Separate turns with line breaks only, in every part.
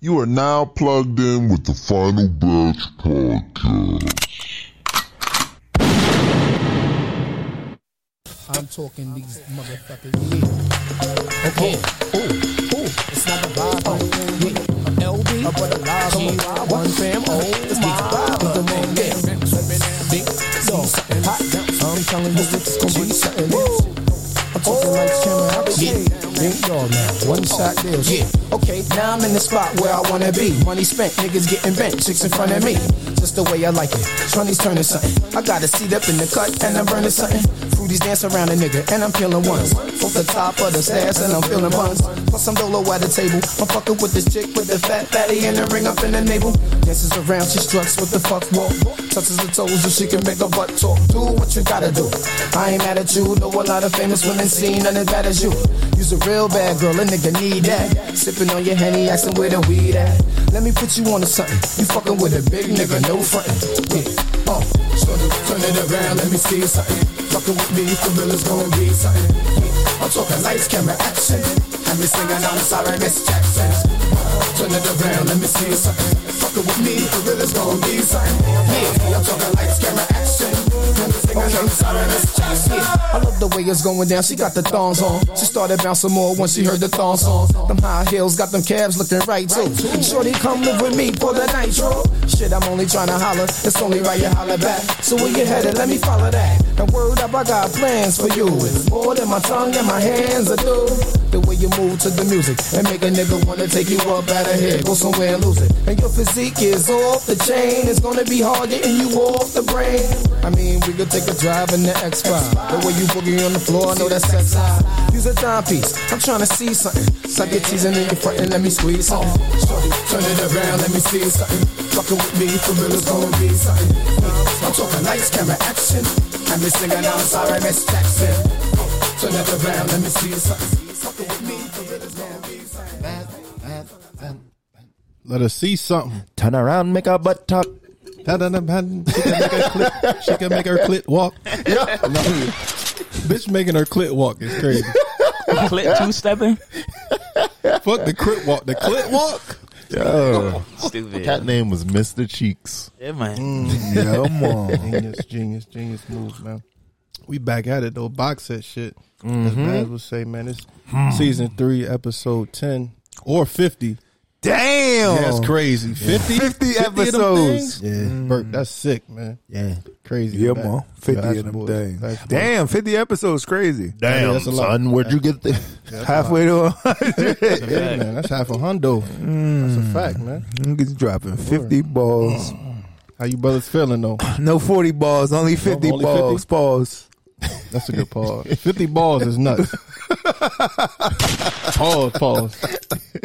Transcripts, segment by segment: You are now plugged in with the Final Batch Podcast.
I'm talking these motherfuckers. Yeah. Okay. It's not a vibe or anything. LB. Up with a live on the live one fam. Oh, it's the vibe of the man. Yeah. Big dog. Hot down. I'm telling you, it's gonna be something else. I'm talking like camera appreciate. Big dog now. One shot deal. Yeah. Okay, now I'm in the spot where I wanna be. Money spent, niggas getting bent, chicks in front of me. Just the way I like it. Shawnee's turning something. I got a seat up in the cut and I'm burning something. Fruities dance around a nigga and I'm feeling ones. Off the top of the stairs and I'm feeling buns. Plus I'm dolo at the table. I'm fucking with this chick with the fat fatty and the ring up in the navel. Dances around, she struts with the fuck walk. Touches the toes so she can make a butt talk. Do what you gotta do. I ain't mad at you. Know a lot of famous women seen none as bad as you. You's a real bad girl, a nigga need that. Sipping on your henny, asking where the weed at. Let me put you on to something. You fucking with a big nigga, no frontin'. Yeah. Oh, so turn it around, let me see something. Fucking with me, for real it's gonna be something. I'm talking lights, camera, action. Have me singing, I'm sorry, Miss Jackson. Turn it around, let me see something. Fucking with me, for real it's gonna be something. Yeah, I'm talking lights, camera, action. Have me singing, I'm sorry, Miss Jackson. I love the way it's going down. She got the thongs on. She started bouncing more once she heard the thong song. Them high heels got them calves looking right too. Shorty, come live with me for the nitro. Shit, I'm only trying to holler. It's only right you holler back. So where you headed? Let me follow that. And word up, I got plans for you. It's more than my tongue and my hands are do. The way you move to the music and make a nigga wanna take you up out of here, go somewhere and lose it. And your physique is off the chain. It's gonna be hard getting you off the brain. I mean, we could take a drive in the X5. The way you boogie on the floor, I know that's sex high. Use a timepiece. I'm trying to see something. Suck your teasing in your front and let me squeeze something. Shorty, Turn it around, let me see something. Fucking with me, for real, it's gonna be something. I'm talking lights, camera, action. I'm just singing, I'm sorry, Miss Jackson. Turn it around, let me see something. Fucking with me, for real, it's gonna be something.
Let us see something.
Turn around, make a butt talk.
She can make her clit, she can make her clit walk. No. Bitch making her clit walk is crazy.
Clip two stepping.
Fuck the clit walk. The clit walk?
Yo,
Stupid. Mm.
that name was Mr. Cheeks.
Yeah, man.
Come on.
Genius, genius, genius move, man. We back at it though. Box set shit. As Maz would say, man, it's season three, episode ten or fifty.
Oh.
Damn.
Yeah, that's crazy. 50,
50
of them
episodes.
things? Bert, that's sick, man.
Yeah.
Crazy.
Yeah,
Back-
man. 50
Bash
of them
Boys.
things.
Bash Boys.
Damn, 50 episodes. Crazy.
Damn,
that's a lot.
son, where'd you get the
Halfway to 100.
Yeah, man, that's half a hundo. That's
Mm.
a fact, man.
Niggas dropping 50 balls.
How you brothers feeling though?
No 40 balls, only 50
only
balls.
50?
Balls.
That's a good pause. Fifty balls is nuts. pause, pause,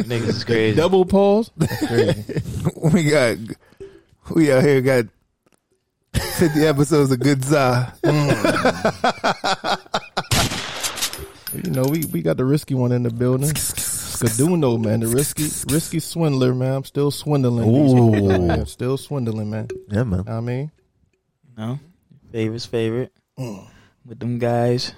Niggas is crazy.
double pause. That's crazy.
We got, we out here got 50 episodes of Good Za.
You know, we, we got the risky one in the building. Scaduno, man, the risky risky swindler, man. I'm still swindling. these
Ooh.
people, man. still swindling, man.
Yeah, man.
I mean,
No. Favorite's favorite. Mm. With them guys.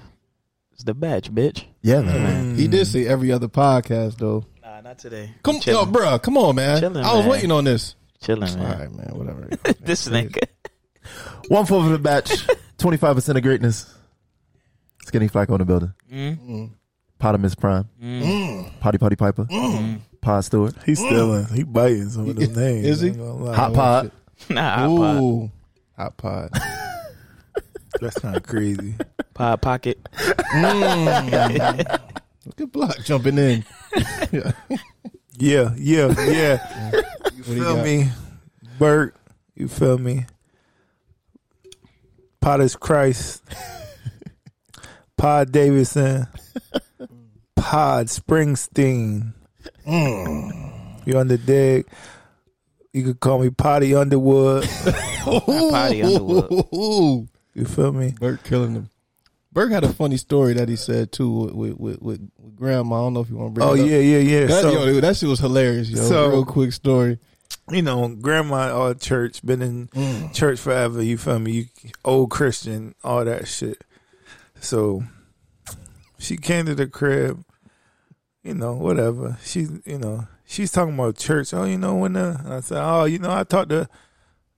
It's the batch, bitch.
Yeah, man.
he did say every other podcast though.
Nah, not today.
Come,
Chillin'.
yo, bruh, come on, man.
Chillin',
I was
man.
waiting on this.
Chilling, man.
All right, man, whatever.
This nigga.
One fourth of the batch, 25% of greatness. Skinny Flack on the building. Mm-hmm. Potamus Prime.
Mm-hmm.
Potty Potty Piper. Pod Stewart.
He's still in. He biting some of them
Is
names.
Mm-hmm. he?
I ain't gonna lie.
Hot Pod.
Nah, Ooh.
Ooh, hot pod.
That's kind of crazy.
Pod, pod pocket.
Good block jumping in.
Yeah, yeah, yeah. you feel
got?
me, Bert? You feel me? Pot is Christ. Pod Davidson. Pod Springsteen.
Mm.
You on the dig? You could call me Potty Underwood.
Potty Underwood.
Ooh.
You feel me?
Burke killing him. Burke had a funny story that he said too with with, with, with with grandma. I don't know if you want to bring.
Oh
it up.
yeah, yeah, yeah.
That,
So-
yo, that shit was hilarious. Yo,
So-
real quick story.
you know, grandma all church, been in church forever, you feel me? You old Christian, all that shit. So she came to the crib you know, whatever. She, you know, she's talking about church. Oh, you know, when the, and I said, oh, you know, I talked to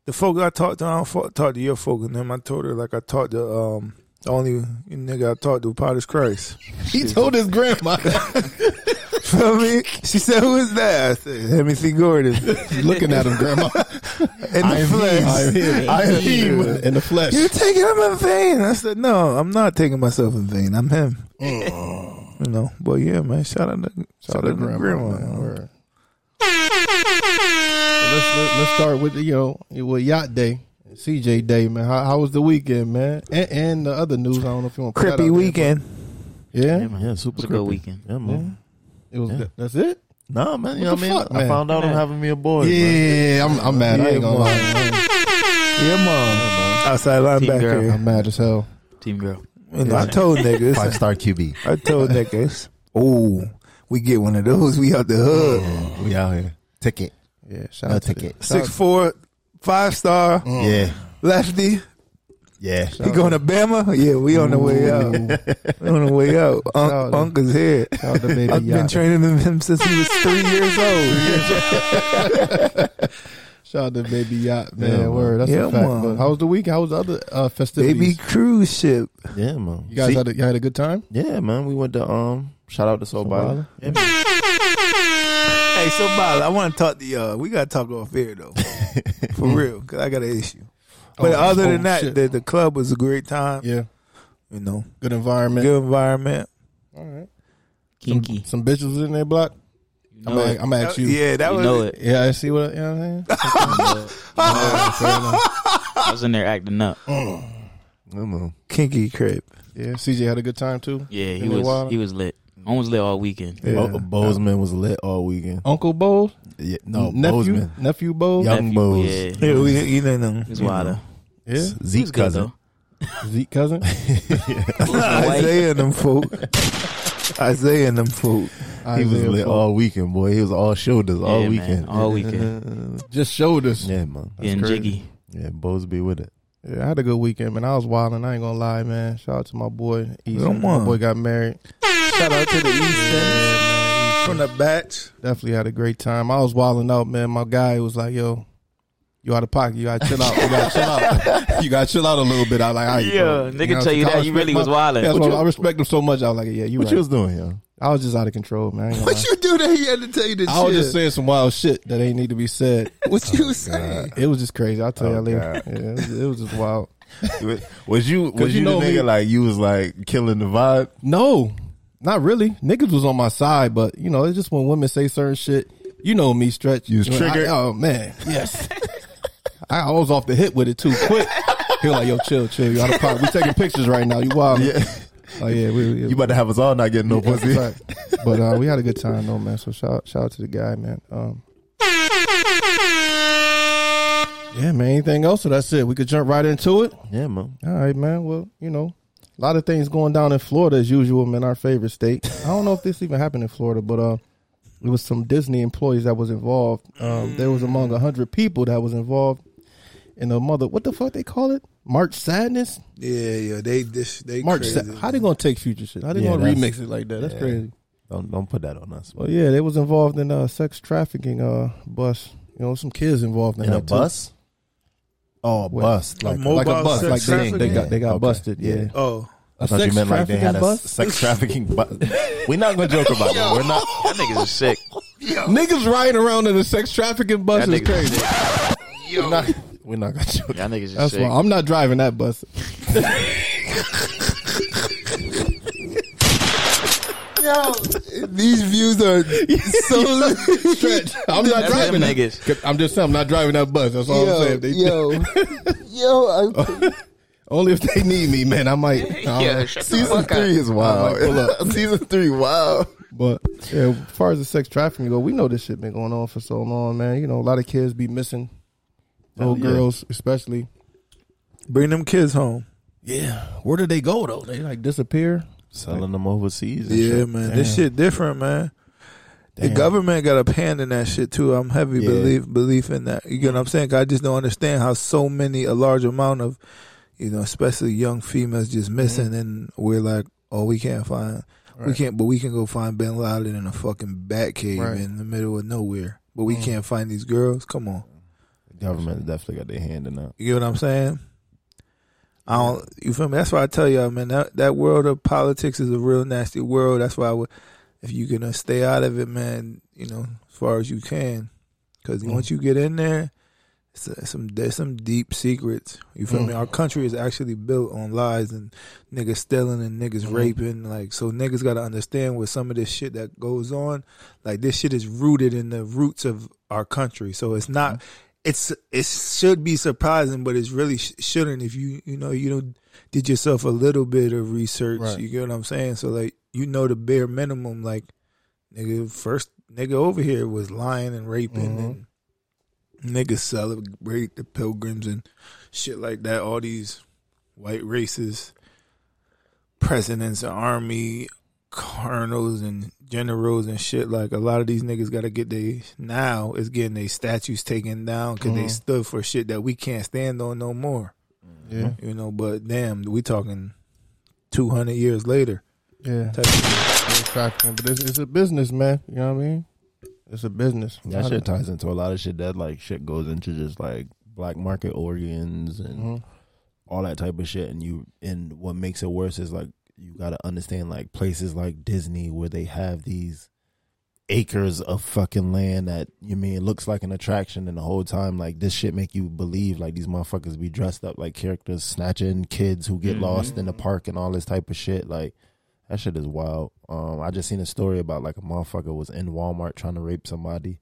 the folk I talked to. I don't fo- talk to your folk and them. I told her like I talked to um the only nigga I talked to, Potter's Christ.
He told his grandma.
Feel me? She said, who is that? I said, Hennessy Gordon in the
looking at him, grandma.
flesh.
here.
I am here.
in the flesh.
You're taking him in vain. I said, no, I'm not taking myself in vain. I'm him.
Oh.
you know, but yeah, man. Shout out to shout, out to grandma.
man. Word. So Let's, let, us let us start with the, you know with yacht day, CJ day, man. How, how was the weekend, man? And, and the other news, I don't know if you want to
Crippy weekend.
Yeah,
man.
Yeah, super
It was a
creepy.
good weekend.
Yeah, man.
it was.
Yeah.
That's it.
Nah, man. You
What the
know what
fuck,
I mean?
man?
I found out I'm
Yeah.
having me a boy. man.
Yeah, I'm, I'm mad. I ain't gonna lie.
Yeah, mom. Outside
girl.
linebacker.
I'm mad as hell.
Team girl.
You know, I told
Five
niggas.
star QB.
I told niggas. Oh, we get one of those. We out the hood.
We out here. Ticket.
Yeah, shout
No
out to
ticket.
Six four, five star
Yeah.
lefty.
Yeah.
He going to Bama? Yeah, we on the way out. we on the way out. Unc, Unc is here.
Shout out to baby
I've been
yacht.
training him, him since he was three years old.
Shout out to baby yacht, man.
Yeah,
Word, that's
Yeah,
a fact.
man.
But how was the weekend? How was the other uh, festivities?
Baby cruise ship.
Yeah, man.
you guys
See?
had a, you had a good time.
Yeah, man. We went to um. Shout out to Soul Body. Yeah, man.
Hey, so Bob, I want to talk to y'all. We got to talk off air though, for real, because I got an issue. But
Oh,
other than
oh,
that,
shit.
the, the club was a great time.
Yeah,
You know,
good environment.
good environment.
All right.
Kinky.
Some bitches was in their block.
You
I'm
know
gonna
it.
I'm ask you. Uh,
Yeah, that
You
was.
know it.
Yeah, I see what you know what I'm saying.
I was in there acting up.
Yeah, man.
Kinky crib.
Yeah, CJ had a good time too.
Yeah, he
In the
was
water.
he was lit. Almost lit all weekend.
Yeah.
Bo- Bozeman was lit all weekend.
Uncle Bowles,
Yeah, no,
nephew,
Bozeman.
nephew Bowles.
Young
Nephew,
Bo's.
Yeah.
Yeah, we you know them.
He's wilder.
Yeah,
He's
Zeke
good
cousin.
though.
Zeke cousin.
Isaiah and them folk. Isaiah and them folk.
He was
Isaiah
lit
Ford.
all weekend, boy. He was all shoulders all
Yeah, man.
weekend.
All weekend.
Just shoulders. Yeah.
Yeah, man.
Getting
crazy.
jiggy.
Yeah, Bo's be with it.
I had a good weekend, man. I was wilding. I ain't gonna lie, man. Shout out to my boy. Easy.
Come
My
on.
boy got married.
Shout out to the Eastons from the batch.
Definitely had a great time. I was wilding out, man. My guy was like, "Yo, you out of pocket. You gotta chill out. You gotta chill out. You gotta chill out a little bit." I was like, all right,
Yeah,
bro.
nigga
know what
tell
I'm saying? I
you that, you
respect
really was
my-
wildin'.
That's
What
what
you-
I respect him so much. I was like, "Yeah, you
What
right."
you was doing, yo?
I was just out of control, man. I ain't gonna lie.
What you do that? He had to tell you this
I was
shit.
just saying some wild shit that ain't need to be said.
What
Oh,
you saying?
It was just crazy. I'll tell y'all
Oh,
later.
God.
Yeah, it, was, it was just wild.
Was you was
you
you,
know
the
me.
nigga like you was like killing the vibe?
No, not really. Niggas was on my side, but you know, it's just when women say certain shit. You know me, stretch. You
was
know, I-
triggered.
oh man, yes. I, I was off the hit with it too quick. He was like, "Yo, chill, chill. You out of pocket. We taking pictures right now. You wild?
Yeah.
Oh yeah, we, we
You about to have us all not getting no pussy.
Right. But uh, we had a good time though, man. So shout shout out to the guy, man. Um, yeah, man. Anything else? So that's it. We could jump right into it.
Yeah, man.
All right, man. Well, you know, a lot of things going down in Florida as usual, man. Our favorite state. I don't know if this even happened in Florida, but uh, it was some Disney employees that was involved. Um, there was among hundred people that was involved in a mother. What the fuck they call it? March Sadness.
Yeah, yeah. They this they
March.
crazy.
Sa- how they gonna take future shit? How they
Yeah,
gonna
that's-
remix it like that? That's
yeah.
crazy.
Don't don't put that on us.
Well,
man.
yeah, they was involved in a sex trafficking uh bus. You know, some kids involved in,
In a
that too.
bus? Oh, a
What?
bus.
A
Like
mobile
like a bus,
sex
like they, they
trafficking?
got they got
Okay.
busted. Yeah,
Yeah.
oh,
I thought you meant like they had a s- sex trafficking bus. We're not gonna joke about that. We're not
That niggas is sick.
Niggas riding around in a sex trafficking bus
That
is
niggas is
crazy.
sick.
we're not, we're not gonna joke.
That niggas is
That's
sick.
why I'm not driving that bus.
these views are so.
Stretch. I'm not
That's
driving that.
them niggas.
I'm just saying I'm not driving that bus. That's all I'm saying. They-
yo, uh,
Oh.
I,
Only if they need me, man. I might. I don't know.
Season three is wild. Season three, wow.
But yeah, as far as the sex trafficking go, we know this shit been going on for so long, man. You know, a lot of kids be missing, little
Oh, yeah.
girls especially.
Bring them kids home.
Yeah, where did they go though? They like disappear.
Selling them overseas. And
Yeah,
shit.
man. This shit different, man. The government got a hand in that shit too. I'm heavy
Yeah.
belief belief in that. You get what I'm saying? 'Cause I just don't understand how so many a large amount of,
Mm-hmm.
you know, especially young females just missing, and we're like, oh, we can't find. We can't, but we can go find Bin Laden in a fucking bat cave
Right.
in the middle of nowhere. But we can't find these girls. Come on,
Mm. Government definitely got their hand in that.
you get what I'm saying? I don't. You feel me? That's why I tell y'all, man. That that world of politics is a real nasty world. That's why I would, if you can uh, stay out of it, man. You know, as far as you can, because once you get in there, it's uh, some there's some deep secrets. You feel me? Our country is actually built on lies and niggas stealing and niggas raping. Like so, niggas got to understand with some of this shit that goes on. Like this shit is rooted in the roots of our country. So it's not. It's it should be surprising, but it's really sh- shouldn't if you you know you don't did yourself a little bit of research.
Right.
You get what I'm saying? So like you know the bare minimum. Like nigga, first nigga over here was lying and raping and niggas celebrate the pilgrims and shit like that. All these white races, presidents, and army colonels and generals and shit. Like a lot of these niggas got to get they now is getting their statues taken down because they stood for shit that we can't stand on no more.
Yeah.
You know, but damn, we talking two hundred years later.
Yeah.
Type of-
Trafficking, but it's, it's a business, man. You know what I mean? It's a business.
That shit ties into a lot of shit that like shit goes into just like black market organs and all that type of shit. And you and what makes it worse is like you gotta understand like places like Disney where they have these acres of fucking land that you mean it looks like an attraction and the whole time like this shit make you believe like these motherfuckers be dressed up like characters snatching kids who get lost in the park and all this type of shit like that shit is wild um i just seen a story about like a motherfucker was in walmart trying to rape somebody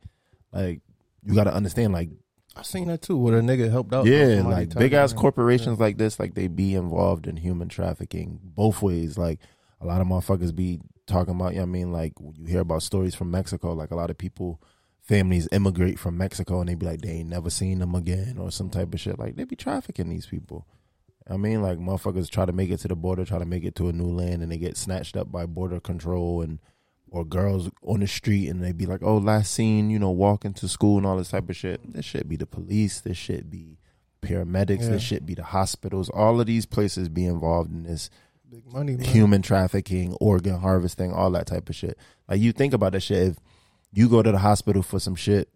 like you got to understand like
I seen that too, where a nigga helped out.
yeah
Somebody
like
tied
big ass
him.
corporations like this like they be involved in human trafficking both ways like a lot of motherfuckers be talking about you know what i mean like you hear about stories from mexico like a lot of people families immigrate from mexico and they be like they ain't never seen them again or some type of shit like they be trafficking these people I mean, like motherfuckers try to make it to the border, try to make it to a new land, and they get snatched up by border control and or girls on the street, and they be like, "Oh, last seen, you know, walking to school and all this type of shit." This shit be the police. This shit be paramedics.
Yeah.
This shit be the hospitals. All of these places be involved in this
Big money, man.
human trafficking, organ harvesting, all that type of shit. Like you think about that shit. If you go to the hospital for some shit,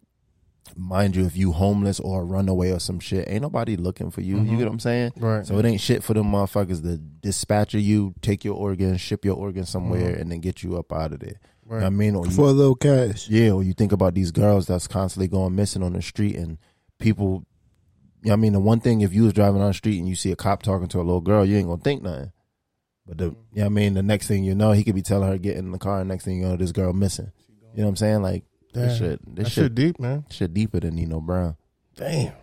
mind you, if you homeless or a runaway or some shit, ain't nobody looking for you. You get what I'm saying?
Mm-hmm. Right.
So it ain't shit for them motherfuckers to dispatcher you, take your organ, ship your organ somewhere,
Mm-hmm.
and then get you up out of there. You know what I mean, or you
for a little cash.
yeah, or you think about these girls that's constantly going missing on the street and people you know what I mean, the one thing if you was driving on the street and you see a cop talking to a little girl, you ain't gonna think nothing. But the you know what I mean, the next thing you know, he could be telling her get in the car and next thing you know, this girl missing. You know what I'm saying? Like
Damn.
this shit this
That
shit,
shit deep, man.
shit deeper than Nino Brown.
Damn.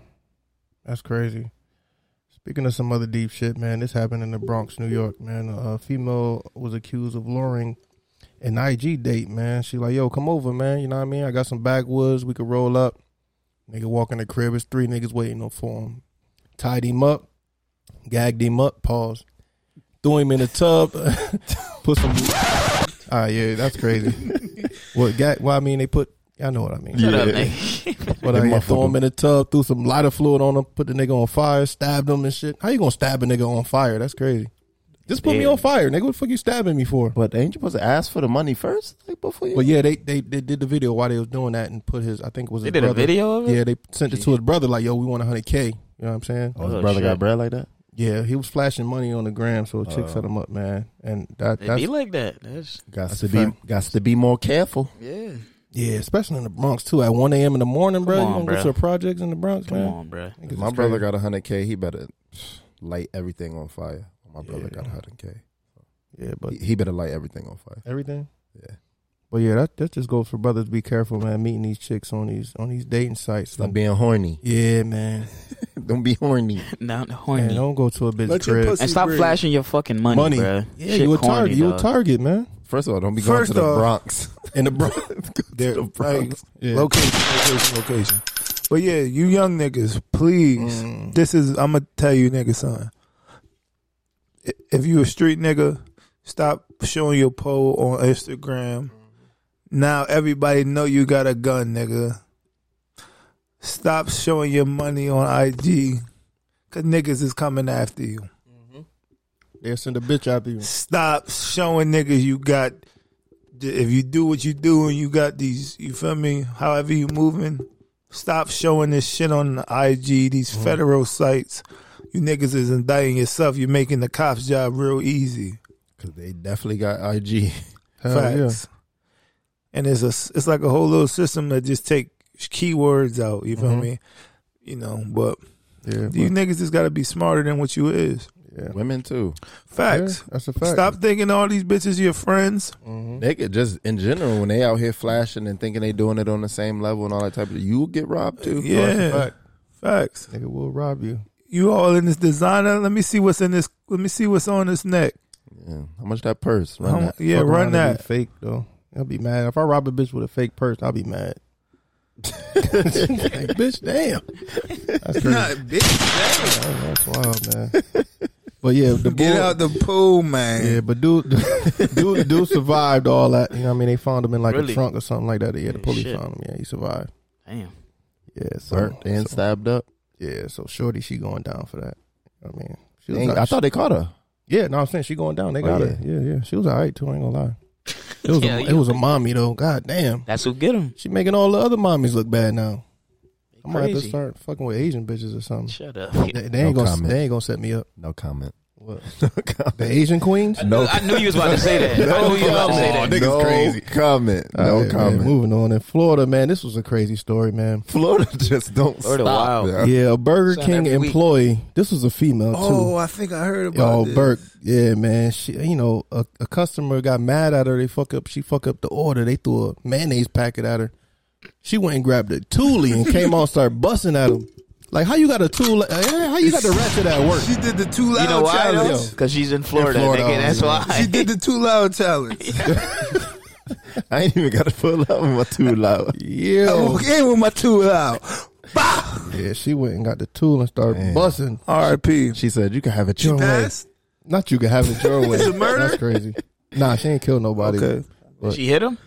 That's crazy. Speaking of some other deep shit, man, this happened in the Bronx, New York, man. A female was accused of luring an IG date, man. She like, yo, come over, man. You know what I mean? I got some backwoods. We could roll up. Nigga walk in the crib. It's three niggas waiting on for him. Tied him up, gagged him up, pause. Threw him in the tub, put some. Ah, yeah, that's crazy. what? Gag, well, I mean, they put. I know what I mean.
Shut up, nigga.
But I throw him in a tub, threw some lighter fluid on him, put the nigga on fire, stabbed him and shit. How you gonna stab a nigga on fire? That's crazy. Just put me
Yeah.
on fire, nigga. What the fuck you stabbing me for?
But ain't you supposed to ask for the money first? Like before you
But yeah, they, they they did the video while they was doing that and put his I think it was
They
his
did a
brother.
video of it?
Yeah, they sent it to his brother like, yo, we want hundred K. You know what I'm saying?
Oh, his
Oh,
brother
shit.
got bread like that?
Yeah, he was flashing money on the gram, so a chick set him up, man. And that
It
that's
Oh. be like that. That's
Got
That's
to
a
be
fact.
got to be more careful.
yeah.
yeah, especially in the Bronx too. At one AM in the morning, bro.
Come
you
on,
gonna go
bruh.
to a project in the Bronx,
Come
man?
on, bruh.
Niggas
my
is
brother
crazy.
got hundred K, he better light everything on fire. My brother got hundred K.
Yeah, but
He, he better light everything on fire.
everything.
Yeah.
But yeah, that, that just goes for brothers. Be careful, man. Meeting these chicks on these on these dating sites.
Stop being horny.
yeah, man.
Don't be horny.
Down the
Man,
horny.
don't go to a bitch
Let your
crib.
pussy
and stop
breathe.
flashing your fucking money,
Money.
bruh.
yeah, you a target. You a
dog.
target, man.
First of all, don't be going
First
to the
off-
Bronx.
In the Bronx.
They're like,
Yeah.
location, location, location. But yeah, you young niggas, please. This is I'm gonna tell you, niggas, son. I- If you a street nigga, stop showing your pole on Instagram. Now everybody know you got a gun, nigga. Stop showing your money on IG, cause niggas is coming after you.
They'll send a bitch after you.
Stop showing niggas you got. If you do what you do and you got these, you feel me? However you moving, stop showing this shit on the IG, these
Mm-hmm.
federal sites. You niggas is indicting yourself. You're making the cops' job real easy.
because they definitely got IG.
Hell
Facts. And it's a it's like a whole little system that just take keywords out. You feel me? You know, but
Mm-hmm. Yeah, yeah,
you niggas just got to be smarter than what you is.
yeah.
Women too.
Facts.
Yeah, that's a fact.
Stop thinking all these bitches your friends.
Mm-hmm.
They could just in general when they out here flashing and thinking they doing it on the same level and all that type of. You get robbed too.
Yeah. Facts.
Nigga will rob you.
You all in this designer. Let me see what's in this. Let me see what's on this neck.
Yeah. How much that purse? Run
How mu-
that.
yeah,
Fuck
run
around and
that.
Be fake though. I'll be mad if I rob a bitch with a fake purse. I'll be mad. Like, bitch, damn. That's crazy. Damn, that's wild, man. But yeah, the
Get
bull-
out the pool, man.
Yeah, but dude, dude, dude survived all that. You know, what I mean, they found him in like
Really?
a trunk or something like that. Yeah, the
Holy
police
shit.
found him. Yeah, he survived.
Damn.
Yeah, so,
Burnt and
so-
stabbed up.
yeah, so shorty, she going down for that. You know what I mean, she
Dang, I thought they caught her.
yeah, no, I'm saying she going down. They
Oh,
got
yeah.
her. Yeah, yeah, she was all right too. I ain't gonna lie. It was
Yeah,
a,
you-
it was a mommy though. God damn,
That's who get them.
she making all the other mommies look bad now. I might have to
Crazy.
start fucking with Asian bitches or something.
Shut up.
They, they ain't
No
gonna
comment.
they ain't gonna set me up.
No comment.
What?
No comment.
The Asian queens.
No.
I knew you was about to say that. I knew you was about to say that.
no comment.
All
No
right, man,
comment.
moving on in Florida, man. This was a crazy story, man.
Florida just don't
Florida
stop.
wild.
yo.
Yeah, a Burger
Son,
King
every week.
employee. This was a female
Oh,
too.
I think I heard about
Y'all,
this.
Burke. Yeah, man. She, you know, a, a customer got mad at her. They fuck up. She fuck up the order. They threw a mayonnaise packet at her. She went and grabbed a Thule and came on, started busting at him. Like, how you got a Thule? eh, How you got the ratchet at work?
She did the too loud
You know why?
challenge.
Because she's in Florida,
Florida,
nigga. That's
yeah.
why.
She did the too loud challenge.
I ain't even got to pull out my too loud.
Yeah.
I walk in with my too loud. Bah!
Yeah, she went and got the Thule and started
Damn.
busting.
R.I.P.
She said, "You can have it your way."
Pass.
Not you can have it your way.
It's a murder?
That's crazy. Nah, she ain't killed nobody.
Okay.
She hit him?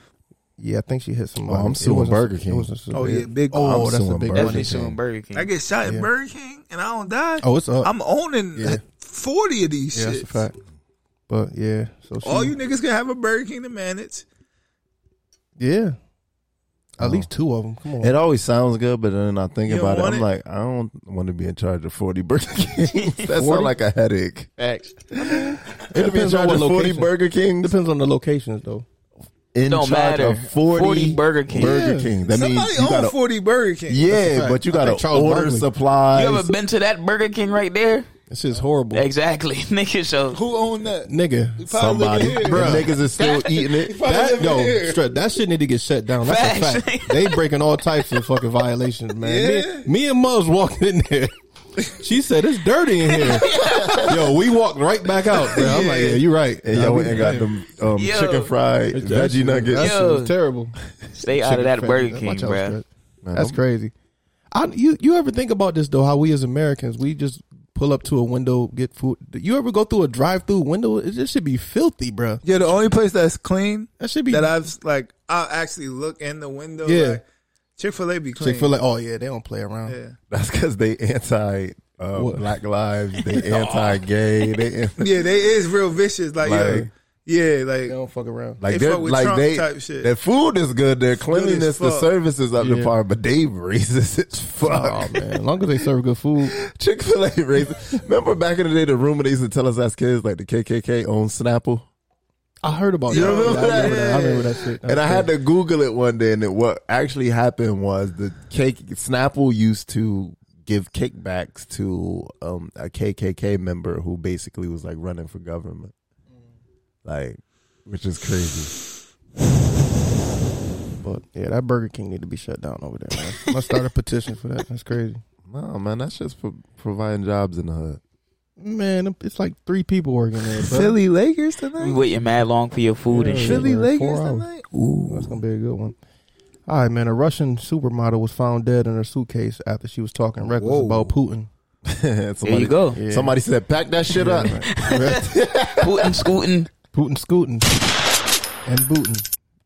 Yeah, I think she hit somebody.
Oh, I'm
It
suing
wasn't-
Burger
it
King.
wasn't
Oh
severe.
yeah, big.
Oh,
I'm
that's a
suing Burger
big one.
That's when she's on Burger
I
King.
get shot at Burger King and I don't die.
Oh, it's up.
I'm owning
Yeah.
forty of these
Yeah,
shits.
that's a fact. Mm. But yeah, so she,
All you niggas can have a Burger King to manage.
yeah, at
Oh.
least two of them. Come on,
It always sounds good, but then I think
You
about it.
don't
I'm
want
like, I don't want to be in charge of 40 Burger Kings. That sounds like a headache.
Facts.
It'll be in
depends on
charge
what
of 40
location.
Burger Kings.
depends on the locations though.
In
Don't
charge
matter.
of 40,
40 Burger King.
Burger
Yeah.
King. That
Somebody
means you
own
gotta,
forty Burger King.
yeah, but you
I
got
think
to
Charles
order
Barkley.
supplies.
You ever been to that Burger King right there?
This is horrible,
Exactly. Nigga, so
Who owned that?
nigga.
Probably
Somebody,
live in
Bruh. niggas is still eating it.
That
live in
no,
here.
straight, that shit need to get shut down. That's a
Facts.
fact. they breaking all types of fucking violations, man.
Yeah.
Me, me and Muzz walked in there. She said it's dirty in here. Yo, we walked right back out. Bro. I'm like, yeah, you right.
And y'all went and got them um,
Yo.
chicken fried
That
veggie
shit- That
nuggets.
shit was terrible.
stay out of that Burger King, bruh.
Man,
That's
I'm-
crazy. I you you ever think about this though? How we as Americans, we just pull up to a window, get food. You ever go through a drive-through window? It just should be filthy, bruh.
Yeah, the only place that's clean
That should be.
that I've like I actually look in the window.
Yeah.
like, Chick Fil A be clean.
Chick Fil A. Oh yeah, they don't play around.
Yeah.
That's because they anti uh,
What?
Black Lives, they anti gay, they anti
yeah, they is real vicious. Like,
Like-
yeah, yeah, like
They don't fuck around.
Like
They
they
fuck with
like
Trump
they
type shit.
their food is good, their cleanliness, the
fuck.
services up
Yeah.
to par, but they racist as
Oh
fuck.
man, as long as they serve good food.
Chick Fil A racist. Remember back in the day, the rumor they used to tell us as kids, like the KKK owns Snapple,
I heard about
You
that.
remember
I
that?
remember that. I remember that shit.
and I had to Google it one day, and it, what actually happened was uh, the cake Snapple used to give kickbacks to um, a KKK member who basically was like running for government, like which is crazy.
But yeah, that Burger King need to be shut down over there. Man. Let's start a petition for that. That's crazy.
No man, that's just pro- providing jobs in the hood.
Man, it's like three people working there. bruh.
Philly Lakers
We
tonight.
waiting mad long for your food and
Yeah.
shit.
Philly
Four
Lakers
hours.
tonight.
That's gonna be a good one. All right, man. A Russian supermodel was found dead in her suitcase after she was talking reckless
Whoa.
about Putin.
There
Somebody-
you go.
Yeah.
Somebody said, "Pack that shit up."
Putin scooting.
Putin scooting and booting.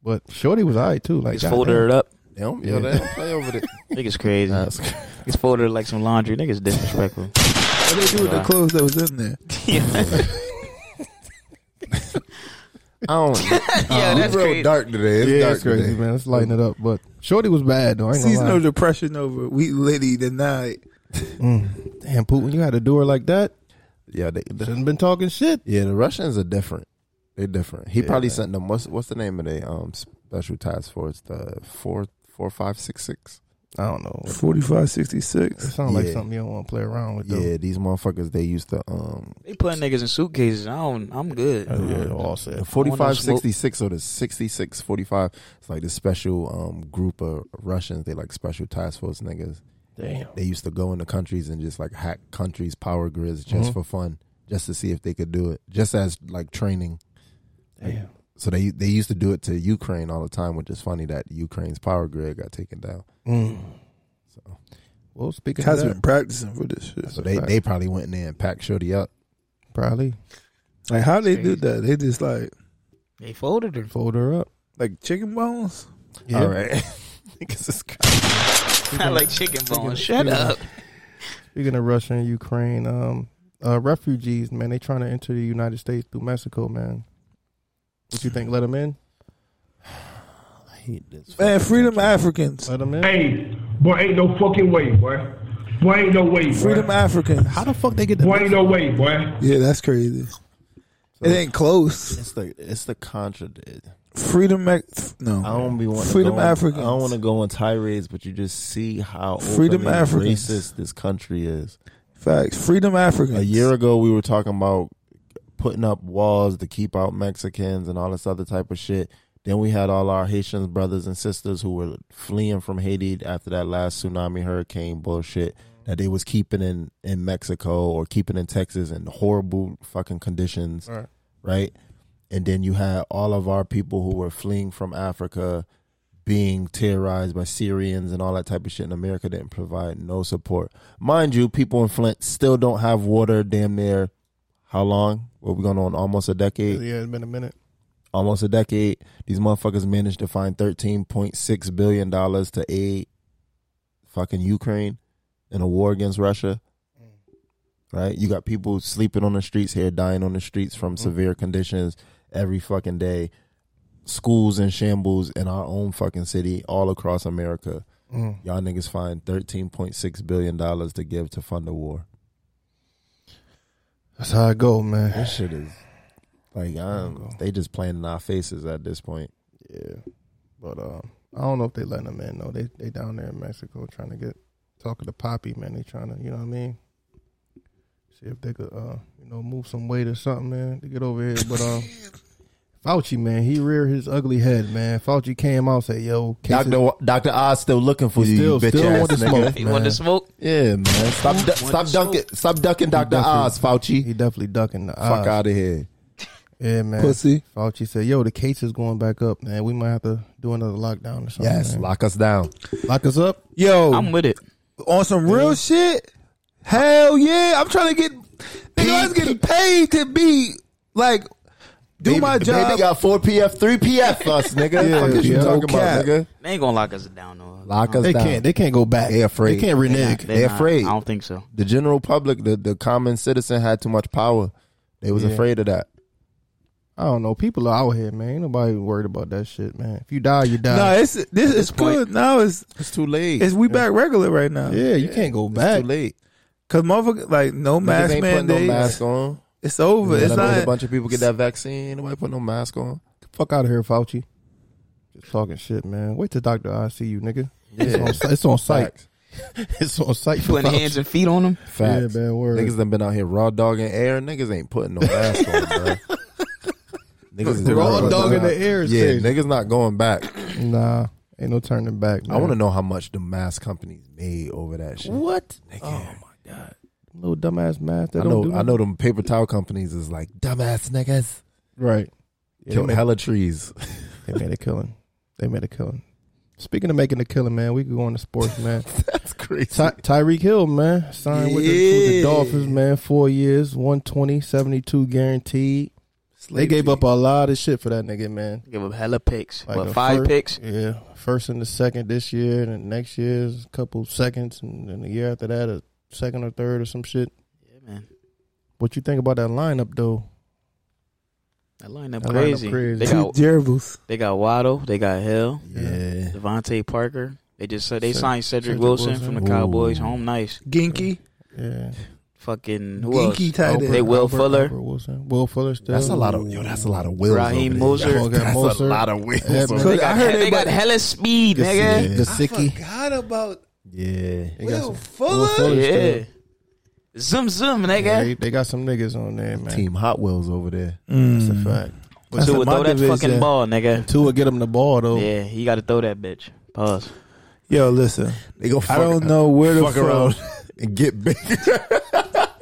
But Shorty was all right too. Like,
Just
goddamn.
folded it up.
Damn,
Yeah.
yo, they don't play over there.
Niggas crazy.
That's crazy.
It's folded it like some laundry. Niggas disrespectful.
What they do with the
Wow.
clothes that was in there?
yeah.
I don't.
yeah, that's
real
crazy.
dark today. It's
Yeah,
dark
it's crazy,
today.
man. Let's lighten it up. But Shorty was bad though. I ain't gonna
Seasonal
lie.
depression over. We litty tonight.
Mm. Damn, Putin, you had to do her like that.
Yeah, they, the,
Shouldn't been talking shit.
yeah. The Russians are different. They're different. He
Yeah,
probably
man.
sent them. What's what's the name of the um special task force? The four four five six six.
I don't know.
Forty five sixty
It
six.
sounds like
Yeah.
something you don't want to play around with. Though.
Yeah, these motherfuckers. They used to um
They putting niggas in suitcases. I don't. I'm good.
Oh, yeah, all said.
the 45
smoke.
66 or the 66 45 it's like this special um, group of russians they like special task force niggas
Damn.
they used to go into countries and just like hack countries power grids
Mm-hmm.
just for fun just to see if they could do it just as like training
Damn.
so they they used to do it to ukraine all the time which is funny that ukraine's power grid got taken down
Mm.
so,
Well, speaking
Has
of
been
that,
practicing for this shit.
so they, they probably went in there and packed shorty up
probably
Like how they do that? They just like
They folded her.
fold her up.
like chicken bones.
Yeah.
all right Niggas is crazy.
I like chicken bones. Shut up.
Speaking of Russia and Ukraine, um, uh, refugees, man, they trying to enter the United States through Mexico, man. What you think? Let them in?
I hate this.
Man, freedom Africans.
Let them in?
Hey, boy, ain't no fucking way, boy. Boy, ain't no way, boy.
Freedom Africans.
How the fuck they get
Boy, ain't
the?
no way, boy.
Yeah, that's crazy. It ain't close.
It's the it's the contra.
Freedom Ac- no.
I don't be want
Freedom
go on,
Africans.
I don't want to go on tirades, but you just see how openly
Freedom Africans.
racist this country is.
Facts. Freedom Africans.
a year ago we were talking about putting up walls to keep out Mexicans and all this other type of shit. Then we had all our Haitian brothers and sisters who were fleeing from Haiti after that last tsunami hurricane bullshit that they was keeping in in Mexico or keeping in Texas in horrible fucking conditions,
Right.
right? And then you had all of our people who were fleeing from Africa being terrorized by Syrians and all that type of shit, and America didn't provide no support. Mind you, people in Flint still don't have water damn near how long? What we going on? Almost a decade?
Yeah, it's been a minute.
Almost a decade. These motherfuckers managed to find thirteen point six billion dollars to aid fucking Ukraine in a war against Russia. Right? You got people sleeping on the streets here, dying on the streets from severe conditions every fucking day. Schools in shambles in our own fucking city, all across America. Y'all niggas find thirteen point six billion dollars to give to fund the war.
That's how it go, man.
This shit is like I'm, they just playing in our faces at this point.
Yeah, but uh, I don't know if they letting them in. though. they they down there in Mexico trying to get talking to Poppy, man. They trying to, you know what I mean? See if they could, uh, you know, move some weight or something, man, to get over here. But um, Fauci, man, he reared his ugly head, man. Fauci came out and said, "Yo, cases,
Doctor Doctor Oz still looking for you,
still-
you bitch
still
ass
want to
nigga.
smoke.
You want to smoke?
Yeah, man. Stop du- stop dunking stop dunking Doctor Oz, Fauci.
he definitely ducking the
Fuck
eyes.
out of here.
Yeah, man.
Pussy.
Fauci said, "Yo, the case is going back up, man. We might have to do another lockdown or something.
Yes,
man.
lock us down.
lock us up.
Yo,
I'm with it.
on some real shit. Hell yeah, I'm trying to get. Nigga, I was getting paid to be like do
Baby-
my
Baby
job.
got four PF, three PF us, nigga.
Yeah,
Fuck is you
yeah.
talking
No
about,
cap.
nigga?
They ain't gonna lock us down though.
Lock us
They
down.
can't. They can't go back.
They afraid.
They can't renege.
They're
not-
afraid.
I don't think so.
the general public, the, the common citizen had too much power. They was
Yeah.
afraid of that.
I don't know. People are out here, man. Ain't nobody worried about that shit, man. If you die, you die.
No, it's this is
point.
good. Now it's
It's too late.
it's we back regular right now.
yeah, you can't go
It's
back.
too late.
Cause motherfucker like no
Niggas
mask
ain't putting no
mandate.
mask on.
It's over.
Let
It's
a
not.
bunch of people get that vaccine. Nobody put no mask on.
Fuck out of here, Fauci. Just talking shit, man. Wait till Doctor I see you, nigga. It's, on, it's on site.
Facts.
It's on site. For
Putting
Fauci.
hands and feet on them.
Facts.
Yeah, man, word.
Niggas done been out here raw dogging air. Niggas ain't putting no mask on, bro. Niggas is
Raw
not putting
dogging
no-
the air is
Yeah,
crazy.
niggas not going back.
Nah, ain't no turning back. Man.
I want to know how much the mask companies made over that shit.
what
Nigga.
little dumbass math. That
I
don't
know.
do
I know them paper towel companies is like dumbass niggas.
Right. Yeah,
Killed
they, made,
hella trees.
they made a killing. They made a killing. Speaking of making a killing, man, we could go on to sports, man.
That's crazy.
Ty- Tyreek Hill, man, signed with, the, with the Dolphins, man. Four years, 120, 72 guaranteed. They gave up a lot of shit for that nigga, man.
Give them hella picks.
Like
what
a
five
first-
picks?
Yeah, first and the second this year, and then next year's a couple seconds, and then the year after that, a second or third or some shit.
Yeah, man.
What you think about that lineup, though?
That lineup
That lineup
crazy.
crazy.
They
Two
got
gerbils.
they got Waddle, they got Hill,
Yeah.
Devontae Parker. They just said they
Ced-
signed Cedric,
Cedric
Wilson,
Wilson.
from the
Ooh.
Cowboys. Home nice.
Ginky.
Yeah.
Fucking who else?
Ginky tight
They
end.
Will Fuller,
Albert Wilson. Will Fuller still.
That's a lot of yo. That's a lot of wills.
Raheem
over there.
Moser.
That's a
Moser.
lot of wills.
Edmonds.
over
They
there.
got,
I heard
they
they
got
bu-
hella speed, nigga.
Yeah.
The sicky.
Forgot about
Yeah.
Will
Will
Fuller.
Fuller still.
Yeah. Zoom zoom,
Yeah,
nigga.
they, they got some niggas on there, man.
Team Hot Wheels over there.
Mm.
That's a fact.
Two Tua,
my
throw that
division.
fucking ball, nigga.
Two will get them the ball though.
Yeah, he got to throw that bitch. Pause.
Yo, listen.
They go fuck,
I don't know where the
fuck
fuck.
around and get big.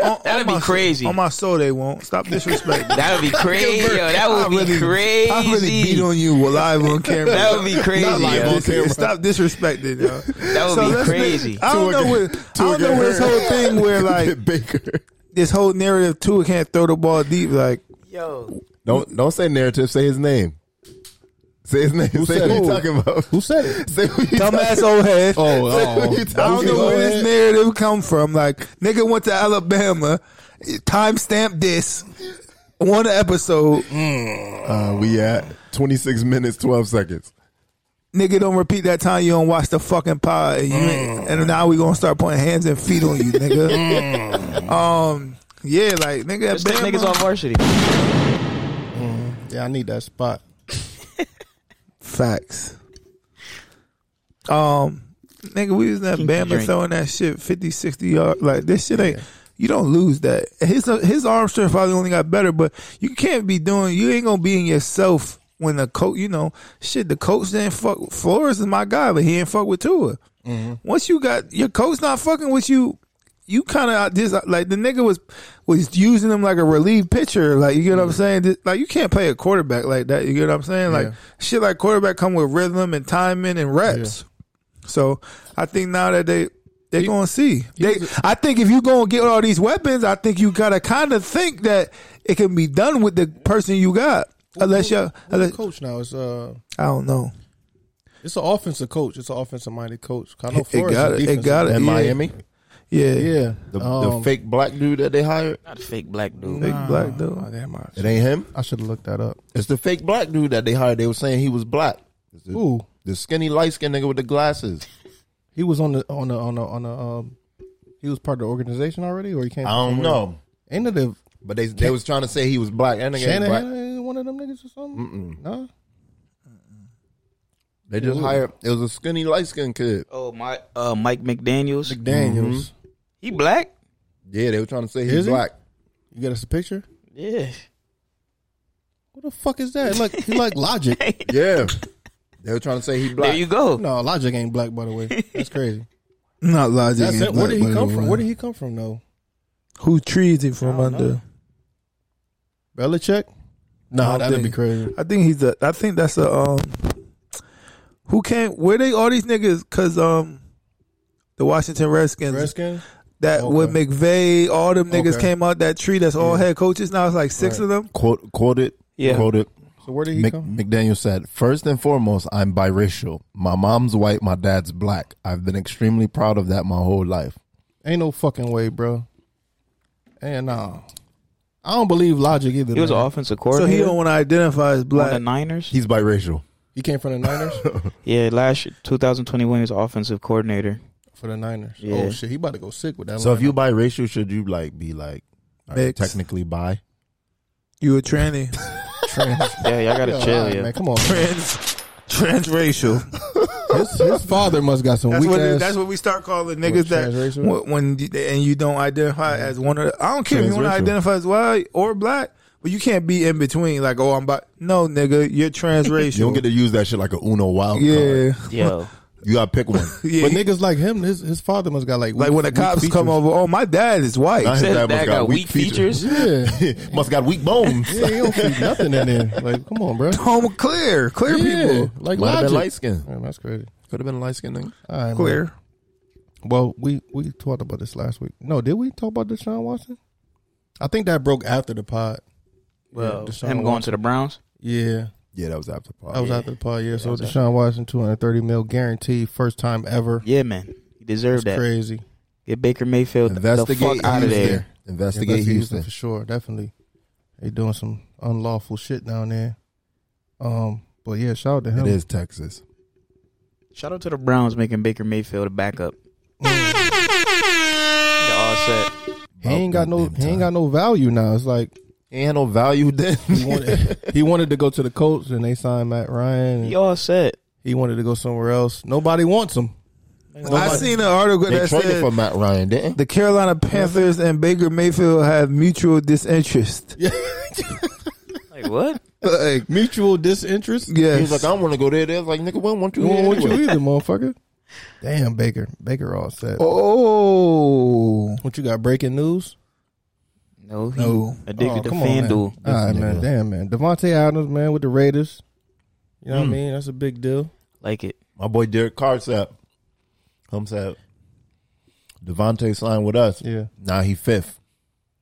On-
That'd
on
be
my-
crazy.
On my soul, they won't. Stop disrespecting. me.
That would be crazy. yo, that would
I
be
really-
crazy.
I really beat on you live on camera.
That would be crazy.
Not live
yo.
on camera. Stop disrespecting, yo.
That would
So
be
let's-
crazy.
I don't know
Tua
where, I
get- Tua
don't know
get
where this
hurt.
whole thing where like
Get bigger.
this whole narrative too can't throw the ball deep. Like
Yo,
Don't don't say narrative. Say his name. Say his name. say who you
who?
talking about.
Who said it?
Say who you
dumbass old head.
Oh,
Say
oh.
who you
I don't
talking
know
about.
where this narrative come from. Like nigga went to Alabama. Timestamp this. One episode,
Uh, we at 26 minutes 12 seconds.
nigga, don't repeat that time you don't watch the fucking pod, and, you, ain't and now we gonna start putting hands and feet on you, nigga. um, yeah, like nigga,
this niggas
Bama-
on varsity.
Yeah, I need that spot.
Facts. Um, nigga, we was in that
Kinky
Bama
drink.
throwing that shit 50, 60 yards. Like this shit ain't. You don't lose that. His his arm strength probably only got better, but you can't be doing. You ain't gonna be in yourself when the coach. You know, shit. The coach didn't fuck. Flores is my guy, but he ain't fuck with Tua.
Mm-hmm.
Once you got your coach not fucking with you, you kind of just uh, like the nigga was was using him like a relief pitcher. Like you get what I'm saying? Just- Like you can't play a quarterback like that. You get what I'm saying? Like shit, like quarterback come with rhythm and timing and reps. So I think now that they they gonna see. They I think if you gonna get all these weapons, I think you gotta kind of think that it can be done with the person you got. Unless you,
Who's
unless,
the coach now? It's uh
I don't know.
it's an offensive coach. It's an offensive minded coach. I know
It- it
Flores
got
is
it. It
defensive.
got it.
In
Yeah.
Miami?
Yeah,
Yeah.
The, the
Um,
fake black dude that they hired?
Not a fake black dude.
big black dude.
oh, damn, I,
It ain't him.
I should have looked that up.
It's the fake black dude that they hired. They were saying he was black. It's The,
Ooh.
the skinny light skinned nigga with the glasses.
He was on the on the on the on the um he was part of the organization already or he came
I don't know.
Ain't it a
But they they was trying to say he was black. That nigga ain't black.
Shanahan ain't one of them niggas or something? No.
They just hired. It was a skinny light skinned kid.
Oh my, uh, Mike McDaniel's.
Daniels.
He black.
Yeah, they were trying to say
Is
he's
he?
black.
You got us a picture?
Yeah.
What the fuck is that? Like he like logic.
Yeah, they were trying to say he black.
There you go.
No, logic ain't black by the way. That's crazy.
Not logic.
That's
ain't
it. Where
black,
did he
but
come from?
anyway.
Where did he come from though?
Who trees it from under?
Belichick?
I
Nah,
don't
Oh, that'd be
think-
crazy.
I think he's a. I think that's a. Um, who came? Where they all these niggas? Cause um, the Washington Redskins.
Redskins?
that
Okay.
with McVay, all them niggas
Okay.
came out that tree. That's all head coaches now. It's like six
Right.
of them.
Quote quoted.
Yeah.
Quoted.
So where did he
Mc,
come?
McDaniel said, first and foremost, I'm biracial. My mom's white, my dad's black. I've been extremely proud of that my whole life.
Ain't no fucking way, bro. And nah, I don't believe logic either.
He was an
man.
offensive
So
coordinator.
he don't want to identify
on
as
the
black.
Niners.
He's biracial.
He came from the Niners.
Yeah, last year, 2021, he was offensive coordinator.
for the Niners.
Yeah.
Oh shit, he about to go sick with that.
So if
lineup.
you biracial, should you like be like all right,
Mixed.
technically bi?
You a tranny,
Yeah, y'all gotta
Yeah,
chill,
alright,
yeah.
man, come on.
trans, transracial.
His, his father must got some
That's
weak
what it,
ass.
that's what we start calling niggas that
transracial?
when, when you- and you don't identify as one of. The, I don't care if you want to
Transracial.
identify as white or black, but you can't be in between. Like, oh, I'm about no nigga, you're transracial.
You don't get to use that shit like a Uno wild card.
yeah,
Yo,
You gotta pick one.
yeah.
but niggas like him, his his father must got like
like
weak-
when the
weak
cops come
features.
over, oh, my dad is white.
Nah, his
said
dad
that
must
got, weak features.
Yeah,
must got weak bones.
yeah, he don't see nothing in there. Like, come on, bro.
home clear, clear
Yeah,
people,
like
Might have
logic.
been light skin.
Man, that's crazy.
Could have been light skinned.
All right, man.
clear.
Well, we we talked about this last week. No, did we talk about Deshaun Watson? I think that broke after the pod.
well,
Yeah, Deshaun
him going to the Browns.
Yeah,
Yeah, that was after
I
part.
was after the pod. Yeah, so Deshaun Watson, two hundred thirty mil guaranteed, first time ever.
Yeah, man, he deserved that.
Crazy.
Get Baker Mayfield the
Investigate
fuck out of
Houston.
there.
Investigate
Investigate
Houston.
for sure, definitely. They doing some unlawful shit down there. Um, but yeah, shout out to him.
It is Texas.
Shout out to the Browns making Baker Mayfield a backup. They're all set.
He ain't got no he ain't got no value now. It's like
He ain't had no value then.
he wanted, he wanted to go to the Colts and they signed Matt Ryan.
He
And
all set.
he wanted to go somewhere else. Nobody wants him.
I seen an article
They
that
traded
said
for Matt Ryan, didn't?
the Carolina Panthers and Baker Mayfield have mutual disinterest.
Like what?
Like,
Mutual disinterest.
he was
Yes,
like, I don't want to go there. They was like, nigga, we don't want you.
We
here
don't want you
anyway.
either, motherfucker. Damn, Baker. Baker all set.
oh,
What you got? Breaking news?
No, he
No.
addicted
Oh,
to
come on, man.
FanDuel.
All right, man. Damn, man. Devontae Adams, man, with the Raiders. You know what I mean? That's a big deal.
Like it.
My boy Derek Carr said, "Hum said, Devontae signed with us.
Yeah.
Now he fifth,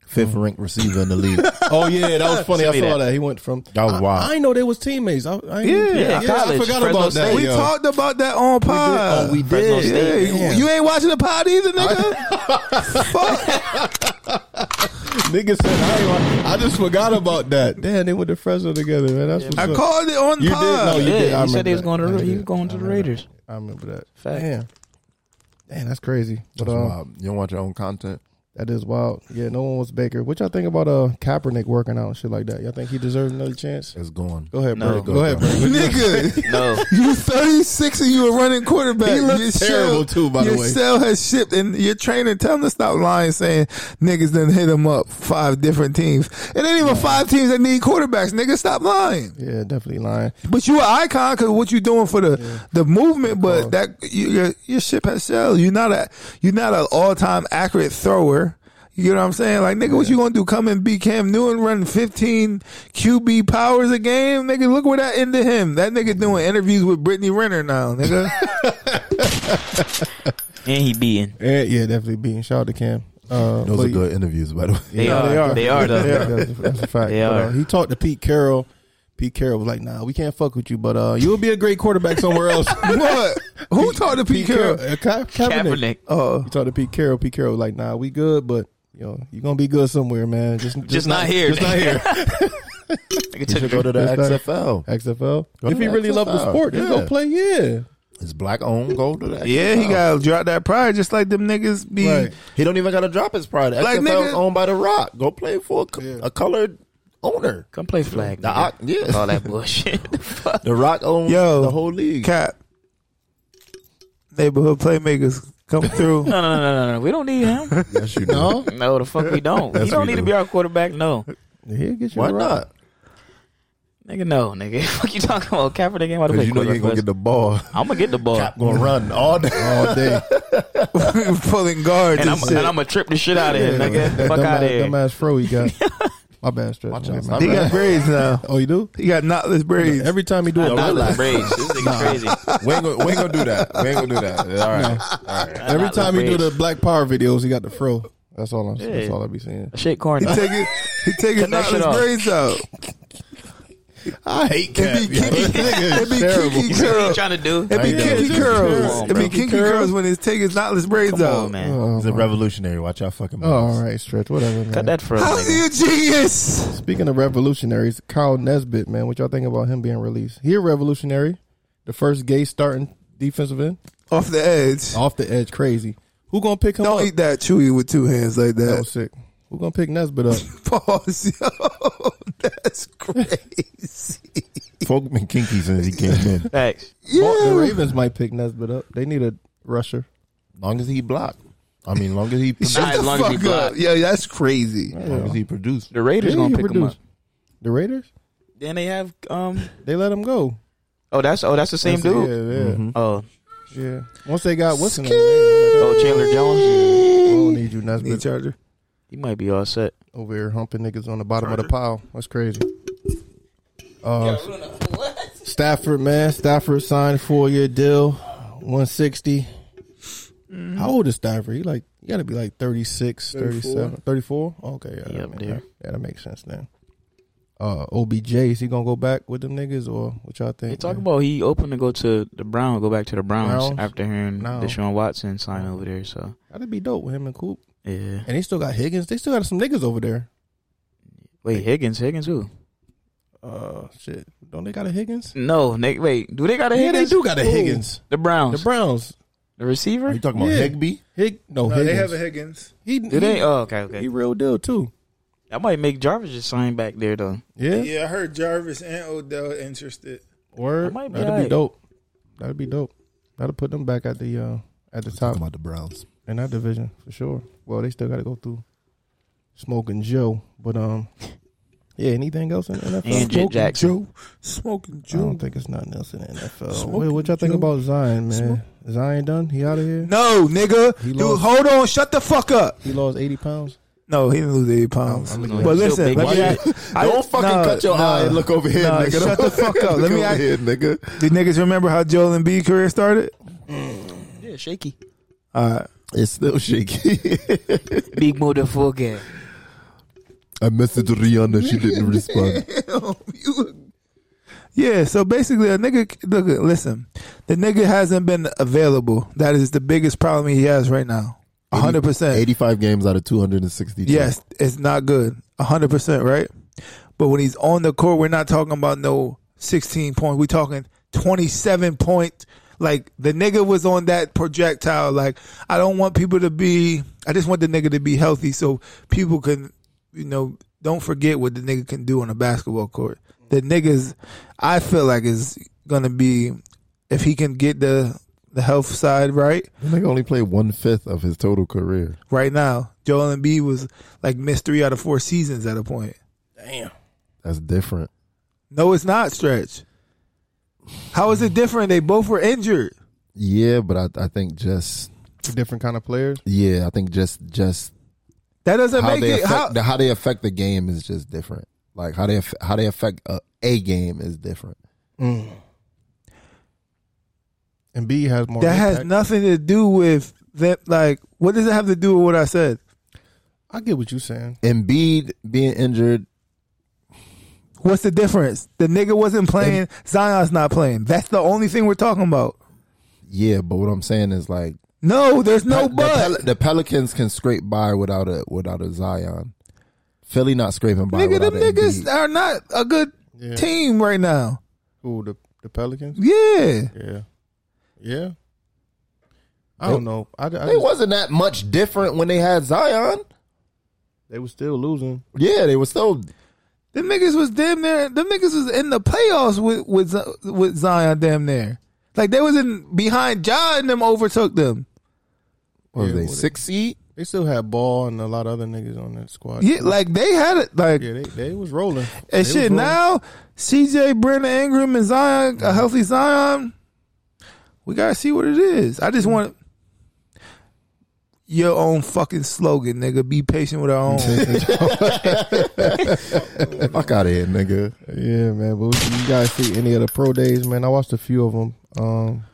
fifth ranked receiver in the league. that
Oh yeah, that was funny. I saw that. He went from.
was wild.
I didn't know they was teammates. I, I
Yeah.
yeah.
Yeah, college.
forgot
Fresno
about that.
State.
we
yo.
talked about that on pod.
we Fresno did.
Yeah,
State.
you- you ain't watching the pod either, nigga.
Nigga said I, ain't wa- I just forgot about that.
Damn, they went to Fresno together, man. That's what's
I
up.
called it on
You did?
pod.
No, you
Yeah,
did. I
he said
remember
he was
that.
going to
I
the, he
did.
was going to
I
the
remember
Raiders.
that. I remember that.
Fact.
Damn. Damn, that's crazy. But
That's
uh,
wild. you don't want your own content.
that is wild. Yeah, no one was Baker. What y'all think about uh Kaepernick working out and shit like that? Y'all think he deserves another chance?
It's gone.
Go ahead,
No.
bro. Go ahead, bro.
Nigga,
No,
you 36 and you a running quarterback. He looks your terrible too, by the way. Your cell has shipped and your trainer tell him to stop lying saying niggas done hit him up five different teams. It ain't even five teams that need quarterbacks. Nigga, stop lying.
Yeah, definitely lying.
But you an icon because what you doing for the the movement, but that you, your your ship has sailed. You're not a you're not an all time accurate thrower. You know what I'm saying? Like nigga, what you gonna do? Come and beat Cam Newton running 15 QB powers a game, nigga. Look where that ended him. That nigga doing interviews with Brittany Renner now, nigga.
and he beating.
Yeah, yeah, definitely beating. Shout out to Cam. Uh,
Those
but-
are good interviews, by the way.
They
Yeah,
are. They are. though.
That's, a, that's a fact.
They
But,
are.
uh, he talked to Pete Carroll. Pete Carroll was like, "Nah, we can't fuck with you, but uh, you'll be a great quarterback somewhere else."
what? Who talked to Pete Carroll?
Uh, Ka- Kaepernick.
Kaepernick.
You talked to Pete Carroll. Pete Carroll was like, "Nah, we good, but you know, you're gonna be good somewhere, man. Just, just,
Just not here.
Just not here.
I can tell you
Go to the
That's right.
XFL.
XFL.
Go
if
to
he
the
really loved the
XFL.
sport, just go
Yeah.
play. Yeah,
It's black owned. Go to the XFL.
Yeah, he got to drop that pride just like them niggas be.
Right.
He don't even got to drop his pride. The
Like,
XFL is
nigga-
owned by The Rock. Go play for a, co- a colored owner.
Come play flag.
The,
nigga.
Rock- yeah.
All that bullshit.
the Rock owns
Yo.
the whole league.
Cap. Neighborhood playmakers come through.
no, no, no, no, no. We don't need him.
Yes, you know.
No, the fuck we don't. he don't
what we
need to
do.
be our quarterback. No,
he'll get you.
Why
a ride.
not?
nigga, no, nigga. Fuck you talking about Kaepernick ain't about to play
Because you know you ain't going to get the ball.
I'm gonna get the ball,
Cap going to run all day.
all day?
pulling guards
and
and,
I'm
shit.
and I'm gonna trip the shit out of him, nigga. Fuck
dumbass,
out of here.
dumbass fro he got. My bad, stretch.
Watch
My
out,
bad.
he got braids now.
Oh, you do?
He got knotless braids.
Every time he do
Not
it,
like braids. This nigga crazy.
We ain't gonna, we ain't gonna do that. We ain't gonna do that. All right. All right.
Every
Not
time he do
LaBridge.
the Black Power videos, he got the fro. That's all I'm. That's
Yeah.
all I be saying.
Shit, corny.
he take it. He take his
Cut that shit
knotless
off.
braids out.
I hate Cap.
It'd be
yo.
kinky. It'd be kinky
You see what you
curls.
trying to do?
It'd be
I know.
kinky
It's
curls.
terrible,
It'd
bro.
be kinky curls when he take his knotless braids
Come
out.
on, man.
He's a revolutionary. Watch out, fucking
Oh,
mouth.
all right, stretch. Whatever, man.
Cut that from.
How's he
nigga.
a genius?
Speaking of revolutionaries, Kyle Nesbitt, man, what y'all think about him being released? He a revolutionary, the first gay starting defensive end
Off the edge.
off the edge, crazy. Who gonna pick him
Don't
up?
eat that chewy with two hands like
That
that.
was sick. Who gonna pick Nesbitt up?
Pause. Yo, that's crazy.
Folk been kinky since he came in.
Facts.
Well, the
Yeah.
Ravens might pick Nesbitt up. They need a rusher.
Long as he block. I mean, long as he,
Shut
Nah, as
the
long as he
fuck
block.
up. Yeah, that's crazy.
long as he produce.
The Raiders
Yeah,
gonna
he
pick him up.
produced. The Raiders?
Then they have um.
They let him go.
Oh, that's oh, that's the same
That's-
dude.
Yeah, yeah,
Oh,
yeah. Once they got what's his name? man,
oh, Chandler Jones.
We don't need you,
Knee
Nesbitt.
charger.
He might be all set.
Over here humping niggas on the bottom of the pile. That's crazy. Uh, Stafford, man. Stafford signed a four year deal, 160.
Mm-hmm.
How old is Stafford? He like you got to be like 36, 37, 34. Okay, yeah,
He
that
up
make-
there.
yeah, that makes sense then. Uh, OBJ is he gonna go back with them niggas or what y'all think?
They talk
man?
about he open to go to the Browns, go back to the Browns,
Browns?
after hearing
No.
Deshaun Watson sign over there. So
that'd be dope with him and Coop.
yeah,
And they still got Higgins. They still got some niggas over there.
Wait, Higgins, Higgins who?
Uh, shit. Don't they got a Higgins?
No, they, wait, do they got a
Yeah,
Higgins?
they do got a Higgins.
The Browns.
The Browns.
The receiver?
you talking about Yeah. Higbee? Hig- no, No, they Higgins. have a
Higgins.
He,
do they? Oh, okay, okay.
He real deal too.
That might make Jarvis just sign back there though.
Yeah, I heard Jarvis and Odell interested.
Word.
might be
That'd be
alright.
dope. That'd be dope. That'll put them back at the uh, at the top.
about the Browns
in that division for sure. Well, they still got to go through smoking Joe, but um, yeah. Anything else in the NFL?
And J- Jackson.
Joe. Smoking Joe.
I don't think it's nothing else in the NFL.
Smoking
Wait, what y'all think
Joe.
about Zion, man?
Smoke-
Zion done? He out of here?
No, nigga.
He
Dude,
lost-
hold on. Shut the fuck up.
He lost 80 pounds.
No, he didn't lose 80 pounds. but listen, let me ask- I-
Don't fucking
nah,
cut your
nah,
eye and look over here,
nah,
nigga.
Shut the
Don't
fuck up. Let
look
me
over
ask
here, nigga.
Do niggas remember how Joel and B career started?
Yeah, shaky.
All right.
It's still shaky.
Big motherfucker.
I messaged Rihanna. She didn't respond.
Yeah, so basically, a nigga, look, listen, the nigga hasn't been available. That is the biggest problem he has right now. 100%.
85 games out of 262.
Yes, it's not good. 100%, right? But when he's on the court, we're not talking about no 16 point. We're talking 27 point. Like, the nigga was on that projectile. Like, I don't want people to be, I just want the nigga to be healthy so people can, you know, don't forget what the nigga can do on a basketball court. The niggas, I feel like, is going to be, if he can get the, the health side right,
The nigga only played one fifth of his total career.
right now. Joel Embiid was like missed three out of four seasons at a point.
That's different.
No, it's not stretch. How is it different? They both were injured.
Yeah, but I, I think just
Different kind of players.
yeah, I think just just
That doesn't
how
make
they
it.
affect
How,
the, how they affect the game is just different. Like how they aff- how they affect a, a game is different.
And B has more.
that has
impact.
nothing to do with that. Like, what does it have to do with what I said?
I get what you saying.
Embiid being injured,
What's the difference? The nigga wasn't playing. Zion's not playing. That's the only thing we're talking about.
yeah, but what I'm saying is like
No, there's no
the,
but.
Pel- the Pelicans can scrape by without a without a Zion. Philly not scraping by
nigga,
without
them
a
niggas
Embiid.
are not a good
Yeah.
team right now.
Who the the Pelicans?
Yeah.
Yeah, yeah. I don't know. I, I
They
just-
wasn't that much different when they had Zion.
they were still losing.
Yeah, they were still
Them niggas was damn near. Them niggas was in the playoffs with with Z- with Zion damn near. Like they was in behind Ja and them overtook them.
what
Yeah,
were they
what-
six seed.
They still had Ball and a lot of other niggas on that squad.
Yeah, like they had it. Like
Yeah, they, they was rolling. They
and
was
shit.
rolling.
Now CJ, Brandon Ingram, and Zion,
Mm-hmm.
a healthy Zion. We gotta see what it is. I
Mm-hmm.
just want your own fucking slogan, nigga. Be patient with our own.
Fuck out of here, nigga.
Yeah, man. But you guys see any of the pro days, man? I watched a few of them. Um,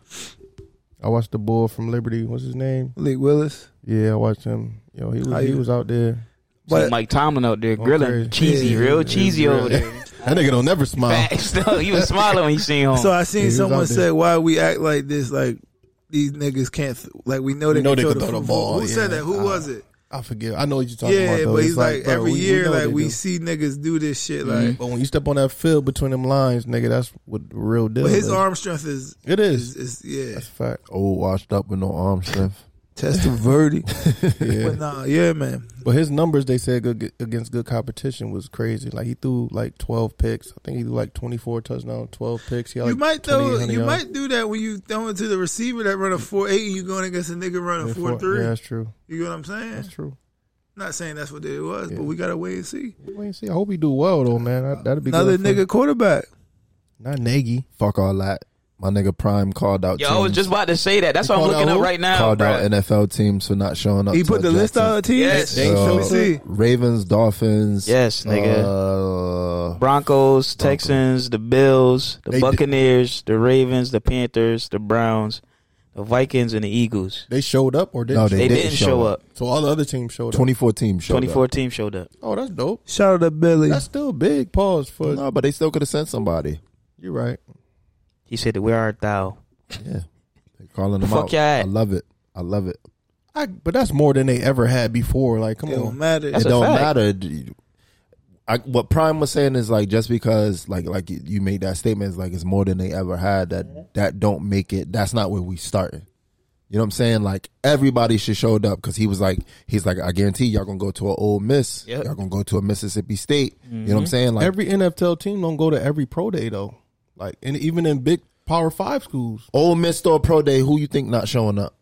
I watched the boy from Liberty. What's his name?
Lee Willis.
Yeah, I watched him. Yo, he
How
was he
you-
was out there.
But
But
Mike Tomlin out there
Okay.
grilling cheesy,
Yeah,
real cheesy over there.
That nigga don't never smile.
Facts though. He was smiling when he seen home.
So I seen
Yeah, he was
someone
out there.
say, "Why we act like this? Like these niggas can't. Th- like we know they,
know
can
they
throw,
can
the,
throw the
football.
ball,
Who
yeah.
said that? Who
Uh,
was it?
I forget. I know what you're talking about.
Yeah,
though.
but
It's
he's like,
bro, we-
every
we
year,
know
like
they
we
do. Mm-hmm.
see niggas do this shit. Like,
But when you step on that field between them lines, nigga, that's what the real deal.
but his
is.
arm strength is
It is.
is, is yeah,
That's a fact.
Old washed up with no arm strength.
test of verdi.
Yeah.
But nah, yeah, man.
But his numbers, they said, good, against good competition was crazy. Like he threw like twelve picks. I think he threw like twenty four touchdowns, twelve picks. He had,
You
like,
might though.
2800
You
yards.
might do that when you throwing to the receiver that run a four eight, and you going against a nigga running
Yeah,
four
four-
three.
Yeah, that's true.
You get what I'm saying?
That's true.
Not saying that's what it was,
Yeah.
but we gotta wait and see.
We ain't see. I hope he do well though, man. That, that'd be
Another
good for-
nigga quarterback.
not Nagy.
Fuck all that. My nigga Prime called out.
Yo, I
teams,
was just about to say that. That's what I'm
Called
looking
out
up
who?
right now.
called
bro.
out NFL teams for not showing up.
He
to
put
a
the
Jets
list out of teams.
Yes.
They ain't
Uh,
show
Let me see.
Ravens, Dolphins. uh,
Yes,
nigga. Uh,
Broncos, Texans, the Bills, the Buccaneers, the Ravens, the Panthers, the Browns, the Vikings, and the Eagles.
They showed up or didn't.
No,
show
They,
They
didn't,
didn't
show
show
up.
So all the other teams showed up.
24 teams showed
24
up.
teams showed up.
Oh, that's dope.
Shout out to Billy.
That's still big. Pause for
No, but they still could have sent somebody.
you're right.
He said, Where art thou?
Yeah. They're calling them
Fuck
out.
your ass.
I love it. I love it.
I, but that's more than they ever had before. Like, come
It don't
on,
matter.
That's
it
a
don't
fact.
matter. I, what Prime was saying is like just because like like you- you made that statement is like it's more than they ever had that that don't make it that's not where we started. You know what I'm saying? Like everybody should showed up because he was like he's like I guarantee y'all gonna go to an old Miss,
Yep.
y'all gonna go to a Mississippi State. You know what I'm saying? Like
every NFL team don't go to every pro day though. Like and even in big power five schools,
old Miss or pro day, who you think not showing up?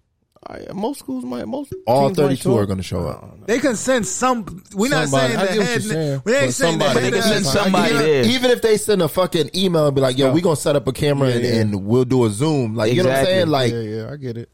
I, most schools might most
All
teams might
32
show
are
up.
gonna show up.
They can send some. We're not
Somebody.
saying
I
the
get what
head.
you're saying,
we
but
ain't saying
somebody-
the
They
head.
can send
nigga.
somebody
even,
there.
even if they send a fucking email and be like, "Yo, we gonna set up a camera and, and we'll do a Zoom," like you know what I'm
Exactly.
saying? Like
Yeah, yeah, I get it.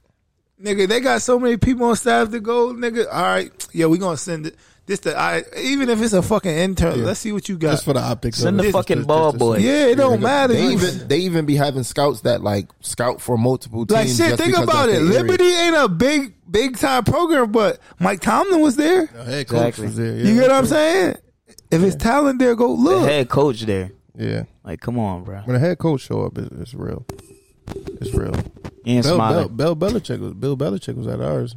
Nigga, they got so many people on staff to go. Nigga, all right, yeah, we gonna send it. This the I even if it's a fucking intern. Let's see what you got.
Just for the optics.
Send
of
the
it.
fucking
Just-
ball
just-
boy.
yeah, it don't matter.
they
You-
even they even be having scouts that like scout for multiple teams.
like shit.
just
Think
because
about
that's
it.
their area.
Liberty ain't a big big time program, but Mike Tomlin was there.
Head coach
Exactly.
was there, yeah.
You get what I'm saying? If it's talent there, go
The
look.
head coach there.
Yeah.
Like, come on, bro.
When a head coach show up, it's, it's real. It's real.
Ian
Bill, Bel
Smiling.
Bill Belichick was Bill Belichick was at ours.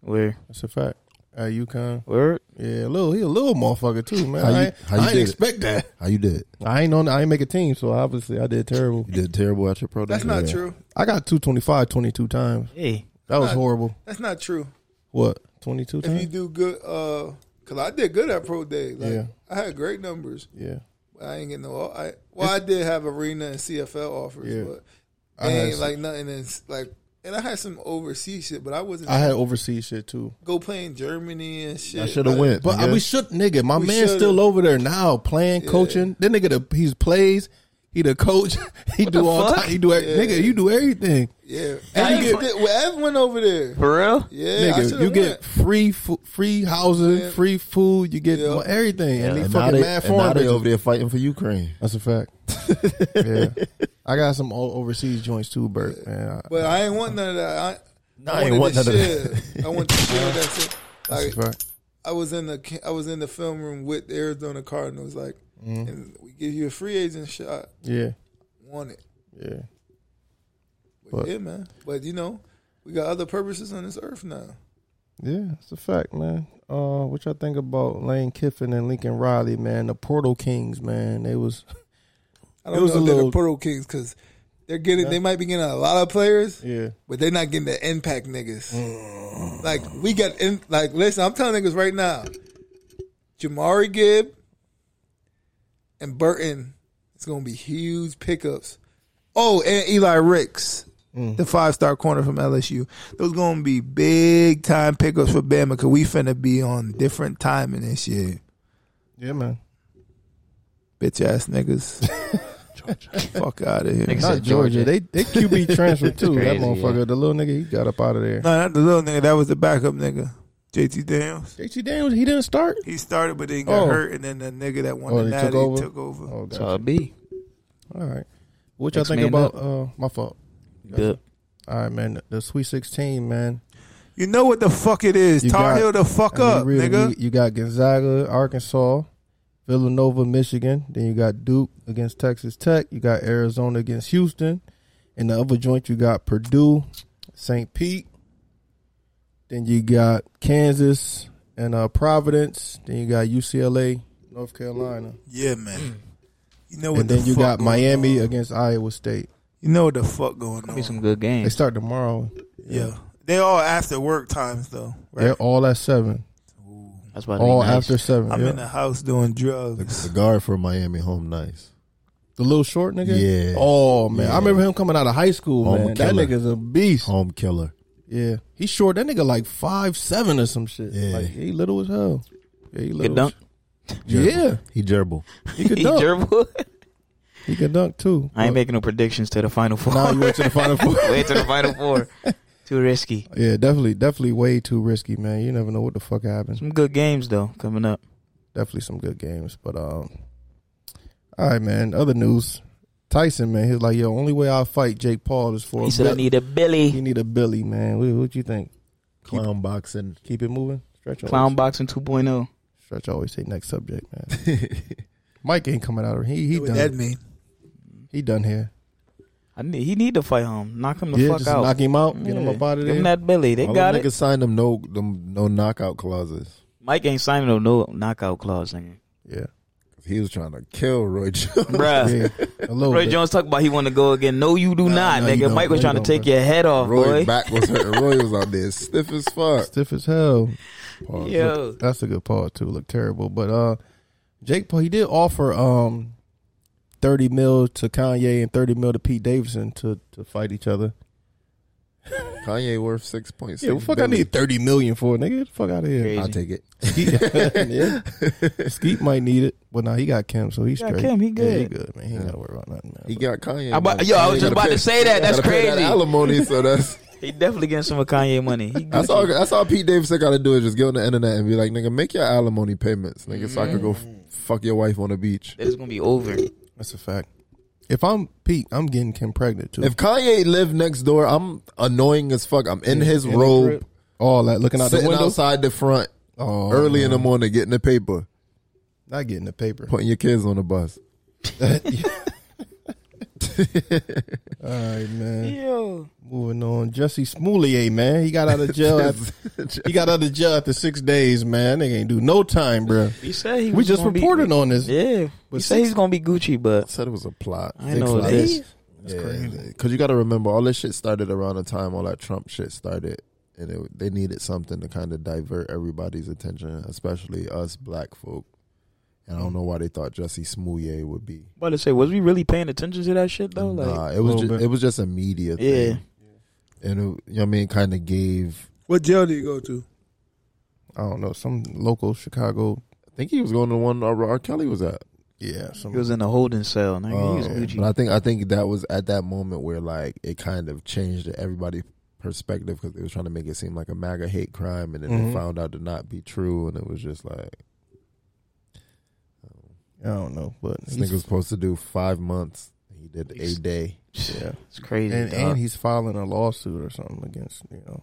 Where?
That's a fact. At UConn.
Where?
Yeah, little he a little motherfucker too, man.
How you-
I, ain't-
how you
I
did
didn't
it?
expect that.
How you did?
I ain't on I ain't make a team, so obviously I did terrible.
You did terrible at your pro day.
That's not true.
I got 225 22 times.
Hey.
That was horrible.
That's not true.
What? 22
If you
times?
do good, uh, cause I did good at pro day. Like,
Yeah.
I had great numbers.
Yeah.
I ain't getting no. I well, I did have arena and CFL offers,
Yeah.
but
I
they
had
ain't
some-
like nothing. Is like, and I had some overseas shit, but I wasn't
I had overseas shit too.
go playing Germany and shit.
I should have
Like,
went.
But uh,
nigga.
we should, nigga. My
We
man's
shoulda.
still over there now, playing, coaching. That nigga, the, he's plays. He the coach. He do all.
fuck?
Time. He do. every- Nigga, you do everything.
Yeah,
And
and
you
you get well, Ev went over there.
For real?
Yeah, I
nigga,
shoulda
you
went.
get free, fu- free housing,
Yeah.
free food. You get
Yeah.
everything, and he
And now
fucking
they,
mad
and now
foreign.
they
bitches.
over there fighting for Ukraine.
That's a fact. yeah, I got some o- overseas joints too, Bert. Man, I,
but I ain't want none of that. I,
I
I,
ain't
wanted
want
to
none of
share. I want to share that shit. Like,
that's a fact.
I was in the ca- I was in the film room with the Arizona Cardinals. Like,
Mm-hmm.
and we give you a free agent shot.
Yeah,
Want it?
yeah.
But,
But-
yeah, man. But you know, we got other purposes on this earth now.
Yeah, it's a fact, man. Uh, what y'all think about Lane Kiffin and Lincoln Riley, man? The Portal Kings, man. They was
I
It
don't
was
know
a
if they're
little-
the Portal Kings because they're getting they might be getting a lot of players,
yeah,
but they're not getting the impact niggas. like we got in like listen, I'm telling niggas right now, Jamari Gibb and Burton, it's gonna be huge pickups. Oh, and Eli Ricks. The five star corner from LSU. Those gonna be big time pickups for Bama because we finna be on different timing this year.
yeah, man.
Bitch ass niggas. Fuck out of here.
Niggas
Not
said
Georgia. They they QB transfer too. that
Crazy,
motherfucker,
yeah.
the little nigga, he got up out of there.
No, not the little nigga. That was the backup nigga, JT Daniels.
JT Daniels, he didn't start.
He started, but then he got
Oh.
hurt, and then the nigga that won
Oh, they
the
took
natty
over?
took over.
Oh, gotcha.
That's all it be.
All right. What y'all
Next
think
man
about?
up.
Uh, my fault.
Good.
All right, man. The, the Sweet Sixteen, man.
You know what the fuck it is?
You
Tar
got-
Heel the
I
fuck
mean,
up,
really,
nigga.
You, you got Gonzaga, Arkansas, Villanova, Michigan. Then you got Duke against Texas Tech. You got Arizona against Houston. And the other joint, you got Purdue, St. Pete. Then you got Kansas and uh, Providence. Then you got UCLA, North Carolina.
yeah, man. You know what?
And then
the
you
fuck
got
going
Miami
on.
against Iowa State.
You know what the fuck going
Be
on?
some good
They
games.
start tomorrow.
Yeah, they all after work times though.
They're
Right?
all at seven.
That's about to be
All
nice.
after seven.
I'm
yeah.
in the house doing drugs.
The guard for Miami home nice.
The little short nigga?
Yeah.
Oh man. I
Yeah.
remember him coming out of high school,
Home
man. That
killer.
nigga's a beast.
Home killer.
Yeah. He's short. That nigga like five seven or some shit.
Yeah.
Like he little as hell. Yeah, he
Good
little.
dunk.
Yeah.
He gerbil.
He could
He
dunk.
gerbil.
he could dunk too.
I ain't making no predictions to the final four.
Nah, you went to the final four.
Wait to the final four. Too risky.
Yeah, definitely, definitely way too risky, man. You never know what the fuck happens.
Some good games though coming up.
Definitely some good games. But um all right, man. Other news. Tyson, man, he's like, yo, only way I'll fight Jake Paul is for
He
a
said I
Bill-
need
he
a Billy.
need a Billy, man. What, what you think?
Clown boxing.
Keep it moving. Stretch your
Clown boxing oh. 2.0.
Stretch always say next subject, man. Mike ain't coming out of he he
what
done
that mean?
he done here.
I need, he need to fight him. Knock him the
yeah,
fuck
just
out.
knock him out, get him
Yeah.
up out of
Give him
there.
that Billy. They
All
got
them
it.
niggas signed them no them no knockout clauses.
Mike ain't signing no, no knockout clause. Nigga.
yeah,
He was trying to kill Roy Jones.
Bruh.
a little
Roy
bit.
Jones talk about he want to go again. No, you do not,
no, you
nigga.
don't.
Mike was
No,
trying
you
to
don't,
take your head off,
Roy
boy.
back was hurt. Roy was out there stiff as fuck.
stiff as hell. Pause.
Yo.
Look, that's a good part too. Look terrible, but uh, Jake Paul he did offer um, thirty mil to Kanye and thirty mil to Pete Davidson to to fight each other.
Kanye worth six points.
Yeah, well, fuck, I need thirty million for it, nigga. Get the fuck out of here.
I'll take it.
yeah. Skeet might need it, but now nah, he got Kim, so he's
got
straight.
Kim, he
Yeah, he
good.
good, man. He ain't gotta worry about nothing, man.
He got Kanye.
I about-
man.
yo, I
Kanye
was
gotta
just about
pay-
to say that. That's
gotta pay that
crazy.
alimony, so that's
He definitely getting some of Kanye money. He
that's all. That's all Pete Davidson got to do is just get on the internet and be like, nigga, make your alimony payments, nigga, so I could go f-
Mm.
fuck your wife on the beach.
It's gonna be over.
That's a fact. If I'm Pete, I'm getting Kim pregnant too.
If Kanye lived next door, I'm annoying as fuck. I'm in his
In the
robe,
crib. all that looking out the
sitting
window,
outside the front
Oh,
early
man.
in the morning, getting the paper,
not getting the paper.
putting your kids on the bus.
All right, man.
Yo,
Moving on, Jesse Smollett, man, he got out of jail. at, he got out of jail after six days, man. They ain't do no time, bro.
he said he.
We
was
just
gonna be-
reported on this.
Yeah, he said he's gonna be Gucci, but
Said it was a plot.
I
Big
know
plot.
it is.
Because you got to remember, all this shit started around the time all that Trump shit started, and it, they needed something to kind of divert everybody's attention, especially us black folk. And I don't know why they thought Jesse Smouye would be.
About to say, was we really paying attention to that shit though? Like,
Nah, it was
little
ju-
bit.
it was just a media
yeah,
thing, and it, you know what I mean. Kind of gave.
What jail do you go to?
I don't know, some local Chicago.
I think he was going to the one R. R. Kelly was at.
Yeah, some
he was in a holding cell. Nigga. he
Oh,
was
Um,
Gucci.
but I think I think that was at that moment where like it kind of changed everybody's perspective because they was trying to make it seem like a MAGA hate crime, and then
Mhm.
they found out to not be true, and it was just like
I don't know, but
this
he's-
nigga was supposed to do five months, he did a day.
yeah,
It's crazy.
and
dog.
and he's filing a lawsuit or something against you know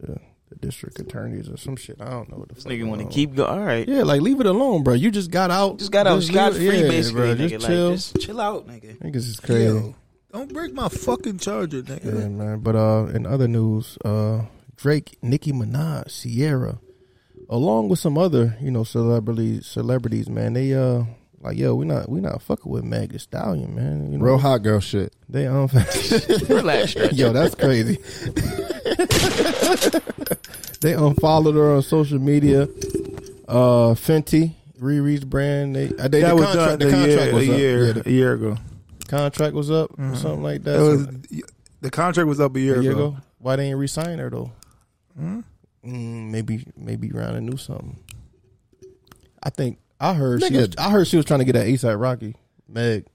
the, the district attorneys or some shit. I don't know what the
this
fuck
nigga
going
want to
on.
keep going. All right,
Oh. Yeah, like leave it alone, bro. You just got out.
just got out
leave-
scot free,
yeah,
basically.
bro.
nigga.
Just chill.
Like, just chill out, nigga.
Niggas is crazy.
Yo, don't break my fucking charger, nigga.
Yeah, man. But uh, in other news, uh, Drake, Nicki Minaj, Sierra, along with some other you know celebrities, celebrities, man, they uh like yo, we not we not fucking with Meg Thee Stallion, man. You know,
Real hot girl shit.
they um,
Relax, stretch.
yo, that's crazy. they unfollowed her on social media. Uh, Fenty, Riri's brand. They, uh, they
That
the
was
contract,
done
the
a
contract
year,
was
a
up.
year,
Yeah,
a
the
year ago.
contract was up or something like that.
It
So-
was, the contract was up a year,
a year
ago.
ago. Why they ain't resign her though?
Hmm?
Mm, maybe maybe Rihanna knew something. I think I heard she
Nigga.
was, I heard she was trying to get at ASAP Rocky Meg.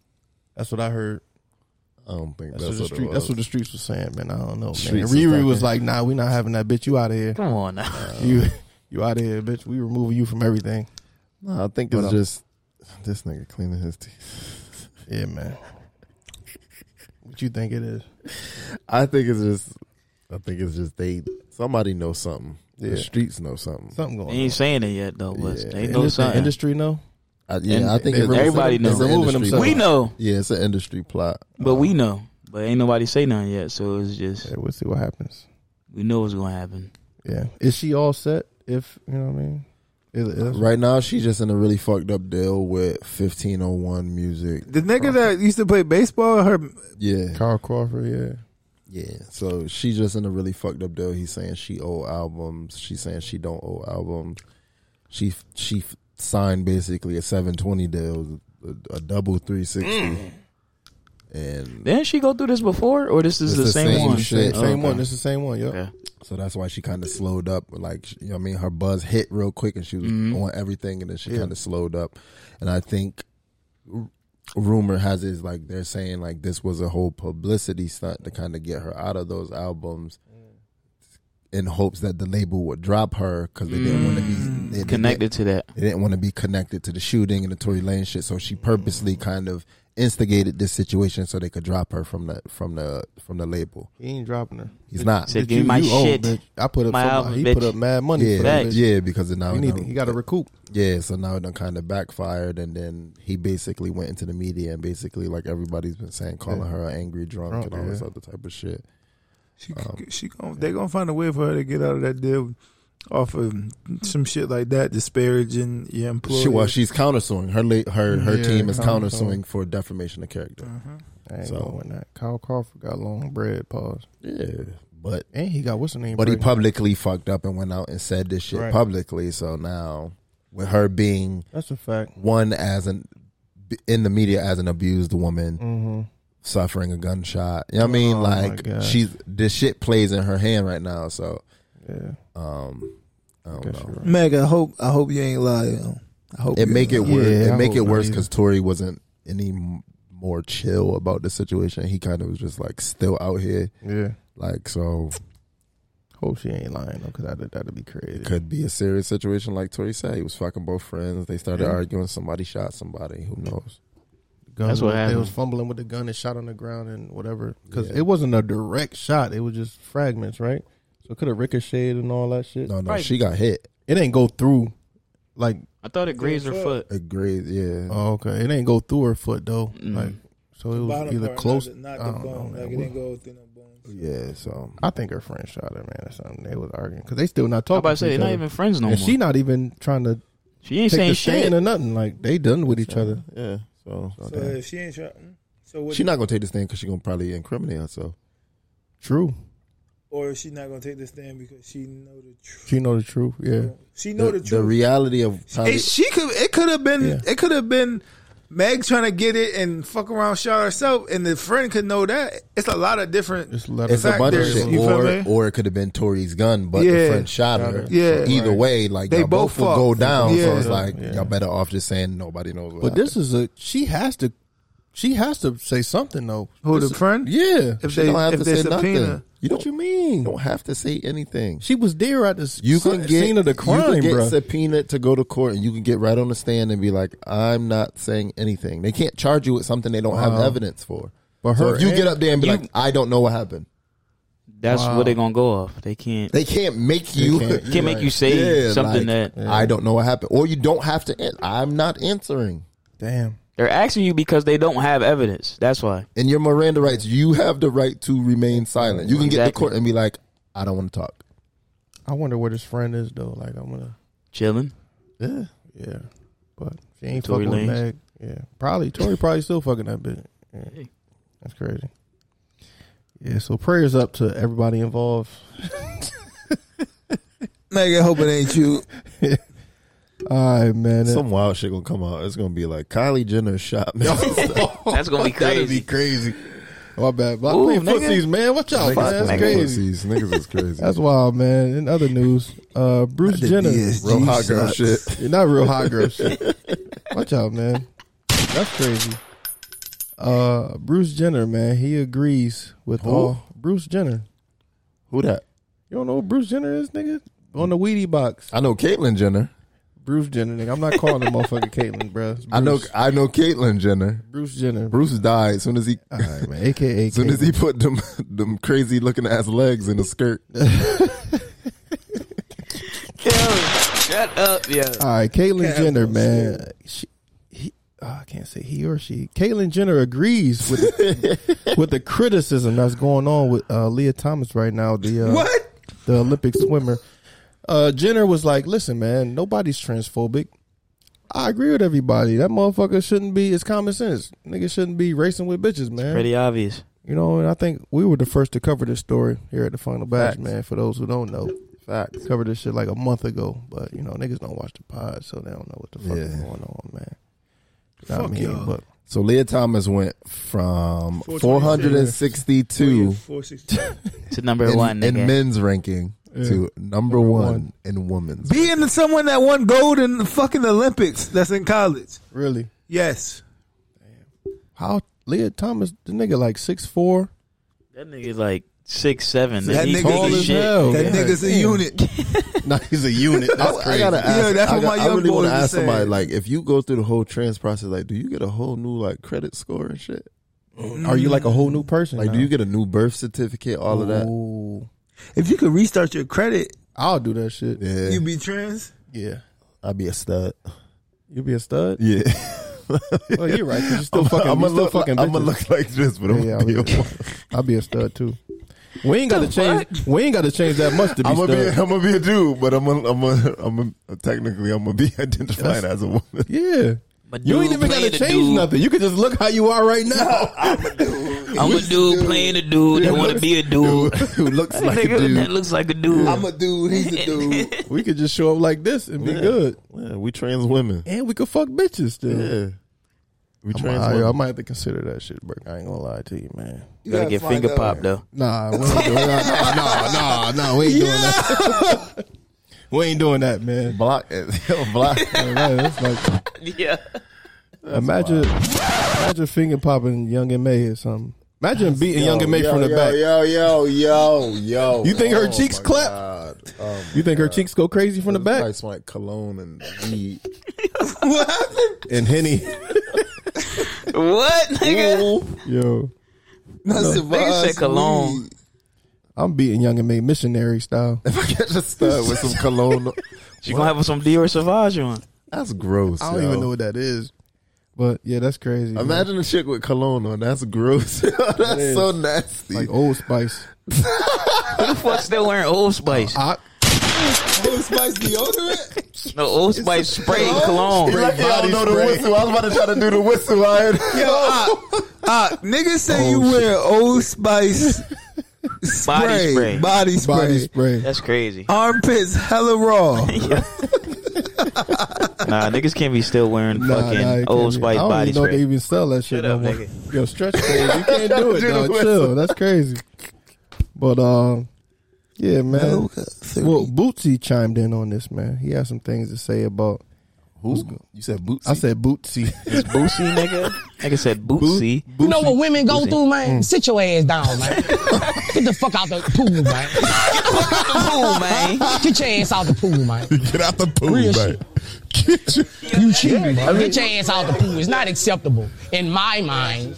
That's what I heard.
I don't think
That's,
that's,
what the
what,
street.
it
That's
was.
what the streets was saying, man. I don't know. Man.
Streets
And
was
Riri
talking.
was like, "Nah, we not having that bitch. You out of here.
Come on now.
You you out of here, bitch. We removing you from everything."
No, I think
But,
it's
uh,
just this nigga cleaning his teeth.
Yeah, man. What you think it is?
I think it's just. I think it's just they. Somebody knows something. The
Yeah.
streets know something.
Something
They
going on.
ain't saying it yet though, but
Yeah.
they
The
know
indus- the
something.
industry know.
I, yeah,
And
I think
they
it's-
everybody
it's
knows.
an
They're moving
industry
themselves.
we
plot.
know,
Yeah, it's an industry plot.
but we know, but ain't nobody say nothing yet. So it's just
Uh-huh. Yeah, we'll see what happens.
we know what's gonna happen.
Yeah, is she all set? If you know what I mean. Is- is-
Right now, she's just in a really fucked up deal with 1501 music.
The
Oh.
nigga that used to play baseball, her
Yeah.
Carl Crawford, yeah.
Yeah. So she's just in a really fucked up deal. He's saying she owe albums. She's saying she don't owe albums. She she signed basically a 720 deal, a, a double 360. And
Didn't she go through this before, or this is
It's
the,
the
same,
same
one?
shit.
Oh,
Same
okay.
one. It's the same one. Yep.
Okay.
so that's why she kind of slowed up. Like, you know what I mean? Her buzz hit real quick and she was on everything and then she kind of slowed up. And I think r- rumor has it is like they're saying like this was a whole publicity stunt to kind of get her out of those albums
Mm.
in hopes that the label would drop her because they didn't want to be they- they
Connected to that.
they didn't want to be connected to the shooting and the Tory Lane shit, so she purposely kind of instigated this situation so they could drop her from the from the from the label.
He ain't dropping her.
He's not.
Said, give me my
owe,
shit.
bitch. I put up.
My
some-
album,
he
bitch.
put up mad money
Yeah,
for that. Bitch.
yeah, because now
He
it
need.
done-
He got to recoup.
yeah, so now it done kind of backfired, and then he basically went into the media and basically like everybody's been saying, calling her an angry drunk,
Drunk,
and all this
yeah.
other type of shit. Um,
She, she gon' they gonna find a way for her to get out of that deal. off of some shit like that, disparaging your employer.
She, well, she's countersuing. Her late, her her
Yeah,
team is
countersuing.
countersuing for defamation of character.
I ain't
So-
going with that. Kyle Crawford got long bread paws,
Yeah, but
and he got what's the name?
but he
pregnant.
publicly fucked up and went out and said this shit
Right.
publicly. So now, with her being
That's a fact.
one as an in the media as an abused woman
Mm-hmm.
suffering a gunshot, you know what I mean?
Oh, my
like
God.
she's this shit plays in her hand right now. So
Yeah.
um, I
Oh,
don't know.
Meg, I hope I hope you ain't lying. I hope
It
you
make it
ain't lying.
worse.
Yeah,
it
I
make it
hope not
worse
either.
because Tory wasn't any m- more chill about the situation. He kind of was just like still out here.
Yeah.
Like so,
Hope she ain't lying though, because that'd, that'd be crazy.
could be a serious situation. Like Tory said, he was fucking both friends. They started
Yeah.
arguing. Somebody shot somebody. Who knows?
Gun-
That's what
they
happened.
was fumbling with the gun and shot on the ground and whatever. Because it wasn't a direct shot; it was just fragments, right? So it could have ricocheted and all that shit.
No, no.
Right.
She got hit.
It ain't go through, like
I thought it grazed her foot.
Agreed. Yeah.
oh, okay, it ain't go through her foot though.
Mm.
Like so, it was
Bottom
either
part,
close.
not the,
I
not
don't
the bone.
know,
like
man.
it didn't go through no bones.
Oh, Yeah. So
um, I think her friend shot her, man, or something. They was arguing because they still not talking.
I'm about to say
to
they're
each
not
other.
even friends no
and
more.
she not even trying to
She ain't
take
saying
the stand
shit.
or nothing. Like they done with each other.
yeah. So
So
So
that-
if she ain't try, mm, so what?
she not gonna take this thing because she gonna probably incriminate herself.
True,
or she not gonna take this stand because she know the truth.
she know the truth. Yeah,
She know the,
the,
truth.
reality of probably,
It, she could. It could have been.
Yeah.
It could have been Meg trying to get it and fuck around, shot herself, and the friend could know that. It's a lot of different.
just let
it's
her.
a bunch of
factors,
shit.
you feel
Or
me?
or it could have been Tori's gun, but the
Yeah.
friend shot her.
Yeah.
Either way, like
They
y'all both,
both
will
fucked.
go down. So
Yeah.
it's like
Yeah.
y'all better off just saying nobody knows. What
But this is a she has to, she has to say something though.
Who
This
the
is-
friend?
yeah,
if
she
they-
don't have
if
to
they
say nothing.
subpoena-
You
What
don't,
you
you
mean?
don't have to say anything.
She was there at the
You
you
can get
scene of the
you can
crime,
get
bro.
subpoenaed to go to court, and you can get right on the stand and be like, "I'm not saying anything." They can't charge you with something they don't have
Wow.
evidence for.
But
So
her
if you
and-
get up there and be
you-
like, "I don't know what happened,"
That's what they gonna go off. They can't.
they can't make you
can't-
Can't make you say something that-
I don't know what happened, or you don't have to. An- I'm not answering.
Damn.
They're asking you because they don't have evidence. That's why.
In your Miranda rights, you have the right to remain silent. You can get to
Exactly.
court and be like, "I don't want to talk."
I wonder where this friend is though. Like I'm gonna
Chilling.
Yeah,
yeah, but she ain't
Tory
fucking
Lanez.
with Meg. Yeah, probably Tori probably still fucking that bitch. Yeah. That's crazy. Yeah, so prayers up to everybody involved.
Meg, I hope it ain't you.
All right, man.
some wild shit gonna come out. It's gonna be like Kylie Jenner shot. me.
That's gonna be
That'd be
crazy.
crazy. Oh, My bad. Black
Ooh,
playing
nigga.
footsies, man. Watch out, man. That's
Niggas
crazy.
is crazy. Niggas is crazy.
That's wild, man. In other news, uh, Bruce Jenner,
real hot girl shit.
You're not real hot girl shit. Watch out, man. That's crazy. Uh, Bruce Jenner, man, he agrees with all. Bruce Jenner.
Who that?
You don't know who Bruce Jenner is, nigga? On the Wheatie box.
I know Caitlyn Jenner.
Bruce Jenner, nigga. I'm not calling the motherfucker Caitlyn, bro.
I know I know Caitlyn Jenner.
Bruce Jenner.
Bruce died as soon as he
All right, man. AKA
as soon as he
Caitlyn.
put them them crazy looking ass legs in a skirt.
Yo, shut up, yo.
All right, Caitlyn Jenner, man. She, he, oh, I can't say he or she. Caitlyn Jenner agrees with with the criticism that's going on with uh, Leah Thomas right now. The uh,
What?
The Olympic swimmer. Uh, Jenner was like, "Listen, man, nobody's transphobic. I agree with everybody. That motherfucker shouldn't be. It's common sense. Niggas shouldn't be racing with bitches, man.
Pretty obvious.
You know, and I think we were the first to cover this story here at the Final Batch, man. For those who don't know, facts covered this shit like a month ago, but you know, niggas don't watch the pod, so they don't know what the fuck is
Yeah.
going on, man. You know what
Fuck
I mean,
y'all.
but
So Leah Thomas went from 462
Four sixty.
To number one,
in, in
nigga.
men's ranking to number one in women's.
Being someone that won gold in the fucking Olympics that's in college.
really,
Yes.
how Leah Thomas, the nigga, like six four,
that nigga's like six seven.
That
he
nigga
big
is
as shit.
hell.
that
yeah.
nigga's a
Damn.
unit.
Nah, he's a unit. I, I gotta ask.
Yeah, that's
I,
what
got-
my
I
young
really
boy
wanna
was
ask somebody
saying.
like, if you go through the whole trans process, like, do you get a whole new like credit score and shit?
are you like a whole new person?
Like,
now?
do you get a new birth certificate? All of that.
Ooh.
If you could restart your credit,
I'll do that shit.
Yeah,
you'd be trans.
Yeah.
I'd be a stud.
you be a stud.
Yeah.
Well, you're right. 'cause you still fucking.
I'm
you
gonna
still
look.
fucking.
Like, I'm gonna
bitches.
look like this, but I'm
Yeah,
gonna be
yeah,
a
I'll be a stud too. We ain't got to change. We ain't got to change that much to be
I'm gonna be,
stubbed.
I'm gonna be a dude, but I'm gonna, I'm gonna, I'm gonna, technically, I'm gonna be identified as a woman.
yeah.
But
You ain't even got to change nothing. You can just look how you are right now.
I'm a dude playing a dude. They want to be a dude.
Who looks like a
Nigga, That
dude?
looks like a dude.
I'm a dude. He's a dude.
we could just show up like this and be good,
Yeah, we trans women.
and we could fuck bitches still.
Yeah, we
I'm
trans
like,
women.
I, I might have to consider that shit, Burke. I ain't gonna lie to you, man.
You gotta get finger popped though.
Nah, we ain't doing that. Nah, nah, nah, nah, we ain't doing that. we ain't doing that, man.
block it. Yo, block.
All right, it's like-
Yeah.
imagine, imagine finger popping Young and May or something. Imagine beating Young and May
yo,
from the
yo,
back.
Yo, Oh, yo, yo, yo. Oh
You think her cheeks
my
clap?
God. Oh, my
You think her cheeks go crazy from the
Back. I
back?
smell like cologne and weed.
And Henny,
What nigga?
yo,
Nigga said cologne.
I'm beating Young and May missionary style.
If I catch a stud with some cologne,
She gonna have some Dior Sauvage on.
that's gross.
I don't
yo.
even know what that is, but yeah, that's crazy. man.
Imagine a chick with cologne on. That's gross. that's so nasty.
like Old Spice.
Who the fuck still wearing Old Spice?
Uh, I,
Old Spice deodorant?
No Old Spice spray and cologne.
You're lucky I don't know the whistle. I was about to try to do the whistle. I ain't-
Ah, niggas say
Oh,
you wear Old Spice
Body spray.
body spray.
body spray.
That's crazy.
Armpits hella raw.
Nah, niggas can't be still wearing fucking
it can't
Old
be.
Spice
I don't
body
even know if they
spray.
even sell that shit
Shut
no
up,
more.
nigga.
Yo, stretch fade, you can't do it though. Chill, that's crazy. But um, yeah, man. Well, Bootsy chimed in on this, man. He had some things to say about.
Who? You said boots.
I said Bootsy.
It's Bootsy, nigga. Nigga said Bootsy.
You know what women go through, man? Sit your ass down, man. Get the fuck out the pool, man.
Cool, man.
Get your ass out the pool, man.
Get out the pool,
Real
man. Get your,
You cheating, man. Get your ass out the pool. It's not acceptable in my mind.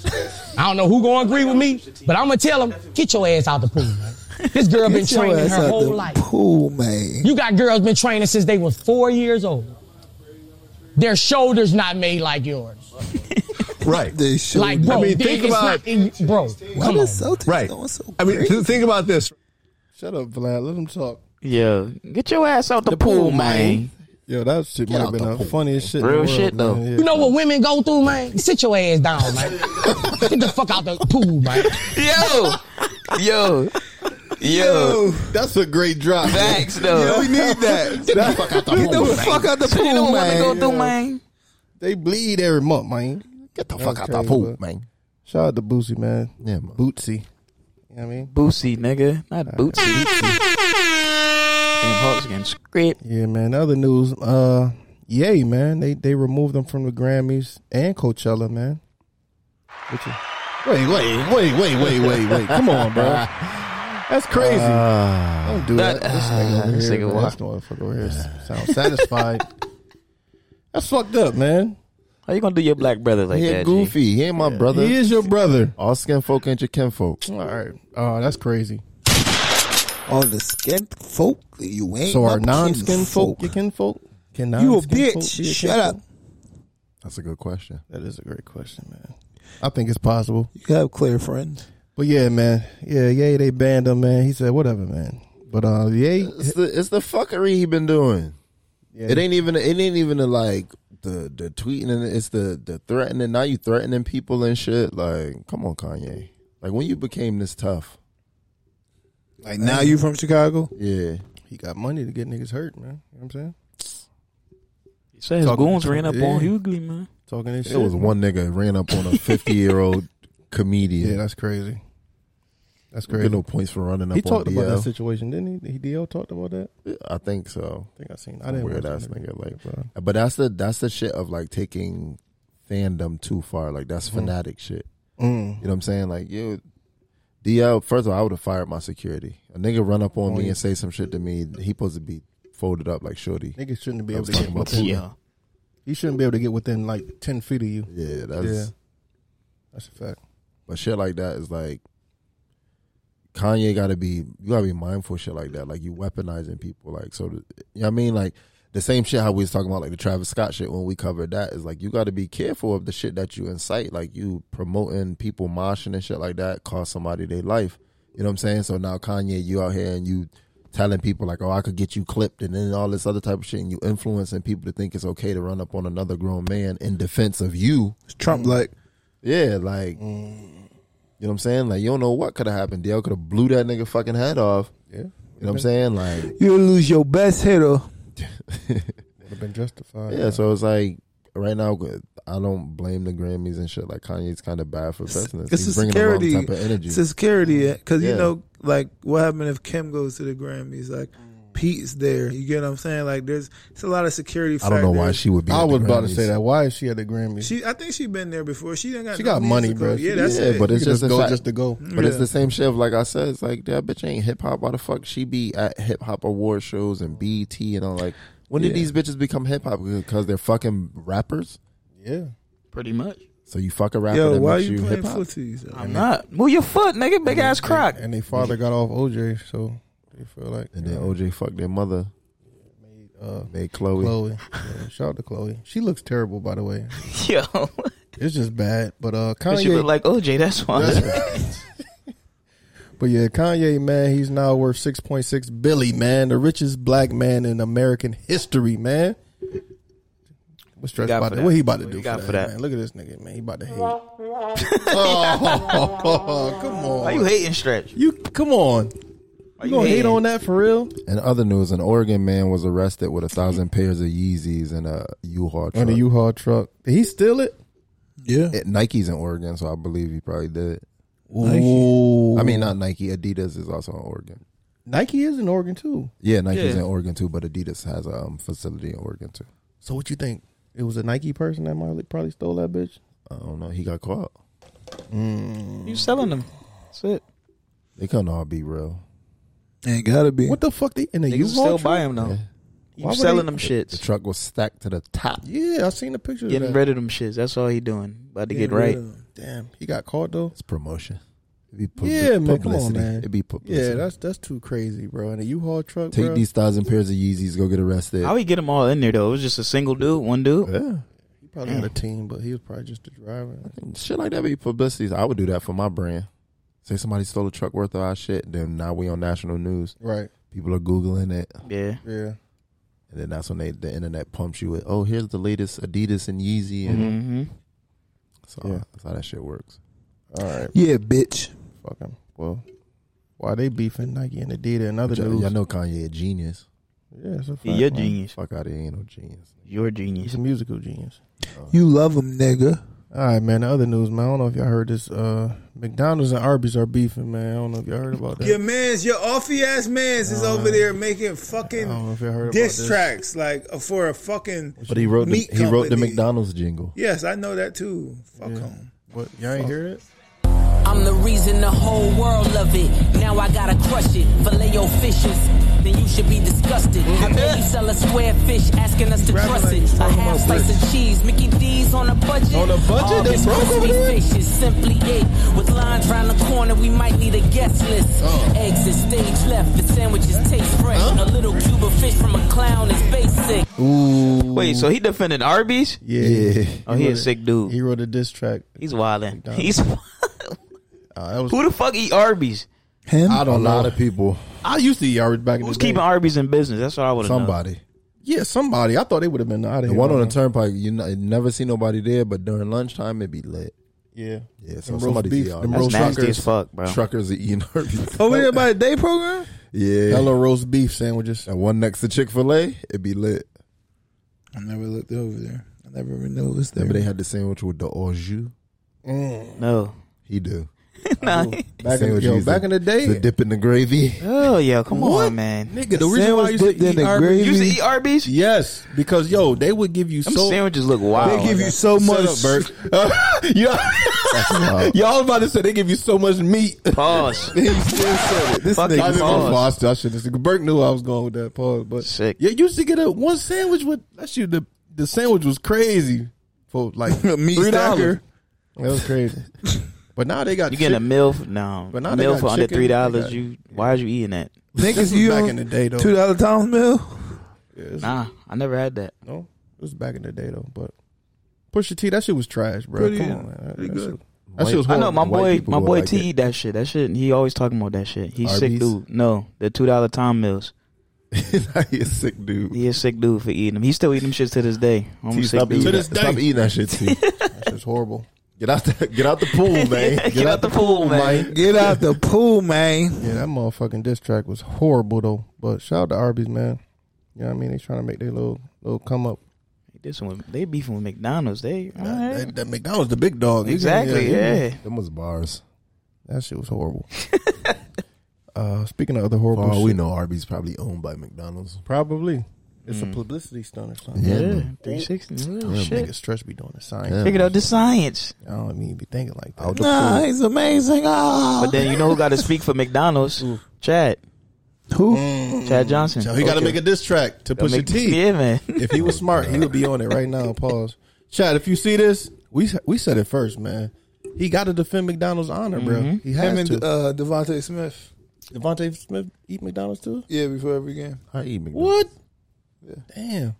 I don't know who gonna agree with me, but I'm gonna tell them, get your ass out the pool, man. This girl been training her whole life.
Pool man.
You got girls been training since they was four years old. Their shoulders not made like yours.
Right.
They should.
Like, bro,
I mean,
they-
think
it's
about-
not, bro. Come on.
Celtics
Right.
doing so
I mean, th- think about this.
Shut up, Vlad. Let him talk.
Yo, get your ass out the, pool, man.
Yo, that shit might have been the funniest shit. in
Real
the world,
shit, though.
man. Yeah.
You know what women go through, man? Sit your ass down, man. Get the fuck out the pool, man.
Yo, yo, yo.
Uh, that's a great drop.
Facts though.
We need that. Get the fuck out the pool. Get the fuck out the
You
pool,
don't want to
man.
go through, man.
They bleed every month, man.
get the
That's
fuck out the
crazy,
pool,
bro.
man.
Shout out to Bootsy, man.
Yeah, man.
Bootsy. You know what I mean?
Bootsy, nigga, not Bootsy. Damn, Hawks getting script.
Yeah, man. Other news, uh, yay, man. They they removed them from the Grammys and Coachella, man. Which is- wait, wait, wait, wait, wait, wait, wait. Come on, bro. That's crazy.
Uh,
Don't do that.
that-
this nigga over
this
here,
nigga
man.
what?
This motherfucker over here sounds satisfied. That's fucked up, man.
How you gonna do your black brother like
He
that?
ain't
G?
goofy. He ain't my brother.
He is your brother.
All skin folk ain't your kinfolk.
All right. Oh, that's crazy.
All the skin folk, you ain't.
So
no
our non-skin folk,
kinfolk.
your kinfolk, can
You a
non-skin folk be
bitch.
your
Shut up.
kinfolk?
That's a good question.
That is a great question, man. I think it's possible.
You have clear friends.
But yeah, man. Yeah, yeah, they banned him, man. He said, whatever, man. But uh, yeah,
It's the it's the fuckery he been doing.
yeah.
It ain't even it ain't even the, like the the tweeting and it's the the threatening. Now you threatening people and shit. Like, come on, Kanye. Like when you became this tough.
Like now you from Chicago?
Yeah.
He got money to get niggas hurt, man. You know what I'm saying?
He said his
Talking-
goons ran up on
Yeah.
Hughley, man.
Talking this
It
shit.
was one nigga ran up on a fifty year old comedian.
Yeah, that's crazy. That's
Get
crazy.
no points for running up
He
on
talked about that
DL.
situation, didn't he? He DL talked about that.
I think so.
I think I seen. I didn't.
Weird
watch
ass
that
nigga, like, uh,
bro.
But that's the that's the shit of like taking fandom too far. Like that's fanatic shit.
Mm.
You know what I'm saying? Like you, DL. First of all, I would have fired my security. A nigga run up
Oh,
on me and say some shit to me. He supposed to be folded up like shorty.
Niggas shouldn't be
I
able
was
to get
talking about
within.
Putin.
Yeah.
He shouldn't be able to get within like ten feet of you.
Yeah, that's
That's a fact.
but shit like that is like Kanye got to be you got to be mindful of shit like that. Like you weaponizing people. Like so, the, you know what I mean? Like the same shit how we was talking about like the Travis Scott shit when we covered that is like you got to be careful of the shit that you incite. Like you promoting people moshing and shit like that cost somebody their life. You You know what I'm saying? So now Kanye, you out here and you telling people like, "Oh, I could get you clipped," and then all this other type of shit, and you influencing people to think it's okay to run up on another grown man in defense of you.
Trump like,
yeah, like, you know what I'm saying? Like, you don't know what could have happened. DL could have blew that nigga fucking head off. Yeah, you know what I'm saying? Like,
you lose your best hitter.
Would have been justified.
yeah, so it's like right now, I don't blame the Grammys and shit. Like Kanye's kind of bad for business.
It's
He's
a
bringing
security.
the wrong type of energy.
It's a security because
Yeah.
you know, like, what happened if Kim goes to the Grammys? Like, Pete's there. You get what I'm saying? Like, there's it's a lot of security.
I don't know why
factors.
she would be.
I
at the
was about to
Grammys.
say that. Why is she at the Grammys?
She, I think she been there before. She done got.
She
no
got
music
money,
on.
bro.
Yeah, that's
yeah,
it.
but it's
You just
just, the
go
fact-
just to go.
But it's
Yeah.
the same shit. Like I said, it's like that bitch ain't hip hop. Why the fuck she be at hip hop award shows and BET and all? Like, when did
Yeah.
these bitches become hip hop? Because they're fucking rappers.
Yeah.
Pretty much.
So you fuck a rapper.
Yo,
that
why
makes
you playing
hip hop?
footies? though?
I'm not. Move your foot, nigga. Big ass crock.
And their father got off OJ, so they feel like
And then OJ fucked their mother.
uh,
Made Chloe.
Chloe. Yeah, shout out to Chloe. She looks terrible, by the way.
Yo.
It's just bad. But uh,
But you
Kanye,
look like OJ, that's why.
but yeah, Kanye, man, he's now worth six point six billion, man, the richest black man in American history, man. What's stressed
got
about
for
that?
that?
What he about to
What
do
you got
for,
for
that?
that?
Man? Look at this nigga, man. He about to hate. oh, come on.
Why you hating stretch?
You come on.
Why
You gonna hate on that for real?
And other news, an Oregon man was arrested with a thousand pairs of Yeezys and a U-Haul truck.
On the Mm-hmm. U-Haul truck. Did he steal it?
Yeah,
It- Nike's in Oregon, so I believe he probably did. it.
Ooh.
I mean, not Nike. Adidas is also in Oregon.
Nike is in Oregon too.
Yeah, Nike's in
Yeah.
Oregon too, but Adidas has a um, facility in Oregon too.
So what you think? It was a Nike person that might probably stole that bitch.
I don't know. He got caught.
You selling them. That's it.
They couldn't all be real.
ain't gotta be.
What the fuck? They in a
Niggas
U-Haul
still
truck?
buy them though.
Why
You
would
selling
they-
them
The
shits.
truck was stacked to the top.
Yeah, I seen the picture. Of
Getting
that.
rid of them shits. That's all he doing. About to get right.
Damn, he got caught though.
It's promotion. It'd be pub-
Yeah, man, come on,
publicity.
man.
It'd be publicity.
Yeah, that's that's too crazy, bro. In a U-Haul truck,
Take
bro.
these thousand pairs of Yeezys, go get arrested.
How he get them all in there though? It was just a single dude, one dude.
yeah.
He probably had a team, but he was probably just the driver.
Shit like that be publicity. I would do that for my brand. Say somebody stole a truck worth of our shit, then now we on national news.
Right.
People are Googling it.
Yeah.
Yeah.
And then that's when they the internet pumps you with, oh, here's the latest Adidas and Yeezy and
Mm-hmm.
so that's how that shit works.
All right.
Yeah, bitch.
Fuck him. Well, why they beefing Nike and Adidas and other
But y'all,
dudes?
y'all know Kanye a genius.
yeah, it's a fact.
You're
man.
genius.
Fuck out of here, ain't no genius.
You're
He's
genius.
a musical genius.
You love him, nigga.
All right, man. The other news, man. I don't know if y'all heard this. Uh, McDonald's and Arby's are beefing, man. I don't know if y'all heard about that.
Your man's, your offy ass man's is over there making fucking
I don't know if y'all heard about
diss
this.
tracks like uh, for a fucking.
But he wrote the,
Meat
he wrote the
company.
McDonald's jingle.
Yes, I know that too. Fuck him.
What? Y'all ain't hear it?
I'm the reason the whole world love it. Now I gotta crush it. Filet your fishes, then you should be disgusted. I barely sell a square fish, asking us to
Rapping
trust
like
it.
he's
A
talking
half
about
slice
bricks.
of cheese, Mickey D's on a budget.
On a budget?
All
They
this
broke over
crispy
there?
fish is simply it. With lines round the corner, we might need a guest list.
Oh.
Eggs is stage left, the sandwiches taste fresh. A little cube of fish from a clown is basic.
Wait, so he defended Arby's?
Yeah.
Oh, he a sick dude.
He wrote a diss track.
He's wildin'. He's
Uh, that was
who the fuck eat Arby's?
Him?
I don't know. A lot of people.
I used to eat Arby's back in
Who's
the day.
keeping Arby's in business? That's what I would have.
Somebody.
Yeah, somebody. I thought they would have been out of
The
here.
one
by
on the
now.
turnpike, you n- never see nobody there, but during lunchtime it be lit.
Yeah.
Yeah,
Them
so
roast
somebody's
beef-
eating
them
Arby's.
That's
roast
nasty
truckers.
as fuck, bro.
Truckers are eating Arby's.
Over there by the day program?
yeah.
Hello roast beef sandwiches.
And one next to Chick Fil A, it be lit.
I never looked over there. I never even knew it was there.
Remember they had the sandwich with the au jus?
No.
He do.
Nah.
Back in,
Sandwich
yo,
used
back
to-
in the day,
The dip in the gravy.
Oh yeah, come on, man.
nigga, the reason why I used to
dipped in
eat
the
Arby's,
You used to eat Arby's?
yes, because yo, they would give you
Them
so.
sandwiches look wild.
They give you so much.
Wow.
Y'all about to say they give you so much meat.
Pause.
this
Fucking
nigga,
pause.
Foster, I should have. Burke knew I was going with that pause, but
Sick.
Yeah, you used to get a one sandwich with that shit. The the sandwich was crazy for like
Meat
three dollars.
stacker.
That was crazy. but now they got
You getting a
chick-
meal? For, no,
But now they
meal
got
for under
chicken,
three
they
dollars.
got-
You why is you eating that?
This
Niggas,
was
you
back
on
in the day though.
two dollar Tom's meal.
Nah, I never had that.
No, it was back in the day though. But Pusha T, that shit was trash, bro.
Pretty-
Come on, man. That,
pretty
that
good.
shit-
That
shit was
I
horrible.
know my
White
boy,
people
my
go
boy
like
T
that.
eat that shit. That shit. He always talking about that shit. He's sick
Arby's?
dude. No, the two dollar time meals.
he a sick dude.
He a sick dude for eating them. He still eating them shits to this day. I'm
T,
a sick
stop,
dude.
eating that, stop eating that shit, T.
That's just horrible.
Get out the get out the pool, man.
Get, out the pool, man.
Get out the pool, man.
Yeah, that motherfucking diss track was horrible though. But shout out to Arby's, man. You know what I mean? They trying to make their little little come up.
This one, they beefing with McDonald's. They uh, all right.
That, that McDonald's the big dog. You can-
exactly. Yeah.
Them was bars.
That shit was horrible. uh, speaking of other horrible,
For all we
shit-
know, Arby's probably owned by McDonald's.
probably it's a publicity stunt or something.
Yeah,
Yeah.
man.
Three sixty.
Damn,
Shit.
nigga, stretch be doing the science.
Yeah.
Figured out the science.
I don't even be thinking like that.
Nah, he's amazing. Ah,
But then you know who got to speak for McDonald's? Chad. Mm.
who?
Chad Johnson.
So he got to make a diss track to push a T.
Yeah, man.
If he was smart, he would be on it right now. Pause. Chad, if you see this, we we said it first, man. He got to defend McDonald's honor, bro. He
Him
has
and
to.
uh, Devontae Smith.
Devontae Smith eat McDonald's too.
Yeah, before every game.
I eat McDonald's.
What? Damn,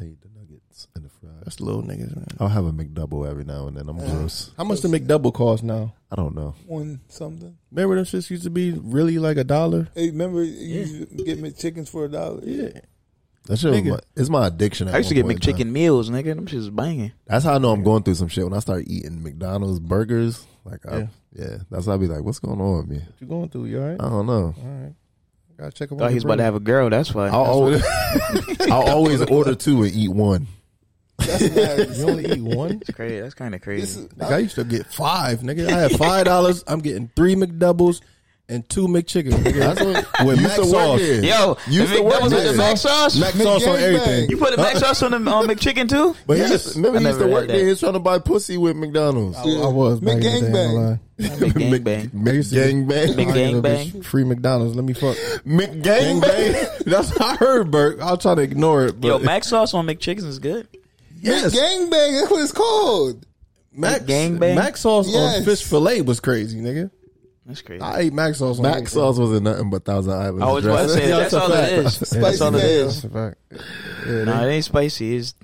I eat the nuggets and the fries.
that's little niggas, man.
I'll have a McDouble every now and then. I'm gross.
How much the McDouble cost now?
I don't know.
One something.
Remember them shits used to be really like a dollar.
Hey, remember you used to get me chickens for a dollar? Yeah.
That shit was
Nigga.
my, it's my addiction. At
I used to
one
get
point in time.
McChicken meals, nigga. Them shits was banging.
That's how I know I'm going through some shit. When I start eating McDonald's burgers, like, I, yeah.
Yeah.
that's how I be like, what's going on with me?
What you going through? You all right?
I don't
All
know.
right. Gotta check up.
Thought
on
he
your
was about to
brother.
have a girl. That's why.
I'll always, I'll always order two and eat one.
You only eat one.
That's crazy. That's kind of crazy.
Nigga, I used to get five, nigga. I had five dollars. I'm getting three McDoubles and two McChickens. Nigga.
That's what with
Used
mac
to work
sauce.
here.
Yo,
You
you
used to
the
work
McDonald's with the
there.
mac sauce.
Mac sauce on everything.
you put
Uh,
the mac sauce on the on McChicken too?
But
Yes.
he just remember
I
he used to
never
work
had that.
there. He was trying to buy pussy with McDonald's.
I was back in the day,
McGangbang.
I ain't gonna lie.
Gang bang.
McGangbang.
Big
I ain't
gang
gonna
bang.
bitch Free McDonald's. Let me fuck.
McGangbang.
That's what I heard, Bert. I'll try to ignore it,
Yo,
but
mac sauce on McChickens is good.
yes,
Gangbang, that's what it's called.
Mac
gangbang.
Mac sauce
Yes.
on fish fillet was crazy, nigga.
That's crazy. I
I ate mac sauce. on
Mac
everything.
sauce wasn't nothing but Thousand Island.
was about to say that's all it is. That's all it is.
That's a fact.
Nah, it ain't spicy. It's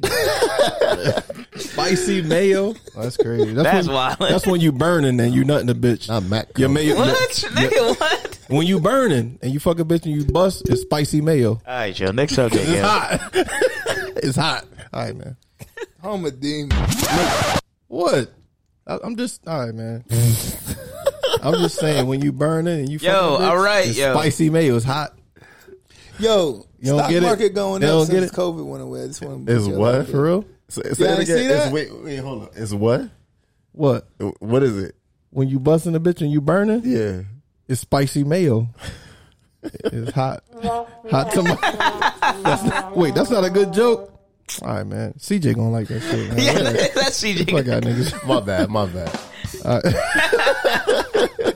Spicy mayo. Oh, That's crazy.
That's
when,
wild.
That's when you burning and you nutting a bitch.
Not Mac.
Your mayo.
what, nigga? What?
When you burning and you fuck a bitch and you bust, it's spicy mayo.
All right, yo. Next subject.
It's
Yeah.
hot. it's hot. All right, man.
I'm a demon.
What? I, I'm just all right, man. I'm just saying when you burn it and you
Yo,
fucking bitch,
all right,
it's
yo.
spicy mayo is hot.
Yo,
You don't
stock
get it?
market going
You
up
don't get
since
it?
COVID went away. I just want to
Is what
For real?
Say, say it
Yeah, I
again.
see
It's-
that.
wait, wait, hold on. It's what?
What?
What is it?
When you busting a bitch and you burning,
Yeah.
it's spicy mayo. It's hot, hot tomato. That's not- wait, that's not a good joke. All right, man. CJ gonna like that shit. Man.
Yeah, that's
Fuck
CJ.
out, niggas.
My bad. My bad.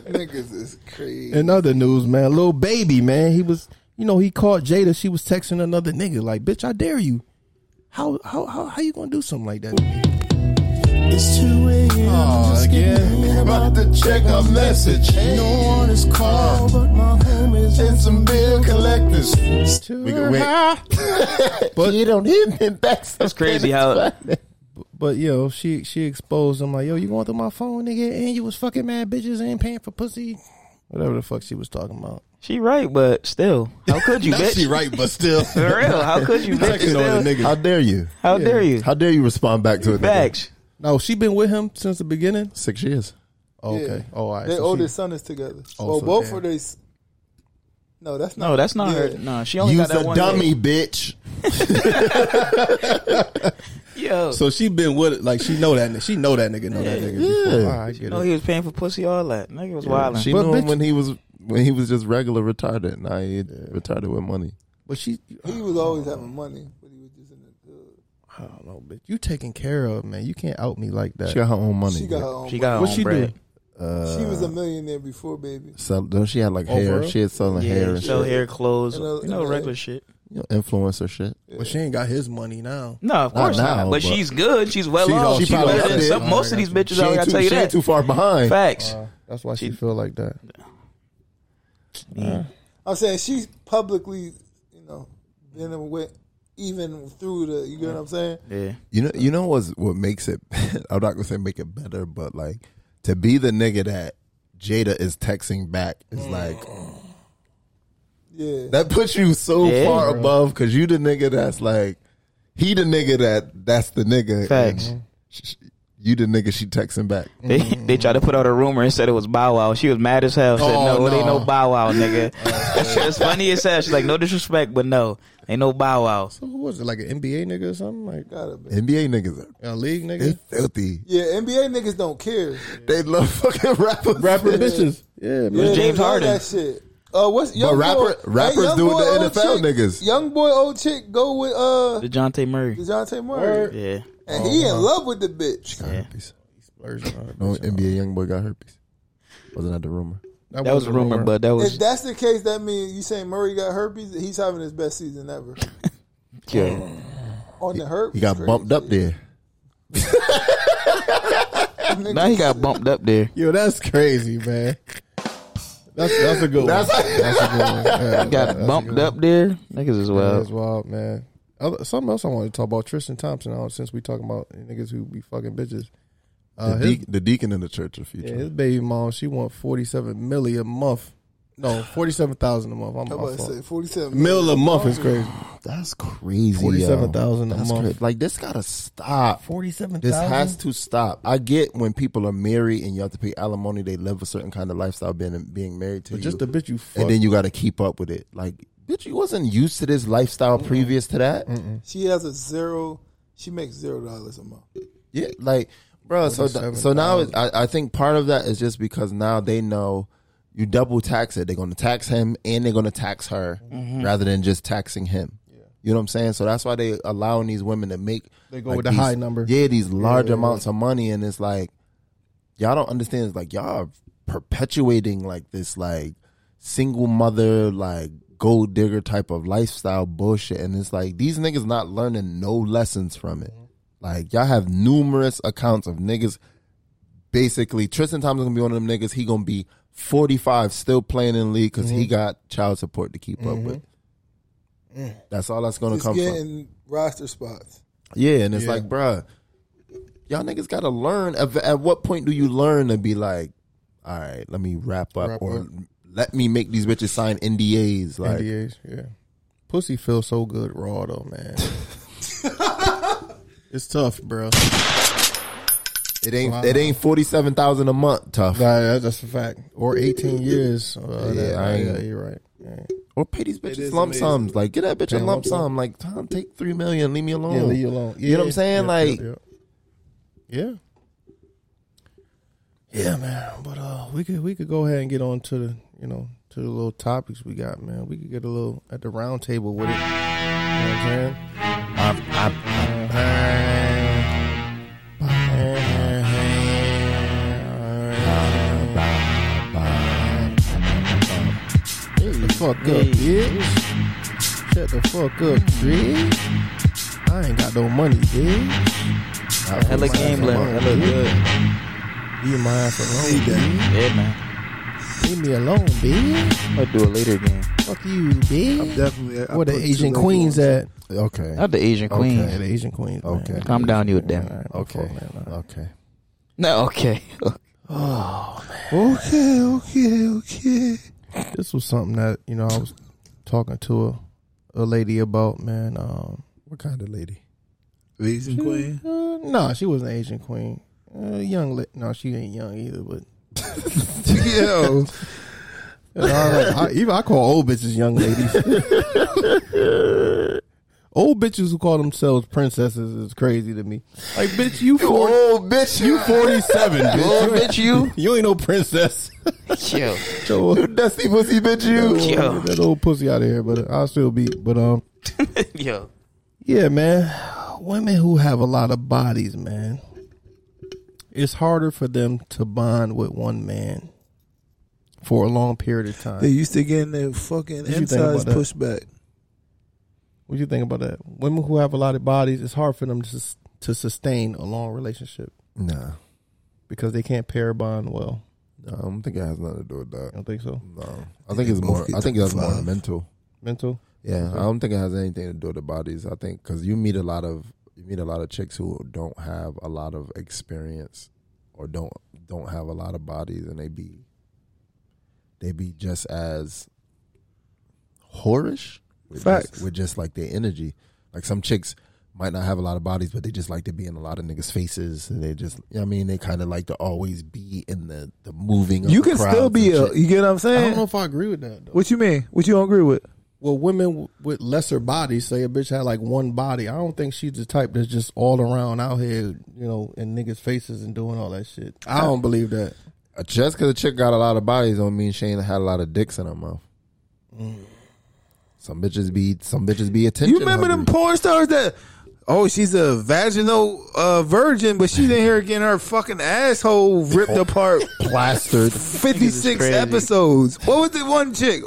Niggas is crazy.
In other news, man, little baby, man, he was, you know, he caught Jada. She was texting another nigga, like, bitch, I dare you. How how how, how you gonna do something like that? To me?
It's 2 a.m.
Oh, again. About to check our message.
one is called, but my home is
And some bill collectors. We can wait.
But you don't even back.
That's crazy how
But yo, she she exposed him like, yo, you going through my phone, nigga, and you was fucking mad bitches and paying for pussy, whatever the fuck she was talking about.
she right, but still, how could you, bitch?
She right, but still.
For real, how could you, bitch? Still,
How dare you?
how dare you?
How dare you respond back to it?
Facts.
No, she been with him since the beginning.
Six years.
Oh, okay.
Yeah.
Oh, all right.
Their
so
oldest
she,
son is together.
Oh,
well,
so
both
damn.
of their. No, that's not.
No, that's not
Yeah.
her. No, she only
Use
got that
a
one.
dummy, bitch.
leg. Yo,
so she been with it. Like she know that. ni- She know that nigga. Know that nigga. before.
Yeah.
All right, I get
no,
it.
Oh, he was paying for pussy, all that. Nigga was wilding.
She
But
knew him
bitch-
when he was when he was just regular retarded. Now he retarded with money.
But she,
He was always having money, but he was just in the. hood.
I don't know, bitch. You taking care of man. You can't out me like that.
She got her own money.
She got her own.
She got her
What
own
she
bread.
do?
she was a millionaire before, baby.
Sell, don't she had like hair?
bro?
She had selling hair
Yeah,
and
sell
shit.
hair, clothes,
And a-
you know,
and a-
regular shit.
You know, influencer shit.
But she ain't got his money now.
No, of course not.
now,
But,
but-
she's good. She's well
She's
off.
all- she
She's
probably
better than
up
some,
there.
most of these bitches
She
out here.
ain't
I
too,
tell you
she ain't
that.
too far behind.
Facts.
That's why she, feel like that.
I'm saying she's publicly, you know, been with even through the. You get what I'm saying?
Yeah.
You know, you know what's what makes it. I'm not gonna say make it better, but like to be the nigga that Jada is texting back is like
Yeah.
that puts you so
Yeah,
far
bro.
above because you the nigga that's like he the nigga that that's the nigga.
Facts.
and sh- sh- You the nigga she texting back.
They, they tried to put out a rumor and said it was Bow Wow. She was mad as hell. Said,
Oh,
no, it ain't
no.
no Uh, Bow Wow, nigga. that shit is funny as hell. She's like, no disrespect, but no, ain't no Bow Wow.
Who was it? Like an NBA nigga or something? Like
NBA niggas are
a league nigga.
they filthy.
Yeah, NBA niggas don't care.
They love fucking rappers.
Rapper bitches. Yeah, man.
they love That shit. Uh, what's young
rapper-
boy,
rappers
young
do with
boy,
the
old
NFL
chick,
niggas.
Young boy, old chick, go with uh
DeJounte Murray.
DeJounte Murray,
Yeah.
and he in love with the bitch.
Got herpes. No NBA young boy got herpes. Wasn't that the rumor?
That That was was a a rumor, rumor. but that was-
If that's the case, that means you saying Murray got herpes. He's having his best season ever.
Yeah.
On the herpes,
He got bumped up there.
Now he got bumped up there.
Yo, that's crazy, man. That's that's a good
That's-
one. That's a good one. Yeah,
got
that's a good
bumped
one.
up there. Niggas is
That
wild.
is wild, man. Other- Something else I wanted to talk about Tristan Thompson. uh, Since we talking about niggas who be fucking bitches, uh,
the,
his-
deacon, the deacon in the church of
yeah,
future.
his baby mom she want forty seven milli a month. No, forty seven thousand a month. I'm,
I'm
my
about to
fault.
say 47
mil a month is crazy.
That's crazy.
Forty-seven thousand a
That's
month.
cra- Like this gotta stop.
Forty-seven.
This has to stop. I get when people are married and you have to pay alimony. They live a certain kind of lifestyle being being married to
But
you.
just the bitch you fuck.
and then you got to keep up with it. Like bitch, you wasn't used to this lifestyle previous to that.
She has a zero. She makes zero dollars a month.
Yeah, like, bro. So, th- so now it, I, I think part of that is just because now they know you double tax it. They're going to tax him and they're going to tax her
Mhm.
rather than just taxing him. You know what I'm saying? So that's why they allowing these women to make
They go with the
these-
high number.
Yeah, these large
yeah,
amounts of money, and it's like y'all don't understand. It's like y'all are perpetuating like this like single mother like gold digger type of lifestyle bullshit, and it's like these niggas not learning no lessons from
Mm-hmm.
it. Like y'all have numerous accounts of niggas. Basically, Tristan Thompson gonna be one of them niggas. He gonna be forty five, still playing in the league because he
Mhm.
got child support to keep up
Mhm.
with. That's all that's gonna
Mm. Just
come from.
getting roster spots.
Yeah, and it's
Yeah.
like, bruh, y'all niggas gotta learn. At, at what point do you learn to be like, all right, let me wrap up,
Wrap
or
up.
let me make these bitches sign NDAs? Like,
NDAs, yeah. Pussy feels so good raw though, man. it's tough, bro.
It ain't it ain't forty seven thousand a month tough.
Nah, that's a fact. Or eighteen years. Uh,
Yeah,
that-
I ain't-
yeah, you're right. Yeah.
Or pay these bitches
is
lump
amazing.
sums. Like, get that bitch
Pay
a
a lump
lump sum. Like, Tom, take three million, leave me alone.
Yeah, leave you alone.
you know what I'm
Yeah,
saying?
yeah,
like,
yeah, Yeah. Yeah, man. But uh, we could we could go ahead and get on to the you know to the little topics we got, man. We could get a little at the round table with it. You know what I'm saying? Hey, the fuck up, bitch. Shut the fuck up, bitch. I ain't got no money, bitch. I
Hella
put my ass
gambling.
on my
Hella
bitch.
good.
Leave my ass alone, bitch.
Yeah, man.
Leave me alone, bitch.
I'll do it later again.
Fuck you, bitch.
I'm definitely. I
Where the
put
Asian
two
queens
labels.
at?
okay,
Not the Asian queen.
Okay, the Asian queens.
Oh,
man.
Okay.
Calm down, you a damn.
okay, okay.
No, okay.
Okay, okay, okay. This was something that you know I was talking to a, a lady about, man. Um,
What kind of lady?
Asian queen.
uh, nah, she wasn't an Asian queen. Uh, young, li- no, she ain't young either. But
Yo.
You know, I like- I- even I call old bitches young ladies. old bitches who call themselves princesses is crazy to me. Like, bitch, you four,
old bitch,
you forty seven, bitch.
Old
ain't-
bitch, you?
you ain't no princess.
Yo.
Yo,
You dusty pussy bitch, you.
Get
Yo.
uh, that old pussy out of here, but I'll still be. But um,
Yo.
yeah, man, women who have a lot of bodies, man, it's harder for them to bond with one man for a long period of time.
They used to getting their fucking
What you think
insides
about that?
pushed back.
What do you think about that? Women who have a lot of bodies, it's hard for them to sus- to sustain a long relationship
Nah,
because they can't pair bond well.
nah, I don't think it has nothing to do with that.
I don't think so.
No, I think it's
both
more.
get
I think
to
that's more
five.
mental.
Mental.
Yeah, I don't think it has anything to do with the bodies. I think because you meet a lot of you meet a lot of chicks who don't have a lot of experience or don't don't have a lot of bodies and they be they be just as whorish with
Facts.
Just, with just like their energy. Like some chicks might not have a lot of bodies, but they just like to be in a lot of niggas' faces. And they just, you know what I mean, they kind of like to always be in the the moving. Of
You
the
can still
crowds
be
and
a.
shit.
You get what I'm saying?
I don't know
if I agree with that.
What you mean? What you don't agree with?
Well, women w- with lesser bodies, say a bitch had like one body. I don't think she's the type that's just all around out here, you know, in niggas' faces and doing all that shit. I don't believe that.
Uh, Just because a chick got a lot of bodies don't mean she ain't had a lot of dicks in her mouth. Some bitches be some bitches be attention.
You remember them porn stars that? Oh, she's a vaginal uh, virgin, but she's in here getting her fucking asshole ripped apart.
plastered
Fifty six episodes. What was the one chick?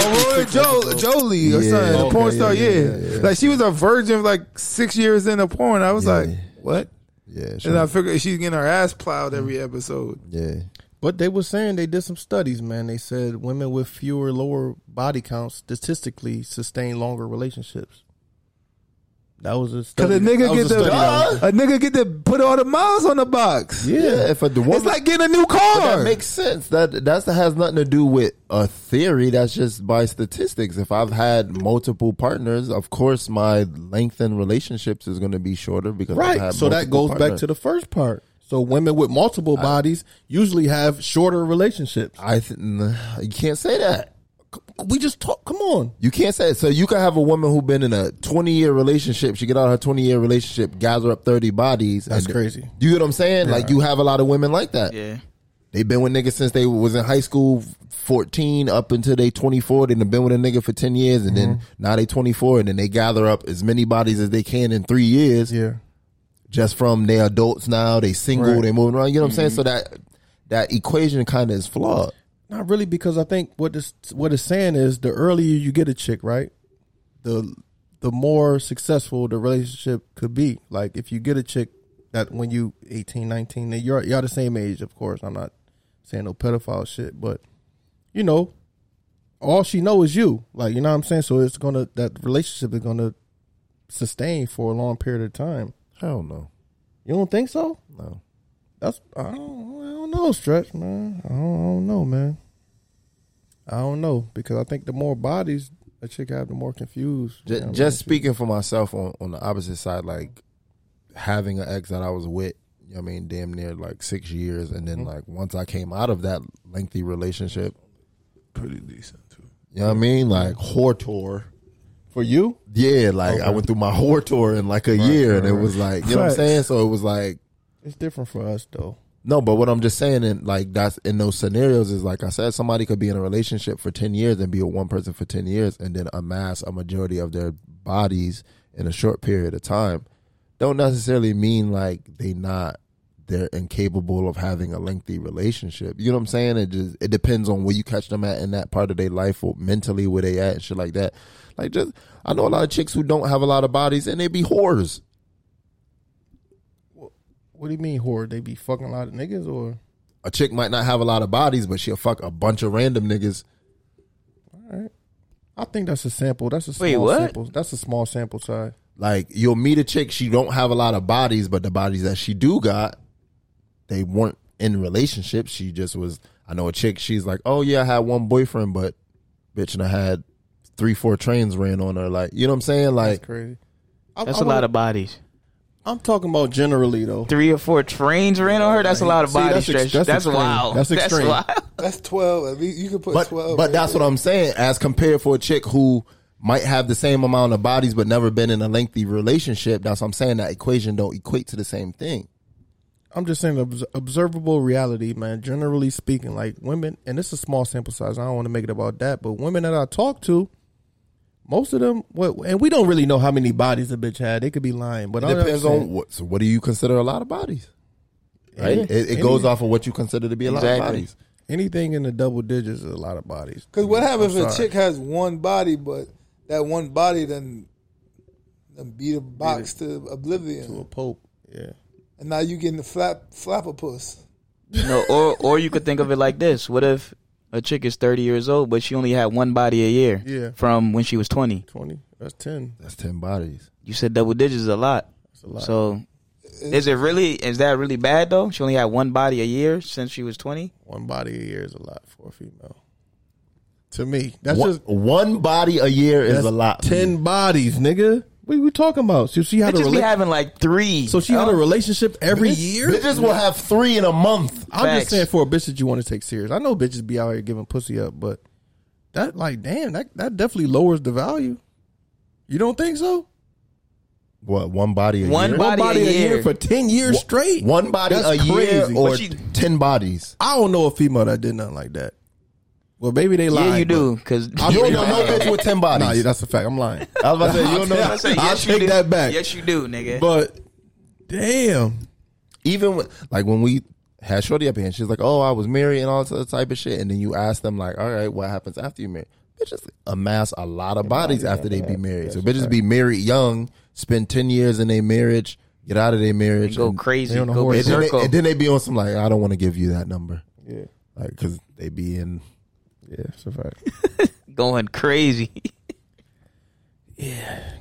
Aurora jo- Jolie or
Yeah.
something. the
Okay,
porn
yeah,
star.
yeah,
Yeah,
yeah, yeah.
like she was a virgin like six years in the porn. I was like, what?
Yeah, Mm.
and I figured she's getting her ass plowed every episode.
Yeah.
But they were saying they did some studies, man. They said women with fewer lower body counts statistically sustain longer relationships. That was a
Cause
study.
a
that
nigga
was
get to
study that was-
a nigga get to put all the miles on the box.
Yeah, if a the woman,
it's like getting a new
But
car.
that makes sense. That that's that has nothing to do with a theory. That's just by statistics. If I've had multiple partners, of course my length in relationships is going to be shorter because I've
right.
had
So that
multiple
goes back
partners.
to the first part. So women with multiple bodies usually have shorter relationships.
I th- nah, you can't say that.
We just talk. Come on.
You can't say it. So you can have a woman who been in a twenty year relationship. She get out of her twenty year relationship, gather up thirty bodies.
That's
and-
crazy.
You get what I'm saying? Like you have a lot of women like that.
Yeah.
They been with niggas since they was in high school, fourteen up until they twenty four. They done been with a nigga for ten years, and then
Mm-hmm.
now they twenty four, and then they gather up as many bodies as they can in three years.
Yeah,
just from they adults now, they single,
Right. Mm-hmm.
they moving around. You know what I'm saying? So that that equation kind of is flawed.
Not really, because I think what this what it's saying is the earlier you get a chick, right, the the more successful the relationship could be. Like if you get a chick that when you 18, 19, then you're y'all the same age, of course. I'm not saying no pedophile shit, but you know, all she know is you. Like you know what I'm saying. So it's gonna that relationship is gonna sustain for a long period of time.
Hell no.
You don't think so?
No.
That's I don't, I don't know, stretch man. I don't, I don't know, man. I don't know because I think the more bodies a chick have, the more confused.
Ju-
you know what I
just
mean?
speaking for myself on, on the opposite side, like having an ex that I was with, you know what I mean, damn near like six years, and
Mm-hmm.
then like once I came out of that lengthy relationship,
pretty decent too.
You know what I mean? Like whore tour.
For you?
Yeah, like I went through my whore tour in like a year, and it
right,
was
right.
like you know what
Facts.
I'm saying. So it was like
it's different for us though.
no, but what I'm just saying, in like that's in those scenarios is like I said, somebody could be in a relationship for ten years and be with one person for ten years, and then amass a majority of their bodies in a short period of time. Don't necessarily mean like they not they're incapable of having a lengthy relationship. You know what I'm saying? It just it depends on where you catch them at in that part of their life or mentally where they at and shit like that. Like just I know a lot of chicks who don't have a lot of bodies and they be whores.
What do you mean whore? They be fucking a lot of niggas or
A chick might not have a lot of bodies, but she'll fuck a bunch of random niggas.
I think that's a sample. That's a small
Wait, what?
sample. That's a small sample size.
Like you'll meet a chick, she don't have a lot of bodies, but the bodies that she do got, they weren't in relationships. She just was. I know a chick. She's like, oh yeah, I had one boyfriend, but bitch, and I had three, four trains ran on her. Like you know what I'm saying? Like
crazy.
That's a lot of bodies.
I'm talking about generally though.
Three or four trains ran on her. That's a lot of
See,
body
that's ex-
stretch.
that's
That's
extreme.
wild.
That's extreme.
wild.
That's twelve. At least you can put
but
twelve.
but that's what I'm saying. As compared for a chick who might have the same amount of bodies but never been in a lengthy relationship, that's what I'm saying. That equation don't equate to the same thing.
I'm just saying obs- observable reality, man. Generally speaking, like women, and it's a small sample size. I don't want to make it about that, but women that I talk to, most of them, well, and we don't really know how many bodies a bitch had. They could be lying, but
It
all that I'm
depends
saying-
on what. So what do you consider a lot of bodies? Right.
Yeah.
It, it goes off of what you consider to be a lot of bodies.
Anything in the double digits is a lot of bodies.
Because what happens
I'm
if a
sorry.
chick has one body, but that one body then, then beat a box to oblivion to a
pope? Yeah,
and now you getting the flap flappapus.
No, or or you could think of it like this: What if a chick is thirty years old, but she only had one body a year?
Yeah.
From when she was twenty.
Twenty. That's ten.
That's ten bodies.
You said double digits is a lot.
a lot.
So Is it really? Is that really bad though? She only had one body a year since she was twenty.
One body a year is a lot for a female. To me, that's
one,
just
one body a year is
That's
a lot.
Ten bodies, nigga.
What are we talking about? So she had
Bitches
a
be
rela-
having Oh. like three.
So she had a relationship every
Bitch-
year.
bitches will
have three in a month.
I'm
Facts.
just saying for a bitch that you want to take serious. I know bitches be out here giving pussy up, but that like damn, that that definitely lowers the value. You don't think so?
What one body a
One
year?
body,
body
a,
a
year.
year for ten years straight.
One body
That's
a year
crazy.
or
But she-
ten bodies.
I don't know a female that did nothing like that. Well, maybe they lied.
yeah, you
but-
do. Because
I'm-
You don't know no bitch with ten
Nah, yeah,
bodies.
that's a fact. I'm lying.
I was about to say you don't know.
I say yes,
I'll
you
take
do.
that back.
Yes, you do, nigga.
But damn,
even when, like when we had Shorty up here, and she's like, "Oh, I was married and all this other type of shit," and then you ask them like, "All right, what happens after you marry?" Bitches amass a lot of bodies after they be married. So bitches be married young, spend ten years in their marriage, get out of their
And
marriage,
go
and-
crazy.
they on a
Go
horse.
and then, they,
berserko.
and then they be on some like, "I don't want to give you that number,"
Yeah,
like because they be in.
yeah, it's a fact.
Going crazy.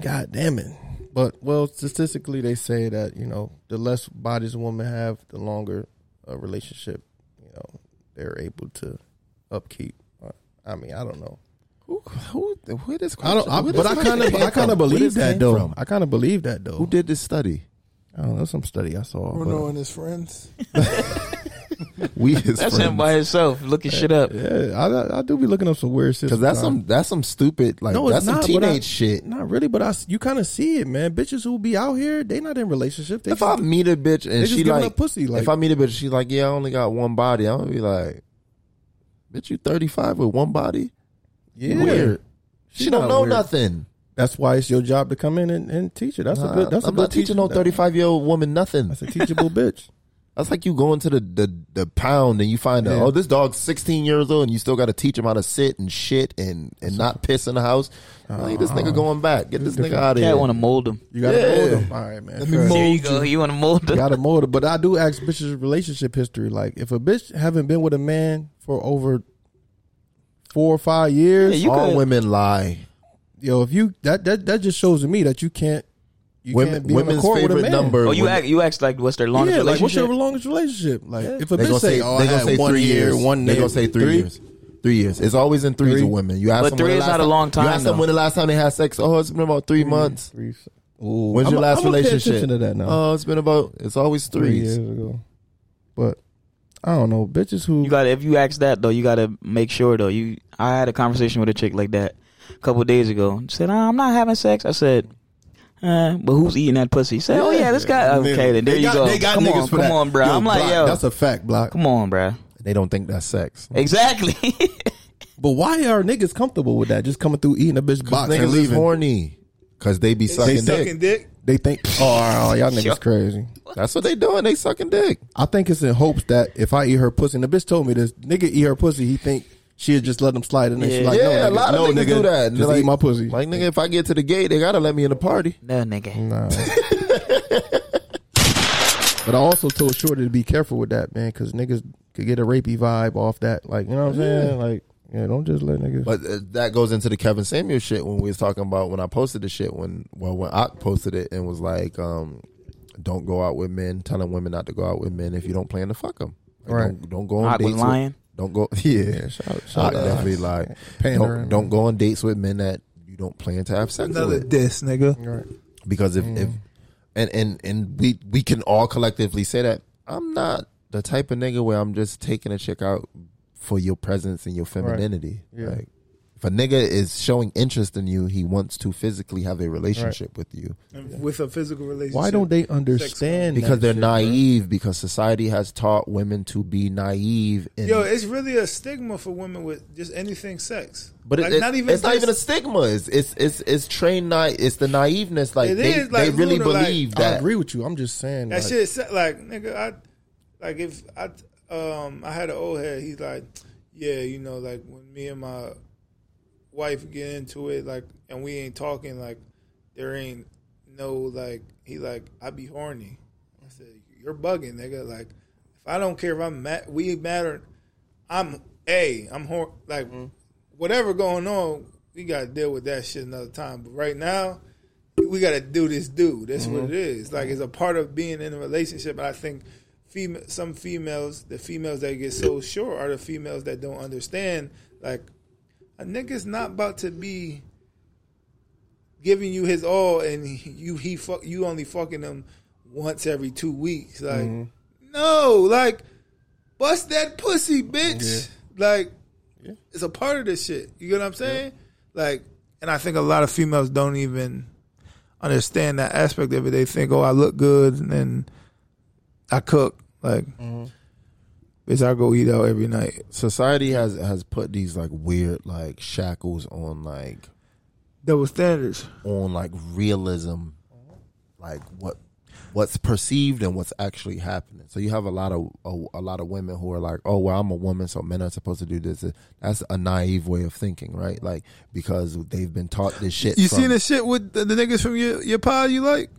God damn it. But well, statistically, they say that you know the less bodies a woman have, the longer a relationship, you know, they're able to upkeep. Uh, I mean, I don't know.
Who, who, where this?
I don't. I,
where
but
this
I kind of,
question
I kind of
came from? Where
believe
this
that
came
though.
from?
I kind of believe that though.
Who did this study?
I don't know. Some study I saw.
Bruno
but,
and his friends.
We his
That's him
friends.
by himself looking shit up.
yeah, I, I do be looking up some weird shit.
Cause that's
sometimes.
some that's some stupid like
No, it's
that's some
not, but I-
teenage shit.
Not really, but I s- you kind of see it, man. Bitches who be out here, they not in relationship. They
if I meet a bitch and
just
she
giving
like
up pussy, like-
if I meet a bitch, she's like, yeah, I only got one body. I'm gonna be like, bitch, you 35 with one body?
yeah.
Weird. She,
She
don't
not
know
weird.
nothing.
That's why it's your job to come in and, and teach her. That's
Nah,
a good. That's
I'm
a good
not teaching no
teacher.
35 year old woman nothing.
That's a teachable bitch.
That's like you going to the the, the pound and you find out,
Yeah.
oh, this dog's 16 years old and you still got to teach him how to sit and shit and and not piss in the house. like this
Uh-huh.
nigga going back. Get this nigga out of
Yeah,
here.
I want to mold him.
You gotta
Yeah.
mold them. All right, man. Fair.
There you go. You want to mold
You
him.
gotta mold them. But I do ask bitches relationship history. Like, if a bitch haven't been with a man for over four or five years,
Yeah, you
All
could-
women lie.
yo, if you that that that just shows to me that you can't. You
Women,
can't be on the
women's
court with a
favorite
man.
number.
Oh, you
when-
act. You act like what's their longest
yeah, like what's
relationship?
your longest relationship? Like, if a
They
bitch
gonna
say,
say,
"Oh, I
they gonna
had
say
one
three
year,
years.
one
they
day,
gonna say three, years. Three years. It's always in threes with women. You ask
But
them
three
when the
is
last
not a
time-
long
You
time,
ask them
though.
when the last time they had sex. Oh, it's been about three,
Mm.
months.
Mm-hmm. Three,
When's your
I'm-
last
I'm gonna pay
relationship?
attention to that now.
Oh, it's been about. It's always
three years
threes.
ago. But I don't know, bitches who
You got to if you ask that though, you got to make sure though. You I had a conversation with a chick like that a couple days ago. She said, "Ah, "I'm not having sex." I said, uh, "But who's eating that pussy?" She said, "Oh yeah, this guy." Okay, then there
They
you
got-
go.
They got
come
niggas
on,
for
come
that.
on, bro. I'm like,
Block,
yo,
that's a fact, block.
come on, bro.
They don't think that's sex.
Exactly.
But why are niggas comfortable with that? Just coming through eating a bitch box and
Niggas is
leaving.
horny because they be sucking dick.
They think, oh, oh, y'all niggas
Yo.
crazy.
That's what they doing. They sucking dick.
I think it's in hopes that if I eat her pussy, and the bitch told me this nigga eat her pussy, he think she'll just let him slide, and then she's like, no,
yeah, a
nigga,
lot of
no,
niggas
nigga,
do that.
Just
like,
eat my pussy.
Like nigga, if I get to the gate, they gotta let me in the party.
no, nigga.
Nah. but I also told Shorty to be careful with that, man, because niggas could get a rapey vibe off that. Like, you know what I'm saying? Like, yeah, don't just let niggas.
But uh, that goes into the Kevin Samuel shit when we was talking about when I posted the shit when well when I posted it and was like, um, don't go out with men, telling women not to go out with men if you don't plan to fuck them.
Right.
Don't, don't go on
Ock
dates.
was lying.
With, don't go. Yeah.
shout,
I
shout out.
definitely like
Pandering.
don't, don't go on dates with men that you don't plan to have sex
Another
with
diss, nigga.
Right.
because if, if
Mm.
and and and we we can all collectively say that I'm not the type of nigga where I'm just taking a chick out for your presence and your femininity.
Yeah.
Like if a nigga is showing interest in you, he wants to physically have a relationship with you
With a physical relationship.
Why don't they understand?
because
that
they're
shit,
naive. Because society has taught women to be naive. And,
Yo, it's really a stigma for women with just anything sex.
but it,
Like,
it- it's not
just-
even a stigma. It's it's it's, it's trained. Ni- it's the naiveness. Like
It
they,
is, like,
they really
Luna, like,
believe
bro? I
that.
agree with you. I'm just saying.
That
like,
shit shit, like nigga, I like if I um I had an old head. He's like, yeah, you know, like when me and my wife get into it, like, and we ain't talking, like, there ain't no like. He like, I be horny. I said, you're bugging, nigga. Like, if I don't care if I'm mad, we matter. I'm a, I'm hor- like, whatever going on, we gotta deal with that shit another time. But right now, we gotta do this dude. That's what it is. Like it's a part of being in a relationship. I think female, some females, the females that get so short are the females that don't understand. Like a nigga's not about to be giving you his all, and he- you he fuck you only fucking him once every two weeks. Like
Mhm.
no, like bust that pussy, bitch. Like it's a part of this shit. You get what I'm saying? Like, and I think a lot of females don't even understand that aspect of it. They think, oh, I look good and I cook. Like, bitch, I go eat out every night.
Society has has put these like weird like shackles on like
double standards
on like realism, like what what's perceived and what's actually happening. So you have a lot of a, a lot of women who are like, "Oh, well, I'm a woman, so men are supposed to do this." That's a naive way of thinking, right? Like because they've been taught this shit.
You
from-
seen the shit with the, the niggas from your your pod you like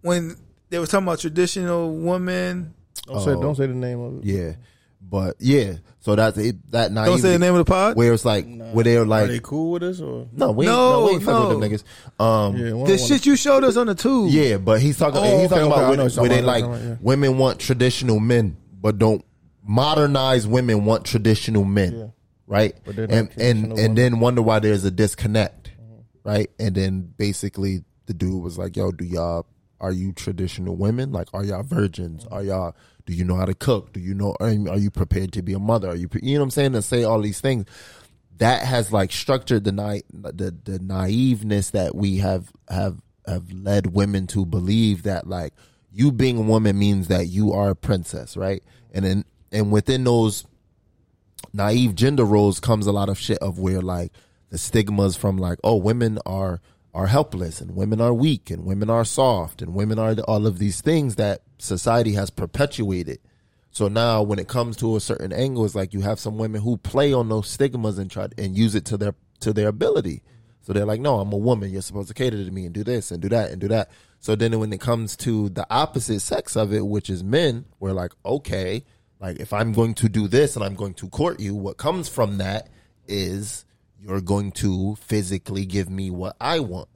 when they were talking about traditional women.
Don't
Oh.
say- don't say the name of it.
Yeah, but yeah. So that's it. That naive.
Don't say the name of the pod?
Where it's like where they're like
Are they
cool with us or no? We ain't, no,
No,
we ain't fucking
no.
with them niggas. Um,
The shit you showed us on the tube.
Yeah, but he's talking.
Oh,
he's
okay,
talking
okay, I
about
know
women,
what you're
where they
talking
like
about, yeah.
women want traditional men, but don't modernized women want traditional men, right?
But they're not
and and
traditional
and
women.
then wonder why there's a disconnect,
Mm-hmm.
right? And then basically the dude was like, "Yo, do y'all are you traditional women? Like, are y'all virgins? Are y'all do you know how to cook? Do you know? Are you are you prepared to be a mother? Are you pre-" you know what I'm saying? To say all these things." That has like structured the na- the the naiveness that we have have have led women to believe that like you being a woman means that you are a princess, right? And then and within those naive gender roles comes a lot of shit of where like the stigmas from like oh women are are helpless and women are weak and women are soft and women are all of these things that society has perpetuated so now when it comes to a certain angle it's like you have some women who play on those stigmas and try and use it to their to their ability so they're like no i'm a woman you're supposed to cater to me and do this and do that and do that so then when it comes to the opposite sex of it which is men we're like okay like if I'm going to do this and I'm going to court you, what comes from that is you're going to physically give me what I want,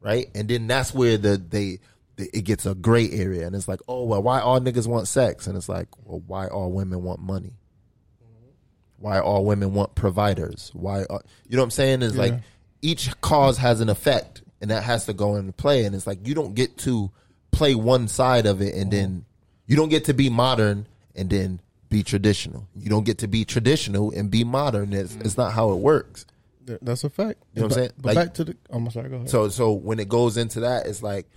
right? And then that's where the they the, it gets a gray area, and it's like, oh well, why all niggas want sex, and it's like, well, why all women want money? Why all women want providers? Why all, you know what I'm saying? Is like
Yeah.
each cause has an effect, and that has to go into play, and it's like you don't get to play one side of it, and then you don't get to be modern and then be traditional. You don't get to be traditional and be modern. It's, it's not how it works.
Th- That's a fact.
You know what I'm
But-
saying?
But
Like-
back to the. Oh, I'm sorry. Go ahead.
So so when it goes into that, it's like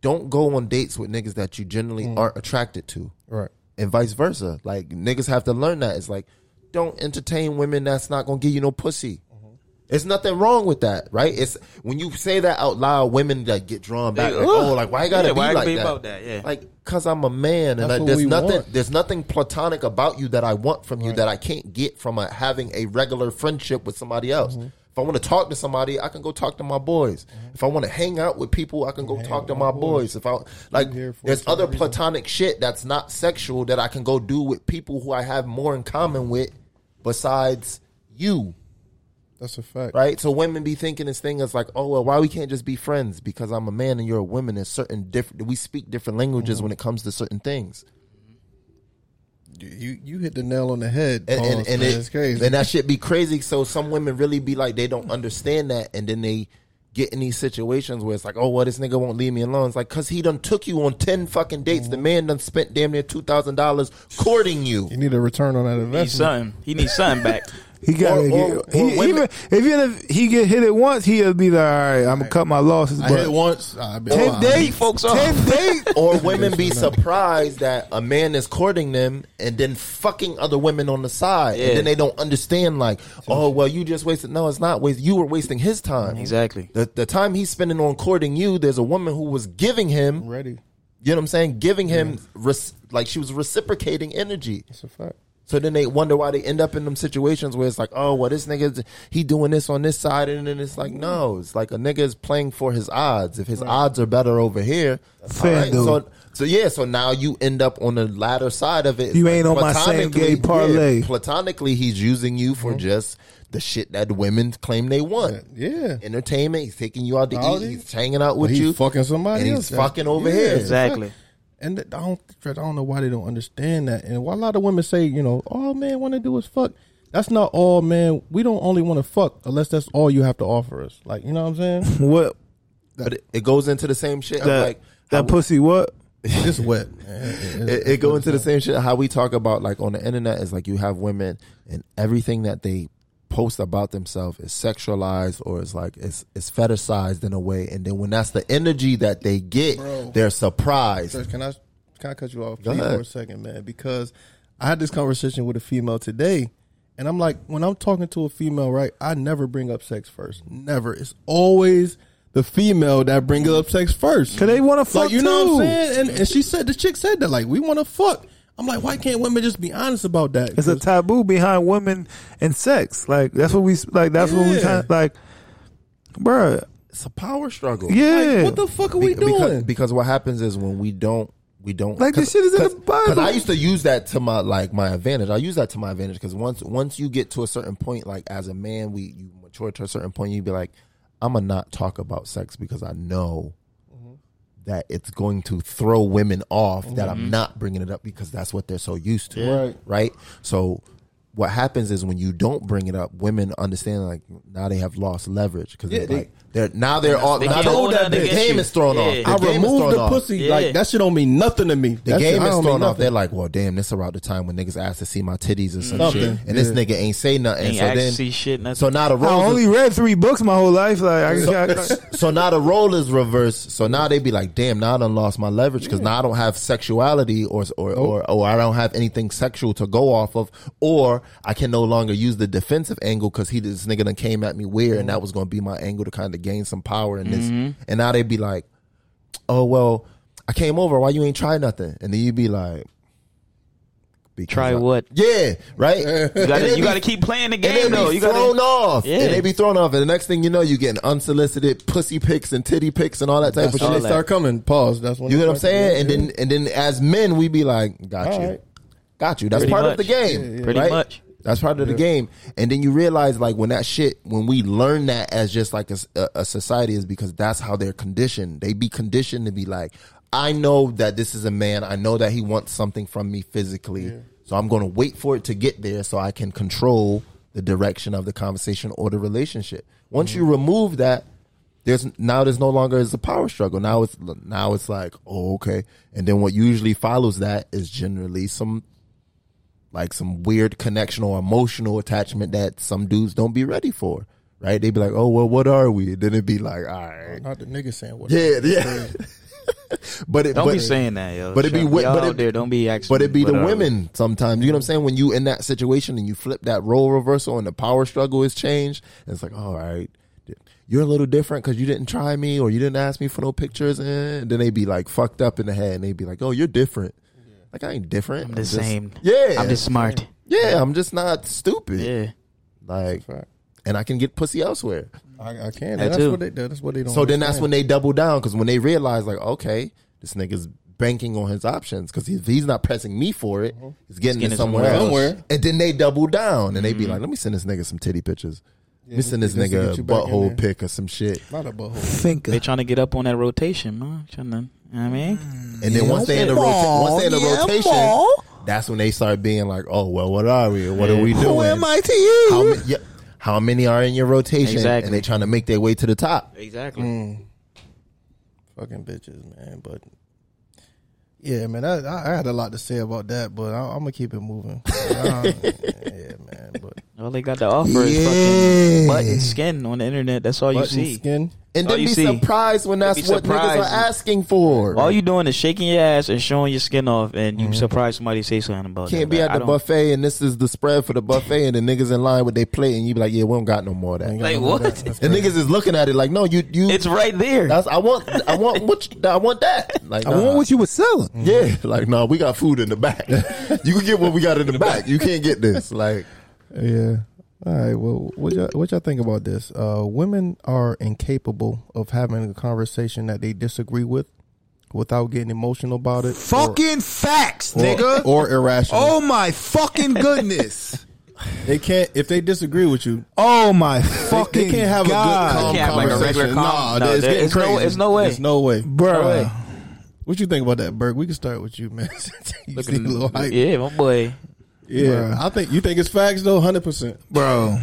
don't go on dates with niggas that you generally
Mm.
aren't attracted to.
Right.
And vice versa. Like niggas have to learn that. It's like don't entertain women that's not gonna give you no pussy.
Mm-hmm.
It's nothing wrong with that, right? It's when you say that out loud, women that get drawn back,
They-
like,
ugh.
oh, like why you gotta
Yeah,
be
why it
like
be
that?
about that? Yeah.
Like, cause I'm a man, and
That's
I,
what
there's
we
nothing,
want.
there's nothing platonic about you that I want from you that I can't get from a, having a regular friendship with somebody else. If I want to talk to somebody, I can go talk to my boys. If I want to hang out with people, I can go talk to my boys. If I like, there's other platonic shit that's not sexual that I can go do with people who I have more in common with besides you.
That's a fact.
Right? So women be thinking this thing is like, oh well, why we can't just be friends? Because I'm a man and you're a woman. There's certain different we speak different languages when it comes to certain things.
You you hit the nail on the head.
And
Pause,
and, and
man.
it-
it's crazy.
and that shit be crazy. So some women really be like they don't understand that and then they get in these situations where it's like, oh well, this nigga won't leave me alone. It's like cause he done took you on ten fucking dates.
Mm-hmm.
The man done spent damn near two thousand dollars courting you.
You need a return on that
He needs
investment.
something. He needs something back.
He got to
Or-
get. he, even, even if he get hit it once, he'll be like, "All right, I'm gonna cut my losses."
I
but
hit once. I been
Ten
fine.
days,
folks
ten days.
or women be surprised that a man is courting them and then fucking other women on the side,
Yeah.
and then they don't understand like, oh well, you just wasted. No, it's not waste. You were wasting his time.
Exactly.
The the time he's spending on courting you, there's a woman who was giving him.
Ready.
You know what I'm saying? Giving him res- like she was reciprocating energy.
That's a fact.
So then they wonder why they end up in them situations where it's like, oh, well, this nigga, he doing this on this side. And then it's like, no, it's like a nigga is playing for his odds. If his odds are better over here. all
fair, dude.
so, so yeah, so now you end up on the latter side of it.
You ain't on my same
Platonically,
gay parlay.
platonically, he's using you for just the shit that women claim they want.
Mm-hmm. Yeah,
entertainment. He's taking you out to
All
eat.
these-
He's hanging out with
But he's
you,
fucking somebody
and
else,
he's
man.
fucking over
Yeah,
here.
exactly. And th- I don't, I don't know why they don't understand that. And why a lot of women say, you know, all men want to do is fuck. That's not all, man. We don't only want to fuck unless that's all you have to offer us. Like, you know what I'm saying?
What?
But it, it goes into the same shit.
That-
like
that pussy what?
It's wet. it, it go into the same shit. How we talk about like on the internet is like you have women and everything that they post about themselves is sexualized or it's like it's it's fetishized in a way. And then when that's the energy that they get,
Bro.
they're surprised.
Sir, can I can I cut you off
Go
please,
ahead.
for a second, man? Because I had this conversation with a female today, and I'm like, when I'm talking to a female, right? I never bring up sex first. Never. It's always the female that brings up sex first. Cause
they want to fuck.
Like, you know what
too.
I'm saying? And, and she said the chick said that like we want to fuck. I'm like, why can't women just be honest about that?
It's a taboo behind women and sex. Like that's what we like. That's what we
Yeah.
kind of, like, bruh.
It's a power struggle.
Yeah.
Like, what the fuck are we
Be- Because,
doing?
because what happens is when we don't, we don't
Like, this shit is in the
Because
Bible.
I used to use that to my like my advantage. I use that to my advantage because once once you get to a certain point, like as a man, we you mature to a certain point, you be like, I'm gonna not talk about sex because I know that it's going to throw women off that
Mm-hmm.
I'm not bringing it up because that's what they're so used to.
Yeah. Right.
Right. So what happens is when you don't bring it up, women understand like now they have lost leverage because
Yeah,
they're,
they-
like, they're now they're all
They
now
can't
they're-
hold out
the
against
game
you.
is thrown
Yeah.
off.
I
The game is
removed
thrown
the
off.
pussy.
Yeah.
Like that shit don't mean nothing to me.
The
That shit-
game
I
is
don't
thrown
mean
off.
nothing.
They're like, well, damn, this around the time when niggas asked to see my titties or some
Something.
shit, and this
Yeah.
nigga ain't say nothing.
Ain't
so
asked
then,
to see shit, nothing.
so now the
I
role is-
only read three books my whole life. Like I, got
so, so now the role is reversed. So now they be like, damn, now I done lost my leverage because now I don't have sexuality or or, or or I don't have anything sexual to go off of, or I can no longer use the defensive angle because he this nigga done came at me weird and that was gonna be my angle to kind of gain some power in this.
Mm-hmm.
And now they be like, oh well, I came over. Why you ain't try nothing? And then you be like. because
Try
I-
what?
Yeah, right.
You gotta, you gotta keep playing the
And they
game
be
though. You
thrown
gotta.
off.
Yeah.
And they be thrown off. And the next thing you know, you getting unsolicited pussy pics and titty pics and all that type
That's when
of
they
shit.
start coming. Pause. That's when
you
they
know what I'm
start
saying? And
coming.
then and then as men, we be like, got
All
you,
right.
got you. That's
Pretty
part of
much.
the game.
Yeah, yeah. Pretty
right?
much.
That's part of the game. And then you realize like when that shit, when we learn that as just like a, s- a- a society is because that's how they're conditioned. They be conditioned to be like, I know that this is a man. I know that he wants something from me physically. So I'm going to wait for it to get there so I can control the direction of the conversation or the relationship. Once you remove that, there's now there's no longer is a power struggle. Now it's now it's like, oh okay. And then what usually follows that is generally some like some weird connection or emotional attachment that some dudes don't be ready for. Right? They be like, oh well, what are we? Then it'd be like, all right,
Not the nigga saying what.
yeah, yeah. but it
Don't
but,
be saying that, yo.
but it be
Shut-
wi-
y'all
but it-
out there. Don't be asking.
But it be
what
the
are we?
women sometimes. You know what I'm saying? When you in that situation and you flip that role reversal and the power struggle is changed, and it's like, all right, you're a little different because you didn't try me or you didn't ask me for no pictures, eh, and then they be like fucked up in the head and they be like, oh, you're different. Like I ain't different.
I'm
I'm
the
just-
same.
Yeah,
I'm just smart.
yeah. I'm just not stupid.
Yeah.
Like, and I can get pussy elsewhere.
I, I can.
That
That's
too.
what they. That's what they don't.
So then that's
understand.
when they double down because when they realize like, okay, this nigga's banking on his options because if he's not pressing me for it,
Mm-hmm.
he's getting,
getting
it
it
somewhere,
somewhere
else.
Somewhere.
And then they double down and they be like, let me send this nigga some titty pictures. let me send this
Mm-hmm. just to
nigga
get
a
you back in
butthole
there.
pic or some shit.
Not a butthole.
think
They trying to get up on that rotation, man. Trying to, you know what I mean,
And then once they in the rota- once they in the rotation, that's when they start being like, oh well, what are we? What are we doing? Who am I to you? How, ma- yeah, how many are in your rotation?
Exactly.
And they trying to make their way to the top.
exactly.
fucking bitches, man. But yeah, man, I, I I had a lot to say about that, but I, I'm gonna keep it moving. Uh, yeah, man. But
All they got to offer is fucking butt and skin on the internet. That's all
button
you see.
skin.
And
Oh,
then
you
be
see.
surprised when that's
be
what niggas
surprised.
are asking for.
All you doing is shaking your ass and showing your skin off, and you surprise somebody say something about
Mm-hmm. Can't
that.
be at
Like, I
the
don't-
buffet and this is the spread for the buffet and the niggas in line with they plate and you be like, yeah, we don't got no more of that.
Like what?
the niggas is looking at it like, no, you you.
It's right there.
that's, I want I want what you- I want that. Like
I want what you was selling.
Yeah, like no, we got food in the back. you can get what we got in the back. You can't get this. Like
Yeah. All right. Well, what y'all, what y'all think about this? Uh, women are incapable of having a conversation that they disagree with without getting emotional about it. or-
Fucking facts,
or,
nigga.
or irrational.
oh my fucking goodness.
They can't if they disagree with you.
Oh my fucking
They can't have a
God.
good calm
They can't have, like, a
conversation.
regular
Nah,
calm. No,
it's
there-
getting
it's no-
crazy.
it's no way.
There's no way,
Bruh.
No way.
What you think about that, Burke? We can start with you, man. You
Look at
seem a little hype.
Yeah, my boy.
Yeah, I think you think it's facts though, hundred percent,
bro.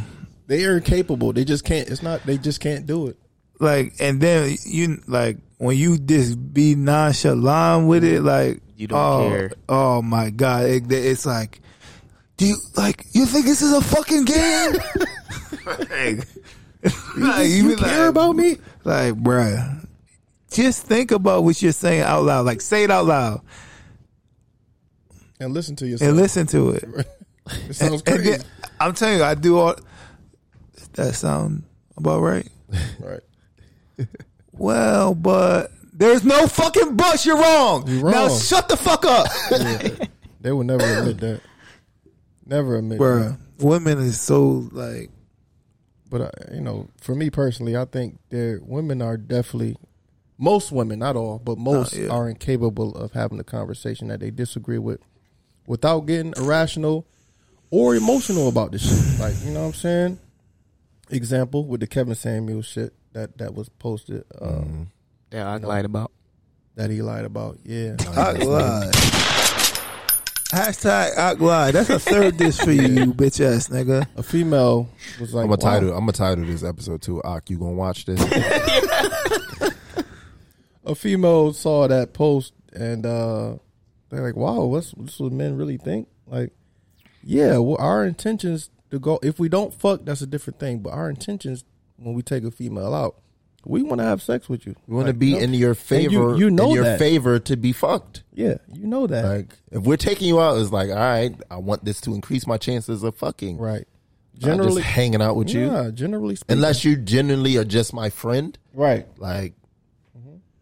They are incapable. They just can't. It's not. They just can't do it.
Like and then you like when you just be nonchalant with it, like
You don't
oh,
care.
Oh my god, it, it's like, do you like you think this is a fucking game? like, like, you be
Care
like,
about me?
like, bruh, just think about what you're saying out loud. Like, say it out loud
And listen to yourself.
and listen to it.
it sounds
And
crazy,
then- I'm telling you, I do all. That sound about right?
right?
Well, but there's no fucking bus. You're wrong.
You're wrong.
Now shut the fuck up,
They will never admit that. Never admit, that.
Bruh, Women is so like
But I, you know, for me personally, I think there women are definitely most women, not all, but most
yeah.
are incapable of having a conversation that they disagree with without getting irrational or emotional about this shit. Like, you know what I'm saying? Example with the Kevin Samuels shit that that was posted uh,
Yeah, I lied about.
that he lied about. Yeah.
Aguai. Hashtag Aguai. That's a third dish for you, you bitch ass nigga.
a female was like,
I'm a
wow.
title. I'm a title this episode too. Ak, you gonna watch this?
a female saw that post and uh, they're like, "Wow, what's this? What men really think?" Like, yeah, well, our intentions to go. If we don't fuck, that's a different thing. But our intentions when we take a female out, we want to have sex with you.
We want to
Like,
be
no-
in your
and
favor.
You, you know
in your
that.
favor to be fucked.
yeah, you know that.
Like if we're taking you out, it's like all right. I want this to increase my chances of fucking.
right.
Not
Generally,
just hanging out with you.
Yeah, generally speaking.
Unless you genuinely are just my friend.
right.
Like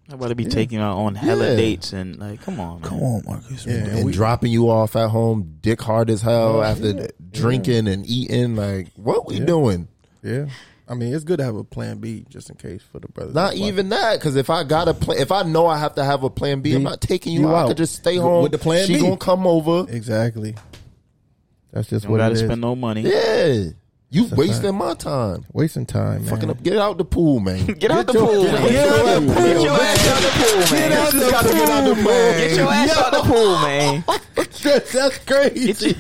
I'm about to be taking her on hella
Yeah.
dates and like, come on, man.
Come on, Marcus.
Yeah,
and dropping you off at home, dick hard as hell after drinking and eating. Like what we doing?
yeah. I mean, it's good to have a plan B just in case for the brothers.
Not
Like,
even that, because if I got a plan, if I know I have to have a plan B, I'm not taking you,
you
out. I
out.
could just stay
With-
home
with the plan
She
B.
gonna come over.
exactly. That's just
Don't
what it
gotta
is.
spend no money.
Yeah, you
a
wasting my time.
Wasting time, man.
Fucking up. Get out the pool, man.
Get out the pool. man. Get
out the pool.
your ass out the pool, man.
out the pool,
Get your ass out the pool, man.
That's, that's crazy.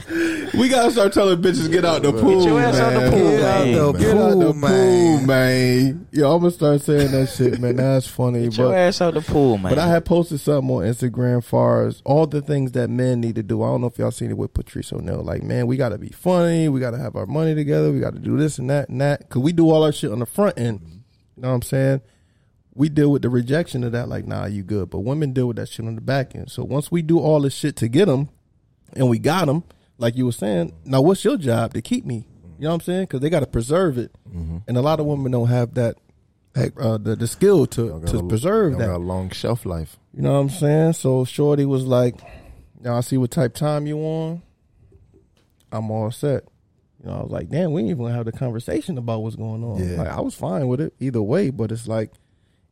we gotta start telling bitches get out the pool.
Get your ass out the
man.
pool,
Get out
man.
the
Get out the
pool,
pool,
man.
man. Yo, I'm gonna start saying that shit, man. That's funny,
Get your
but
ass out the pool, man.
but I had posted something on Instagram far as all the things that men need to do. I don't know if y'all seen it with Patrice O'Neill. Like, man, we gotta be funny. We gotta have our money together. We gotta do this and that and that. Cause we do all our shit on the front
Mm-hmm.
end. You know what I'm saying? We deal with the rejection of that. Like, nah, you good. But women deal with that shit on the back end. So once we do all this shit to get them, and we got them, like you were saying. Now, what's your job to keep me? You know what I'm saying? Because they got to preserve it,
Mm-hmm.
and a lot of women don't have that, that, uh, the the skill to to preserve
Y'all
that.
got a long shelf life.
You know what I'm saying? So Shorty was like, "Now I see what type time you on. I'm all set." You know, I was like, "Damn, we ain't even gonna have the conversation about what's going on."
Yeah.
Like, I was fine with it either way, but it's like,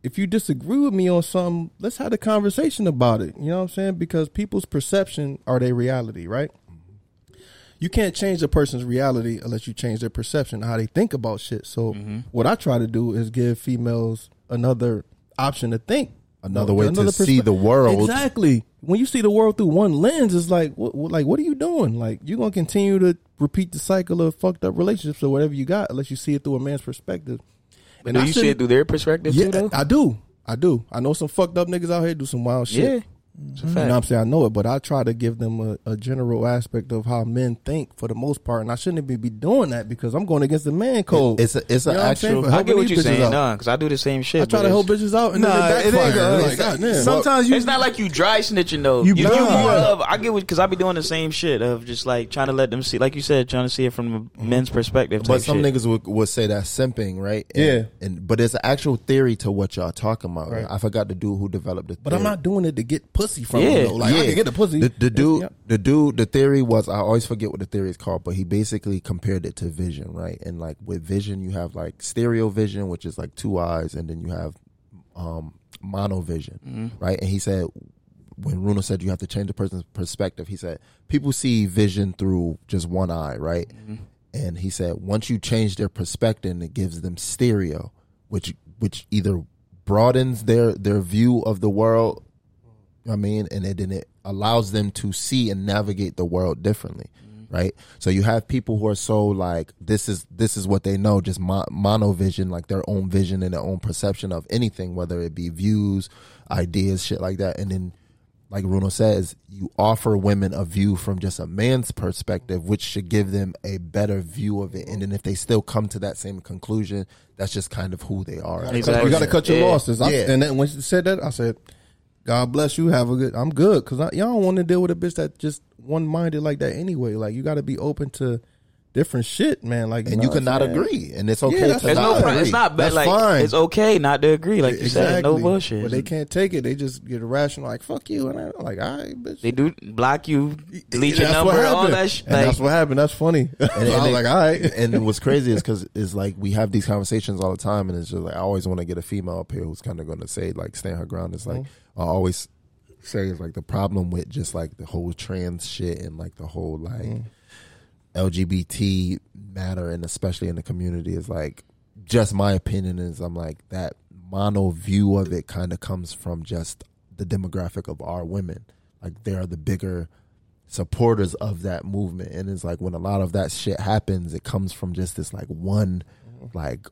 if you disagree with me on something, let's have the conversation about it. You know what I'm saying? Because people's perception are their reality, right? You can't change a person's reality unless you change their perception, how they think about shit. So,
Mm-hmm.
what I try to do is give females another option to think
Another way to see the world.
Exactly. When you see the world through one lens, it's like, what, what- like, what are you doing? Like, you're gonna continue to repeat the cycle of fucked up relationships or whatever you got, unless you see it through a man's perspective.
but do
I
you see it
shouldn't-
through their perspective too,
Yeah,
though?
I do. I do. I know some fucked up niggas out here do some wild shit.
Yeah. It's a
You know what I'm
fact.
saying? I know it, but I try to give them a, a general aspect of how men think for the most part, and I shouldn't be, be doing that because I'm going against the man code.
It's a, it's an
You know what I'm saying?
actual.
But
I get
helping
what
these bitches
you're
out.
saying, nah, because I do the same shit.
I try
but
to help
it's-
bitches out, and
Nah,
then
it
it
ain't
backfires.
good.
Like, goddamn.
Sometimes you
It's not like you dry snitching though. You,
You-
you, you
Nah.
love. I get what because I be doing the same shit of just like trying to let them see, like you said, trying to see it from
Mm-hmm.
a men's perspective.
But
type
some
shit.
niggas would, would say that's simping, right? And,
Yeah.
And but it's an actual theory to what y'all talking about.
Right.
I forgot the dude who developed the.
But I'm not doing it to get pussy from
Yeah.
him. Though. Like I can get the pussy.
The, the dude,
Yeah.
the dude, the theory was I always forget what the theory is called, but he basically compared it to vision, right? And like with vision, you have like stereo vision, which is
Mm-hmm.
like two eyes, and then you have um mono vision, right? And he said when Runo said you have to change the person's perspective, he said people see vision through just one eye, right? Mm-hmm. And he said once you change their perspective, it gives them stereo, which which either broadens their their view of the world. I mean, and it, then it allows them to see and navigate the world differently right? So you have people who are so like this is this is what they know, just mo- mono vision, like their own vision and their own perception of anything, whether it be views, ideas, shit like that. And then, like Bruno says, you offer women a view from just a man's perspective, which should give them a better view of it. And then if they still come to that same conclusion, that's just kind of who they are.
Exactly.
You got to cut your
Yeah.
losses. I,
Yeah.
And then when she said that, I said, "God bless you. Have a good. I'm good because y'all don't want to deal with a bitch that just one minded like that anyway. Like you got to be open to different shit, man. Like
And you
nah,
cannot
man.
agree, and it's okay
Yeah, that's
to
fine.
There's no
not
problem.
agree.
It's not bad.
That's
Like
fine.
it's okay not to agree. Like you said, no
Exactly.
bullshit.
But they can't take it. They just get irrational. Like fuck you, and I'm like, all right, bitch.
They do block you, delete your
And that's what
number, all
happened.
that. Sh-
And
like,
that's what happened. That's funny.
And,
I
and
was
it-
like, all right.
and what's crazy is because it's like we have these conversations all the time, and it's just like I always want to get a female up here who's kind of going to say like stand her ground. It's like
Mm-hmm.
I always say is like the problem with just like the whole trans shit and like the whole like
Mm.
LGBT matter, and especially in the community, is like just my opinion is I'm like that mono view of it kind of comes from just the demographic of our women. Like they are the bigger supporters of that movement and it's like when a lot of that shit happens it comes from just this like one like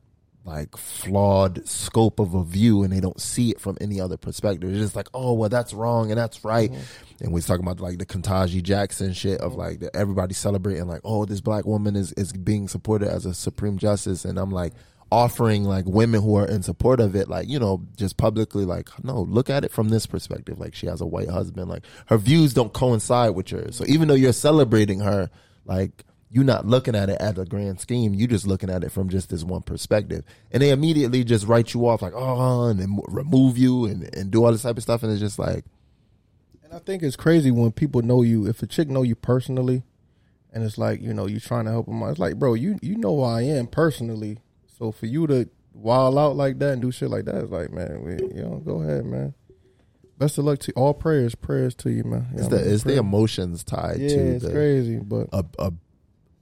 like flawed scope of a view and they don't see it from any other perspective it's just like oh well that's wrong and that's right and we're talking about like the Kentaji Jackson shit of like that everybody celebrating like oh this black woman is is being supported as a supreme justice and I'm like offering like women who are in support of it like you know just publicly like no look at it from this perspective like she has a white husband like her views don't coincide with yours so even though you're celebrating her like you're not looking at it at a grand scheme you're just looking at it from just this one perspective and they immediately just write you off like oh and then remove you and, and do all this type of stuff and it's just like
And I think it's crazy when people know you. If a chick know you personally, and it's like you know you trying to help them out. It's like, bro, you you know who I am personally. So for you to wild out like that and do shit like that, it's like, man, we, you know, go ahead, man. Best of luck to all prayers, prayers to you, man. You know
it's
what I
the
mean?
it's the emotions tied
yeah,
to
it's
the
crazy, but
a, a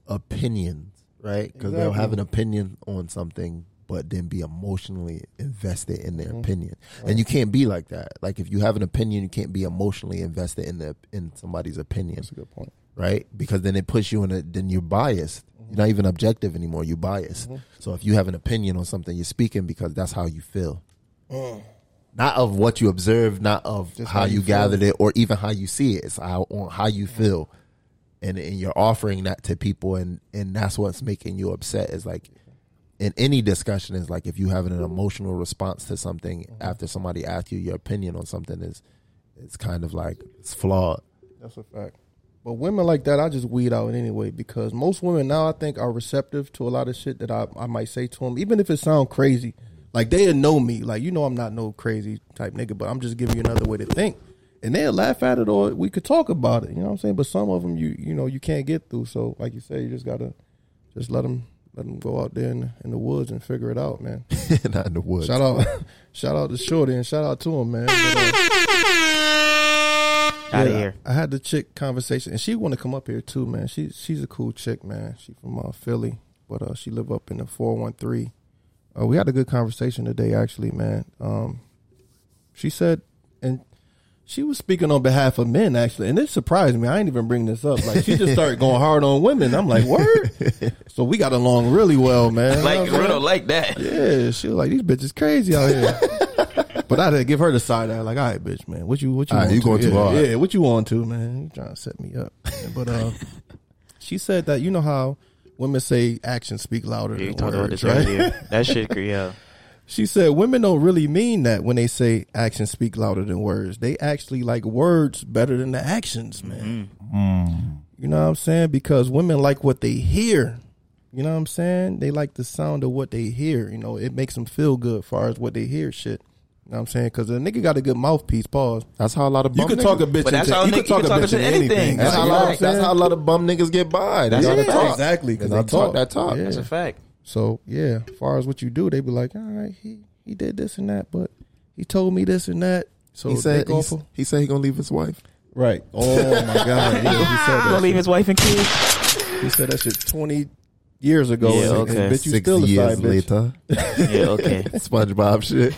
opinions, right? Because they'll
Exactly.
have an opinion on something, but then be emotionally invested
Mm-hmm.
in their opinion. And you can't be like that. Like if you have an opinion, you can't be emotionally invested in the in somebody's opinion,
that's a good point. Mm-hmm.
right? Because then it puts you in a then you're biased. You're not even objective anymore. You're biased. So if you have an opinion on something, you're speaking because that's how you feel.
Mm.
Not of what you observe, not of how, you, gathered it, or even how you see it. It's how on how
Mm.
you feel and and you're offering that to people and and that's what's making you upset is like in any discussion is like if you have an emotional response to something after somebody asks you your opinion on something is it's kind of like it's flawed
That's a fact. But women like that, I just weed out anyway because most women now I think are receptive to a lot of shit that I, I might say to them, even if it sound crazy. Like they'll know me, like you know I'm not no crazy type nigga, but I'm just giving you another way to think, and they'll laugh at it or we could talk about it. You know what I'm saying? But some of them you you know you can't get through. So like you say, you just gotta just let them let them go out there in, in the woods and figure it out, man.
not in the woods
shout out, shout out to Shorty and shout out to him, man. But, uh,
out of
yeah,
here.
I, I had the chick conversation, and she want to come up here too, man. She she's a cool chick, man. She from uh, Philly, but uh, she live up in the four one three. Uh, We had a good conversation today, actually, man. Um, she said, and she was speaking on behalf of men, actually, and it surprised me. I ain't even bring this up. Like she just started going hard on women. I'm like, word. so we got along really well, man. You
Like
know what I'm
Bruno, like that.
saying? yeah, she was like, these bitches crazy out here. But I had to give her the side eye, like, all right, bitch, man, what you, what you,
All right,
on
you going
yeah,
too hard.
yeah, what you on to, man? You trying to set me up? But uh, she said that you know how women say actions speak louder
You
than
talked about
words,
this
right?
earlier. That shit, yeah.
She said women don't really mean that when they say actions speak louder than words. They actually like words better than the actions, man.
Mm.
You know what I'm saying? Because women like what they hear. You know what I'm saying? They like the sound of what they hear. You know, it makes them feel good as far as what they hear shit. You know what I'm saying? Because a nigga got a good mouthpiece. Pause.
that's how a lot of
You
bum
could
niggas,
talk a bitch
But that's
into,
how
you
nigga-
could talk,
you
a
can
bitch into anything.
that's,
You
how a
know
lot
what
of-
I'm
that's
saying?
how a lot of bum niggas get by they gotta
Yeah,
talk
exactly, 'cause
they gotta
they
talk
talk.
that talk
Yeah.
That's a fact.
So yeah, as far as what you do, they be like, all right, he he did this and that, but he told me this and that.
So he said he, s- he said he gonna leave his wife.
Right. Oh my god. Yeah, he said that
Gonna leave
shit.
his wife and kids.
He said that shit twenty years ago.
Yeah,
and- and
okay.
bitch, you still a side
years
bitch.
later,
Yeah, okay.
SpongeBob shit.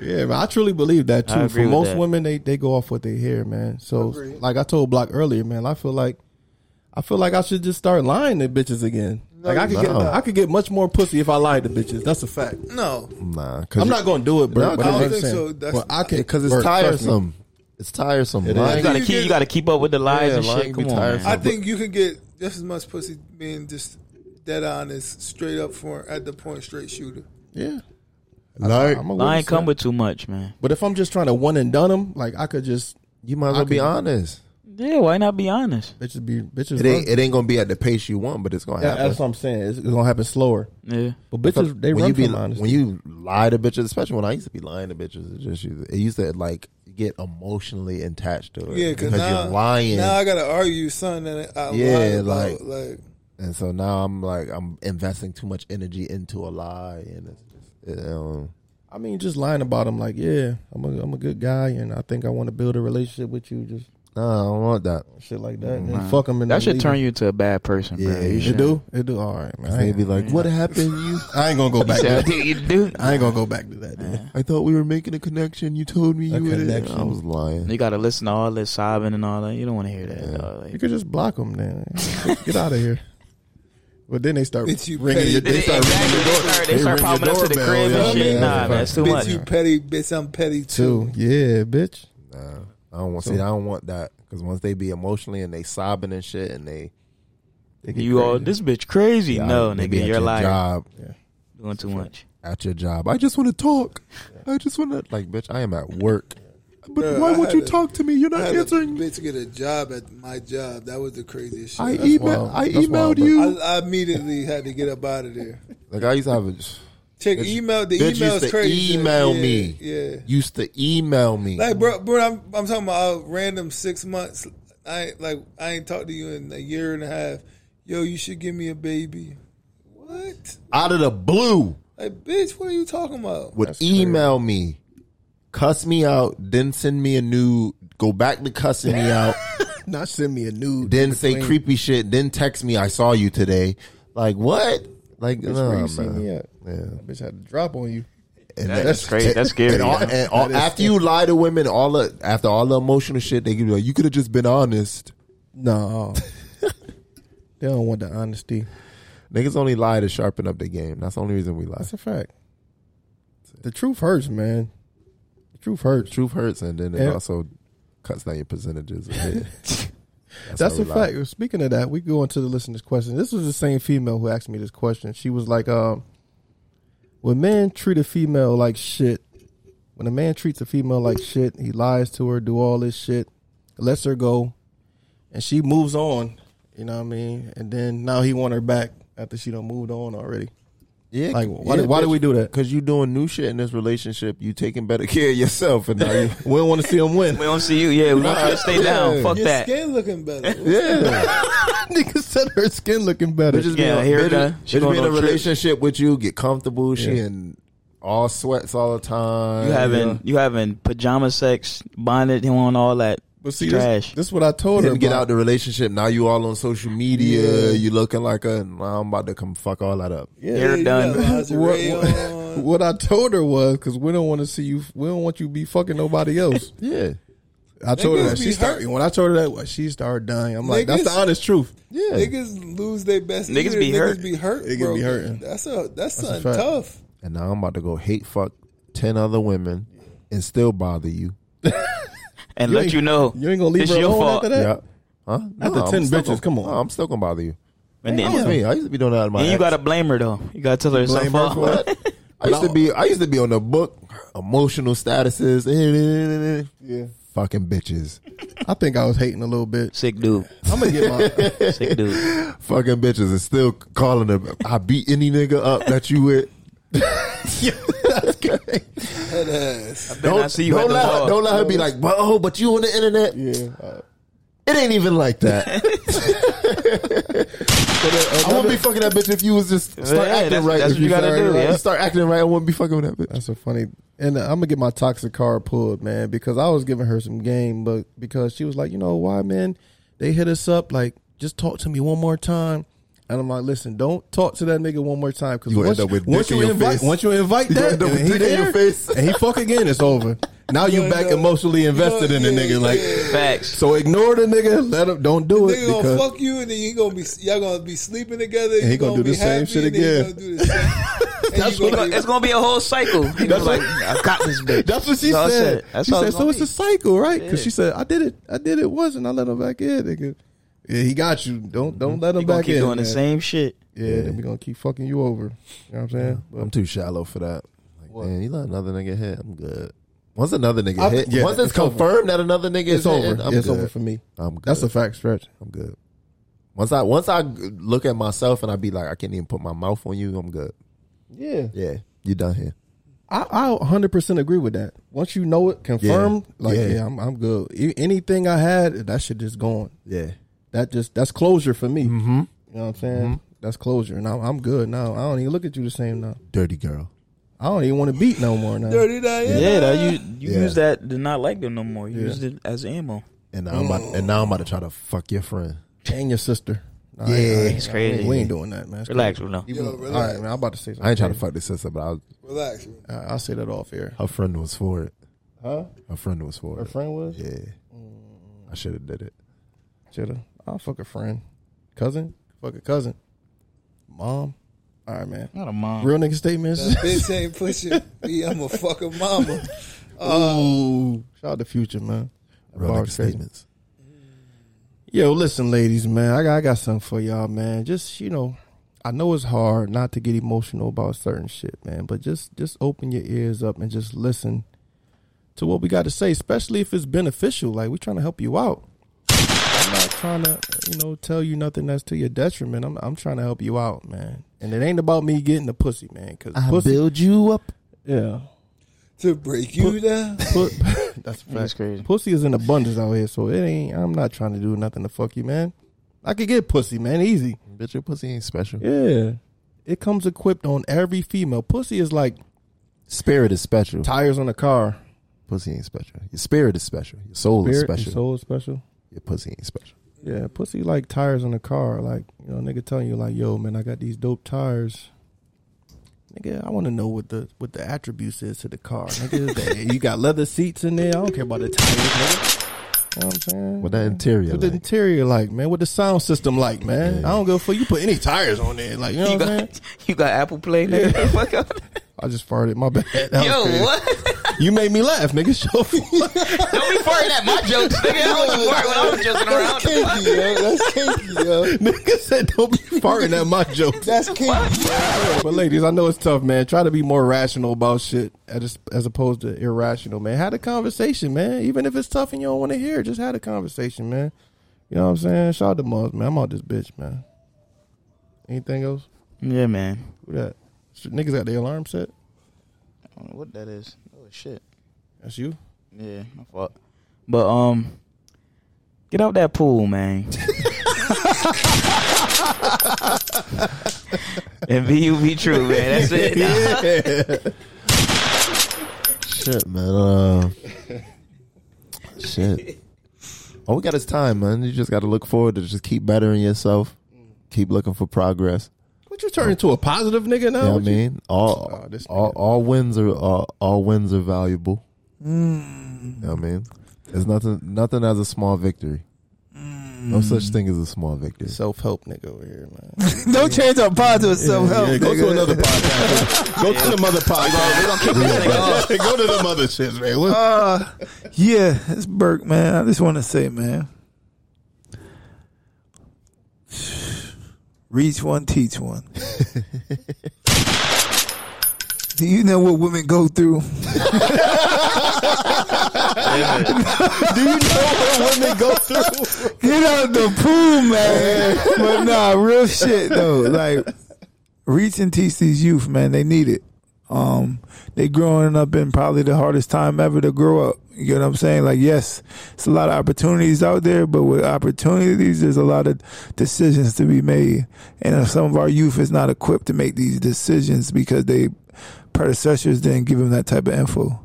Yeah, man, I truly believe that
I
too.
agree
For
with
most
that.
women, they they go off what they hear, man. So, like I told Block earlier, man, I feel like I feel like I should just start lying to bitches again. like I could get I could get much more pussy if I lied to bitches. That's a fact.
No,
Nah, i
I'm not going to do it, bro.
No,
but
I
I'm
don't
just saying.
think so. That's-
But I can
because it's
Bert, trust me.
tiresome. It's tiresome.
It
You
is.
Lying-
gotta keep. You gotta keep up with the lies
Yeah,
and
lying
shit.
be
Come on,
tiresome.
man.
I think you can get just as much pussy being just dead honest, straight up for at the point straight shooter.
Yeah.
Like,
I'm a
Lying
witness to
come
that.
with too much, man.
But if I'm just trying to one and done them, like I could just
you might as well
I
be
could-
honest.
Yeah, why not be honest?
bitches be bitches.
It ain't. It ain't gonna be at the pace you want, but it's gonna
Yeah,
happen.
that's what I'm saying. It's, it's gonna happen slower.
Yeah,
But bitches, they
when
run
you be,
from honesty.
when you lie to bitches, especially when I used to be lying to bitches, it just used, it used to like get emotionally attached to it.
Yeah,
because
because now,
you're lying,
Now I gotta argue something that I
Yeah,
lied about,
like-
like
and so now I'm like I'm investing too much energy into a lie, and it's, it's, you know,
I mean, just lying about them, like, yeah, I'm a, I'm a good guy, and I think I want to build a relationship with you, just
no, I don't want that.
shit like that, and
Nah.
then fuck them. And
that
then
should
leave
turn
'em.
you into a bad person,
Yeah,
bro. You
it
It
should
do, it do. All right, man. I
They'd
ain't,
be like, "What happened? You?
I ain't gonna go back. to
Yeah, I
that.
think you do.
I ain't gonna go back to that. dude.
I thought we were making a connection. You told me
A
you were.
connection.
I was lying.
You gotta listen to all this sobbing and all that. You don't want to hear that. dog. Like,
You could just block them, then. Get out of here. But then they start
Bitch, you
ringing.
petty.
Your, they start ringing your door.
They start
ring your
popping up to the
doorbell,
crib
yeah.
and shit.
Yeah,
Nah,
fuck.
man, it's too
bitch,
much.
you petty, bitch, I'm petty too.
Too. Yeah, bitch.
Nah, I don't want. See, I don't want that because once they be emotionally and they sobbing and shit, and they
They get
You all
crazy.
this bitch crazy? no,
they be
nigga,
at
you're
your
lying.
Job,
Doing too much.
at your job. I just want to talk. I just want to like, bitch. I am at work. But
Bruh,
why
I
won't
had
you
a-
talk to me? You're
I
not
had a
answering.
bitch get a job at my job. That was the craziest shit.
I
I,
email.
wild.
I
That's
emailed
wild,
you.
I, immediately had to get up out of there.
like I used to have a
Check
Bitch-
email. The
bitch
email's
used to
crazy.
email
Yeah,
me.
Yeah.
used to email me.
Like, bro, bro, I'm I'm talking about a random six months. I ain't like I ain't talked to you in a year and a half. Yo, you should give me a baby. What?
out of the blue
Like, bitch, what are you talking about?
would email me, cuss me out, then send me a nude, go back to cussing me out,
Not send me a nude.
then say
Between-
creepy shit, then text me I saw you today. Like what? Like
Bitch,
nah,
where you
man.
see me at?
Yeah.
That bitch had to drop on you.
And
That is crazy. That's scary,
And, all,
yeah.
and all, after you lie to women, all the, after all the emotional shit, they give you like, you could have just been honest.
No. they don't want the honesty.
Niggas only lie to sharpen up the game. That's the only reason we lie.
That's a fact. The truth hurts, man. The truth hurts.
Truth hurts, and then it
Yeah.
also cuts down your percentages. That's,
That's
how
a
we lie.
fact. Speaking of that, we go into the listener's question. This was the same female who asked me this question. She was like, um, when men treat a female like shit, when a man treats a female like shit, he lies to her, do all this shit, lets her go, and she moves on. You know what I mean? And then now he want her back after she done moved on already.
Yeah,
Like, why do- why do we do that?
Because you doing new shit in this relationship. You taking better care of yourself, and now you,
We don't want to see him win.
We don't see you. Yeah, we want you to stay down. Fuck
Your
that.
skin looking better.
yeah,
Nigga said her skin looking better.
bitches
Yeah,
be,
here
in-
it go.
bitches,
She
bitches
going
be in a
on a trip.
relationship with you, get comfortable. She in all sweats all the time.
You having you having pajama sex, bonnet, him on all that
But see,
trash.
this, this is what I told her.
Didn't get
about.
out the relationship. Now you all on social media. You looking like a. Now I'm about to come fuck all that up.
Hair done.
what,
lingerie
what,
on.
what I told her was because we don't want to see you. We don't want you be fucking nobody else.
Yeah,
I told her
Niggas
that.
be
She started
hurt.
when I told her that. well, She started dying. I'm like, that's the
Niggas-
honest truth.
yeah.
Niggas lose their best.
Niggas
leader.
be
Niggas
hurt.
Be hurt.
Niggas
bro.
be hurting.
That's a that's, something
fact.
tough.
And now I'm about to go hate fuck ten other women and still bother you.
and let
ain't-
you know
You ain't gonna leave
it's
her
your
alone
fault.
after that.
Huh?
After
I'm
10
still
bitches,
gonna-
come on.
no, I'm still gonna bother you.
And
That was
then,
me. I used to be doing that in my.
then you
ex.
gotta blame her though. You gotta tell her it's her
Blame her for
fault.
it. I used to be. I used to be on the book. Emotional statuses. eh, eh, eh, eh.
Yeah,
Fucking bitches.
I think I was hating a little bit.
Sick dude.
I'm gonna get my.
Sick dude.
Fucking bitches and still calling them. I beat any nigga up that you with. That's crazy.
That ass.
Then I see you at
don't
the
let her,
mall.
don't let her be like, but oh, but you on the internet.
yeah, uh,
It ain't even like that. I wouldn't be fucking that bitch if you was just start
Yeah,
acting
that's-
right.
that's
If
what you gotta
start-
do,
if you
yeah.
Start acting right. I wouldn't be fucking with that bitch.
That's so funny. And uh, I'm gonna get my toxic card pulled, man, because I was giving her some game, but because she was like, you know why, man? They hit us up like, just talk to me one more time. And I'm like, listen, don't talk to that nigga one more time because
You gonna
once,
end up with
once
dick in
you
your
invite
face.
once you invite
You gonna
that,
end up
and
with
he
dick in
there,
your face.
and he fuck again, it's over. Now you back emotionally invested in the nigga, like
Facts.
so. Ignore the nigga. Let him. Don't do it
Nigga gonna
because
fuck you, and then you gonna be y'all gonna be sleeping together.
he
you
gonna do
be
the same
happy,
shit
and then you
again.
gonna do the same. And you gonna be-
It's gonna be a whole cycle. He was like, I got this bitch.
That's what she
So I
said.
said- that's
she
how
said,
it's
so
gonna
it's
be."
a cycle, right? Because
Yeah.
she said, I did it. I did it once, and I let him back in, nigga. Yeah, he got you. Don't don't let him
You gonna
back
keep
in.
doing the
man.
same shit.
Yeah, then we gonna keep fucking you over. You know what I'm saying?
I'm too shallow for that. Like, man, you let another nigga hit. I'm good. Once another nigga hit,
yeah,
once it's,
it's over.
confirmed that another nigga
It's
is hitting,
over.
I'm
it's
good.
over for me.
I'm good.
That's a fact, stretch.
I'm good. Once I once I g- look at myself and I be like, I can't even put my mouth on you. I'm good.
Yeah,
Yeah, you done here.
I I 100 percent agree with that. Once you know it, confirmed. Like yeah,
Yeah.
I'm I'm good. E- Anything I had, that shit just gone.
Yeah,
That just that's closure for me. Mm-hmm. You know what I'm saying? That's closure, and I'm, I'm good now. I don't even look at you the same now.
dirty girl.
I don't even want to beat no more now.
Dirty Diana.
Yeah, that you you
Yeah.
use that to not like them no more. You use it as ammo.
And now I'm about, and now I'm about to try to fuck your friend.
and your sister. Nah, I
Yeah,
ain't- I ain't-
it's crazy.
I ain't- We ain't doing that, man. It's
Relax, Bruno.
crazy.
Yo,
All
relax.
right, man. I'm about to say something.
I ain't trying to fuck this sister, but I was,
Relax.
I- I'll say that off air.
her friend was for it.
Huh?
Her friend was for
Her
it.
friend was?
Yeah, I should have did it.
Shoulda. I'll fuck a friend. Cousin? Fuck a cousin. Mom? All right, man.
Not a mom.
Real nigga statements.
That bitch ain't pushing me. I'm a fucking mama.
Ooh. Shout out to Future, man. That
Real
bar
nigga
is crazy.
statements.
Yo, listen, ladies, man. I got, I got something for y'all, man. Just you know, I know it's hard not to get emotional about certain shit, man. But just just open your ears up and just listen to what we got to say, especially if it's beneficial. Like we're trying to help you out. I'm not trying to you know tell you nothing that's to your detriment. I'm I'm trying to help you out, man. And it ain't about me getting the pussy, man. Cause pussy,
build you up.
yeah,
To break you down.
pu- that's a fact.
That's crazy.
Pussy is in abundance out here, so it ain't. I'm not trying to do nothing to fuck you, man. I could get pussy, man, easy.
Bitch, your pussy ain't special.
Yeah. It comes equipped on every female. Pussy is like
Spirit is special.
tires on a car.
Pussy ain't special. Your spirit is special. Your soul is
Spirit and
special.
soul is special.
Your pussy ain't special.
Yeah, pussy like tires on a car. Like, you know, nigga telling you like, yo, man, I got these dope tires. Nigga, I want to know what the what the attributes is to the car. Nigga, That- you got leather seats in there. I don't care about the tires, nigga. You know what I'm saying?
What that interior?
What the
like?
interior like, man? What the sound system like, man? I don't give a fuck. You put any tires on there, like you know
You
what I'm saying?
got, you got Apple Play, nigga. Fuck up.
I just farted. My bad. That was
Yo,
crazy.
what?
You made me laugh, nigga. Show me.
Don't be farting at my jokes, nigga. I don't fart when I was joking around.
That's kinky, yo. That's kinky, yo.
Nigga said, "Don't be farting at my jokes."
That's kinky.
But ladies, I know it's tough, man. Try to be more rational about shit as as opposed to irrational, man. Had a conversation, man. Even if it's tough and you don't want to hear, it, just had a conversation, man. You know what I'm saying? Shout out to Muzz, man. I'm out this bitch, man. Anything else?
Yeah, man.
Who that? Shit, Niggas got their alarm set.
I don't know what that is. Oh shit.
That's you.
Yeah, my fault. But um, get out that pool, man. and be you, be true, man. That's it.
Shit, man. Uh, shit. All we got is time, man. You just got to look forward to just keep bettering yourself. Keep looking for progress.
What you turn into a positive nigga now?
You know what
What
I
you-
mean? All
Oh, this
all,
nigga.
all wins are all, all wins are valuable.
Mm.
You know what I mean? There's nothing nothing as a small victory. No such thing as a small victory.
Self help nigga over here, man.
Don't change our pod to self help.
Yeah, go to another podcast. go to the mother podcast. go to the mother shits, man. What-
Uh, yeah, it's Burke, man. I just want to say, man, reach one, teach one. Do you know what women go through? Get out the pool, man. but nah, real shit though. Like, reach and teach these youth, man. They need it. Um, they growing up in probably the hardest time ever to grow up. You know what I'm saying? Like, yes, it's a lot of opportunities out there, but with opportunities, there's a lot of decisions to be made. And uh, some of our youth is not equipped to make these decisions because they predecessors didn't give them that type of info.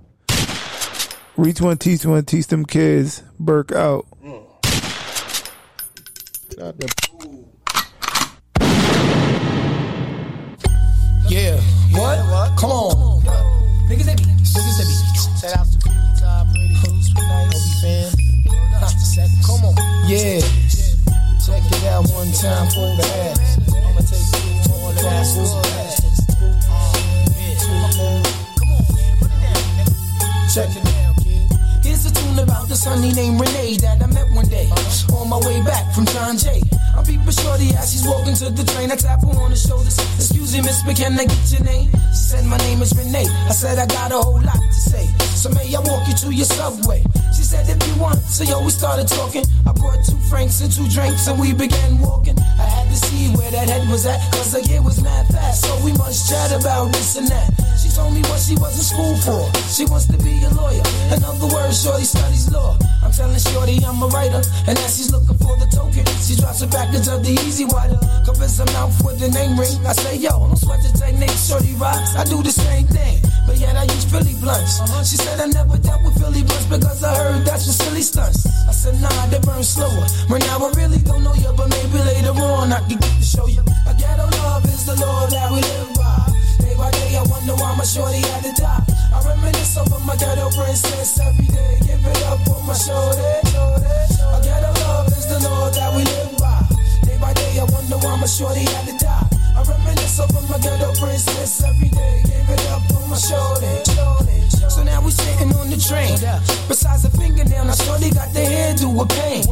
Reach one, teach one, teach them kids. Burke out.
Yeah. What? what? Come on. Niggas that be. Niggas that be. Shout out to Cookie Top, Pretty Coos, fan. Come on. Yeah. Check it out one time, pull the ass. I'ma take you on the ass. Check it out, kid. Here's a tune about the sunny named Renee that I met one day on my way back from John Jay. I peep a shorty as she's walking to the train. I tap her on the shoulders. Excuse me, miss, but can I get your name? She said, My name is Renee. I said, I got a whole lot to say. So may I walk you to your subway? She said, If you want. So yo, we started talking. I brought two francs and two drinks and we began walking. I had to see where that head was at, cause like it was mad fast. So we must chat about this and that. She told me what she was in school for. She wants to be a lawyer. In other words, Shorty studies law. I'm telling Shorty I'm a writer. And as she's looking for the token, she drops it back into the easy water. Covers her mouth with the name ring. I say, yo, don't sweat the technique, Shorty rocks. I do the same thing. But yet I use Philly blunts. She said I never dealt with Philly blunts because I heard that's for silly stunts. I said nah, they burn slower. Right now I really don't know you, but maybe later on I can get to show you. A ghetto love is the law that we live by. Day by day I wonder why my shorty had to die. I reminisce over my ghetto princess every day. Give it up on my shoulder. A ghetto love is the law that we live by. Day by day I wonder why my shorty had to die. I reminisce over my ghetto princess every day. Give it up on my shoulder. So now we sitting on the train. Besides the fingernail, now shorty got the hairdo with pain.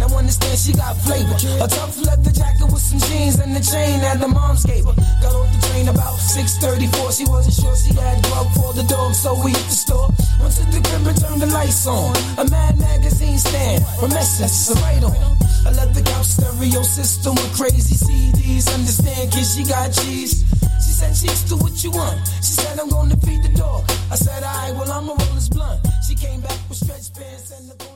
Now understand she got flavor. A tough leather jacket with some jeans and the chain that the moms gave her. Got off the train about 6:34. She wasn't sure she had grub for the dog, so we hit the store. Went to the crib and turned the lights on. A Mad magazine stand, Remessence, a right on. A leather couch stereo system with crazy CDs. Understand, kid, she got cheese. She said, cheese to what you want. She said, I'm gonna feed the dog. I said, alright, well, I'ma roll this blunt. She came back with stretch pants and the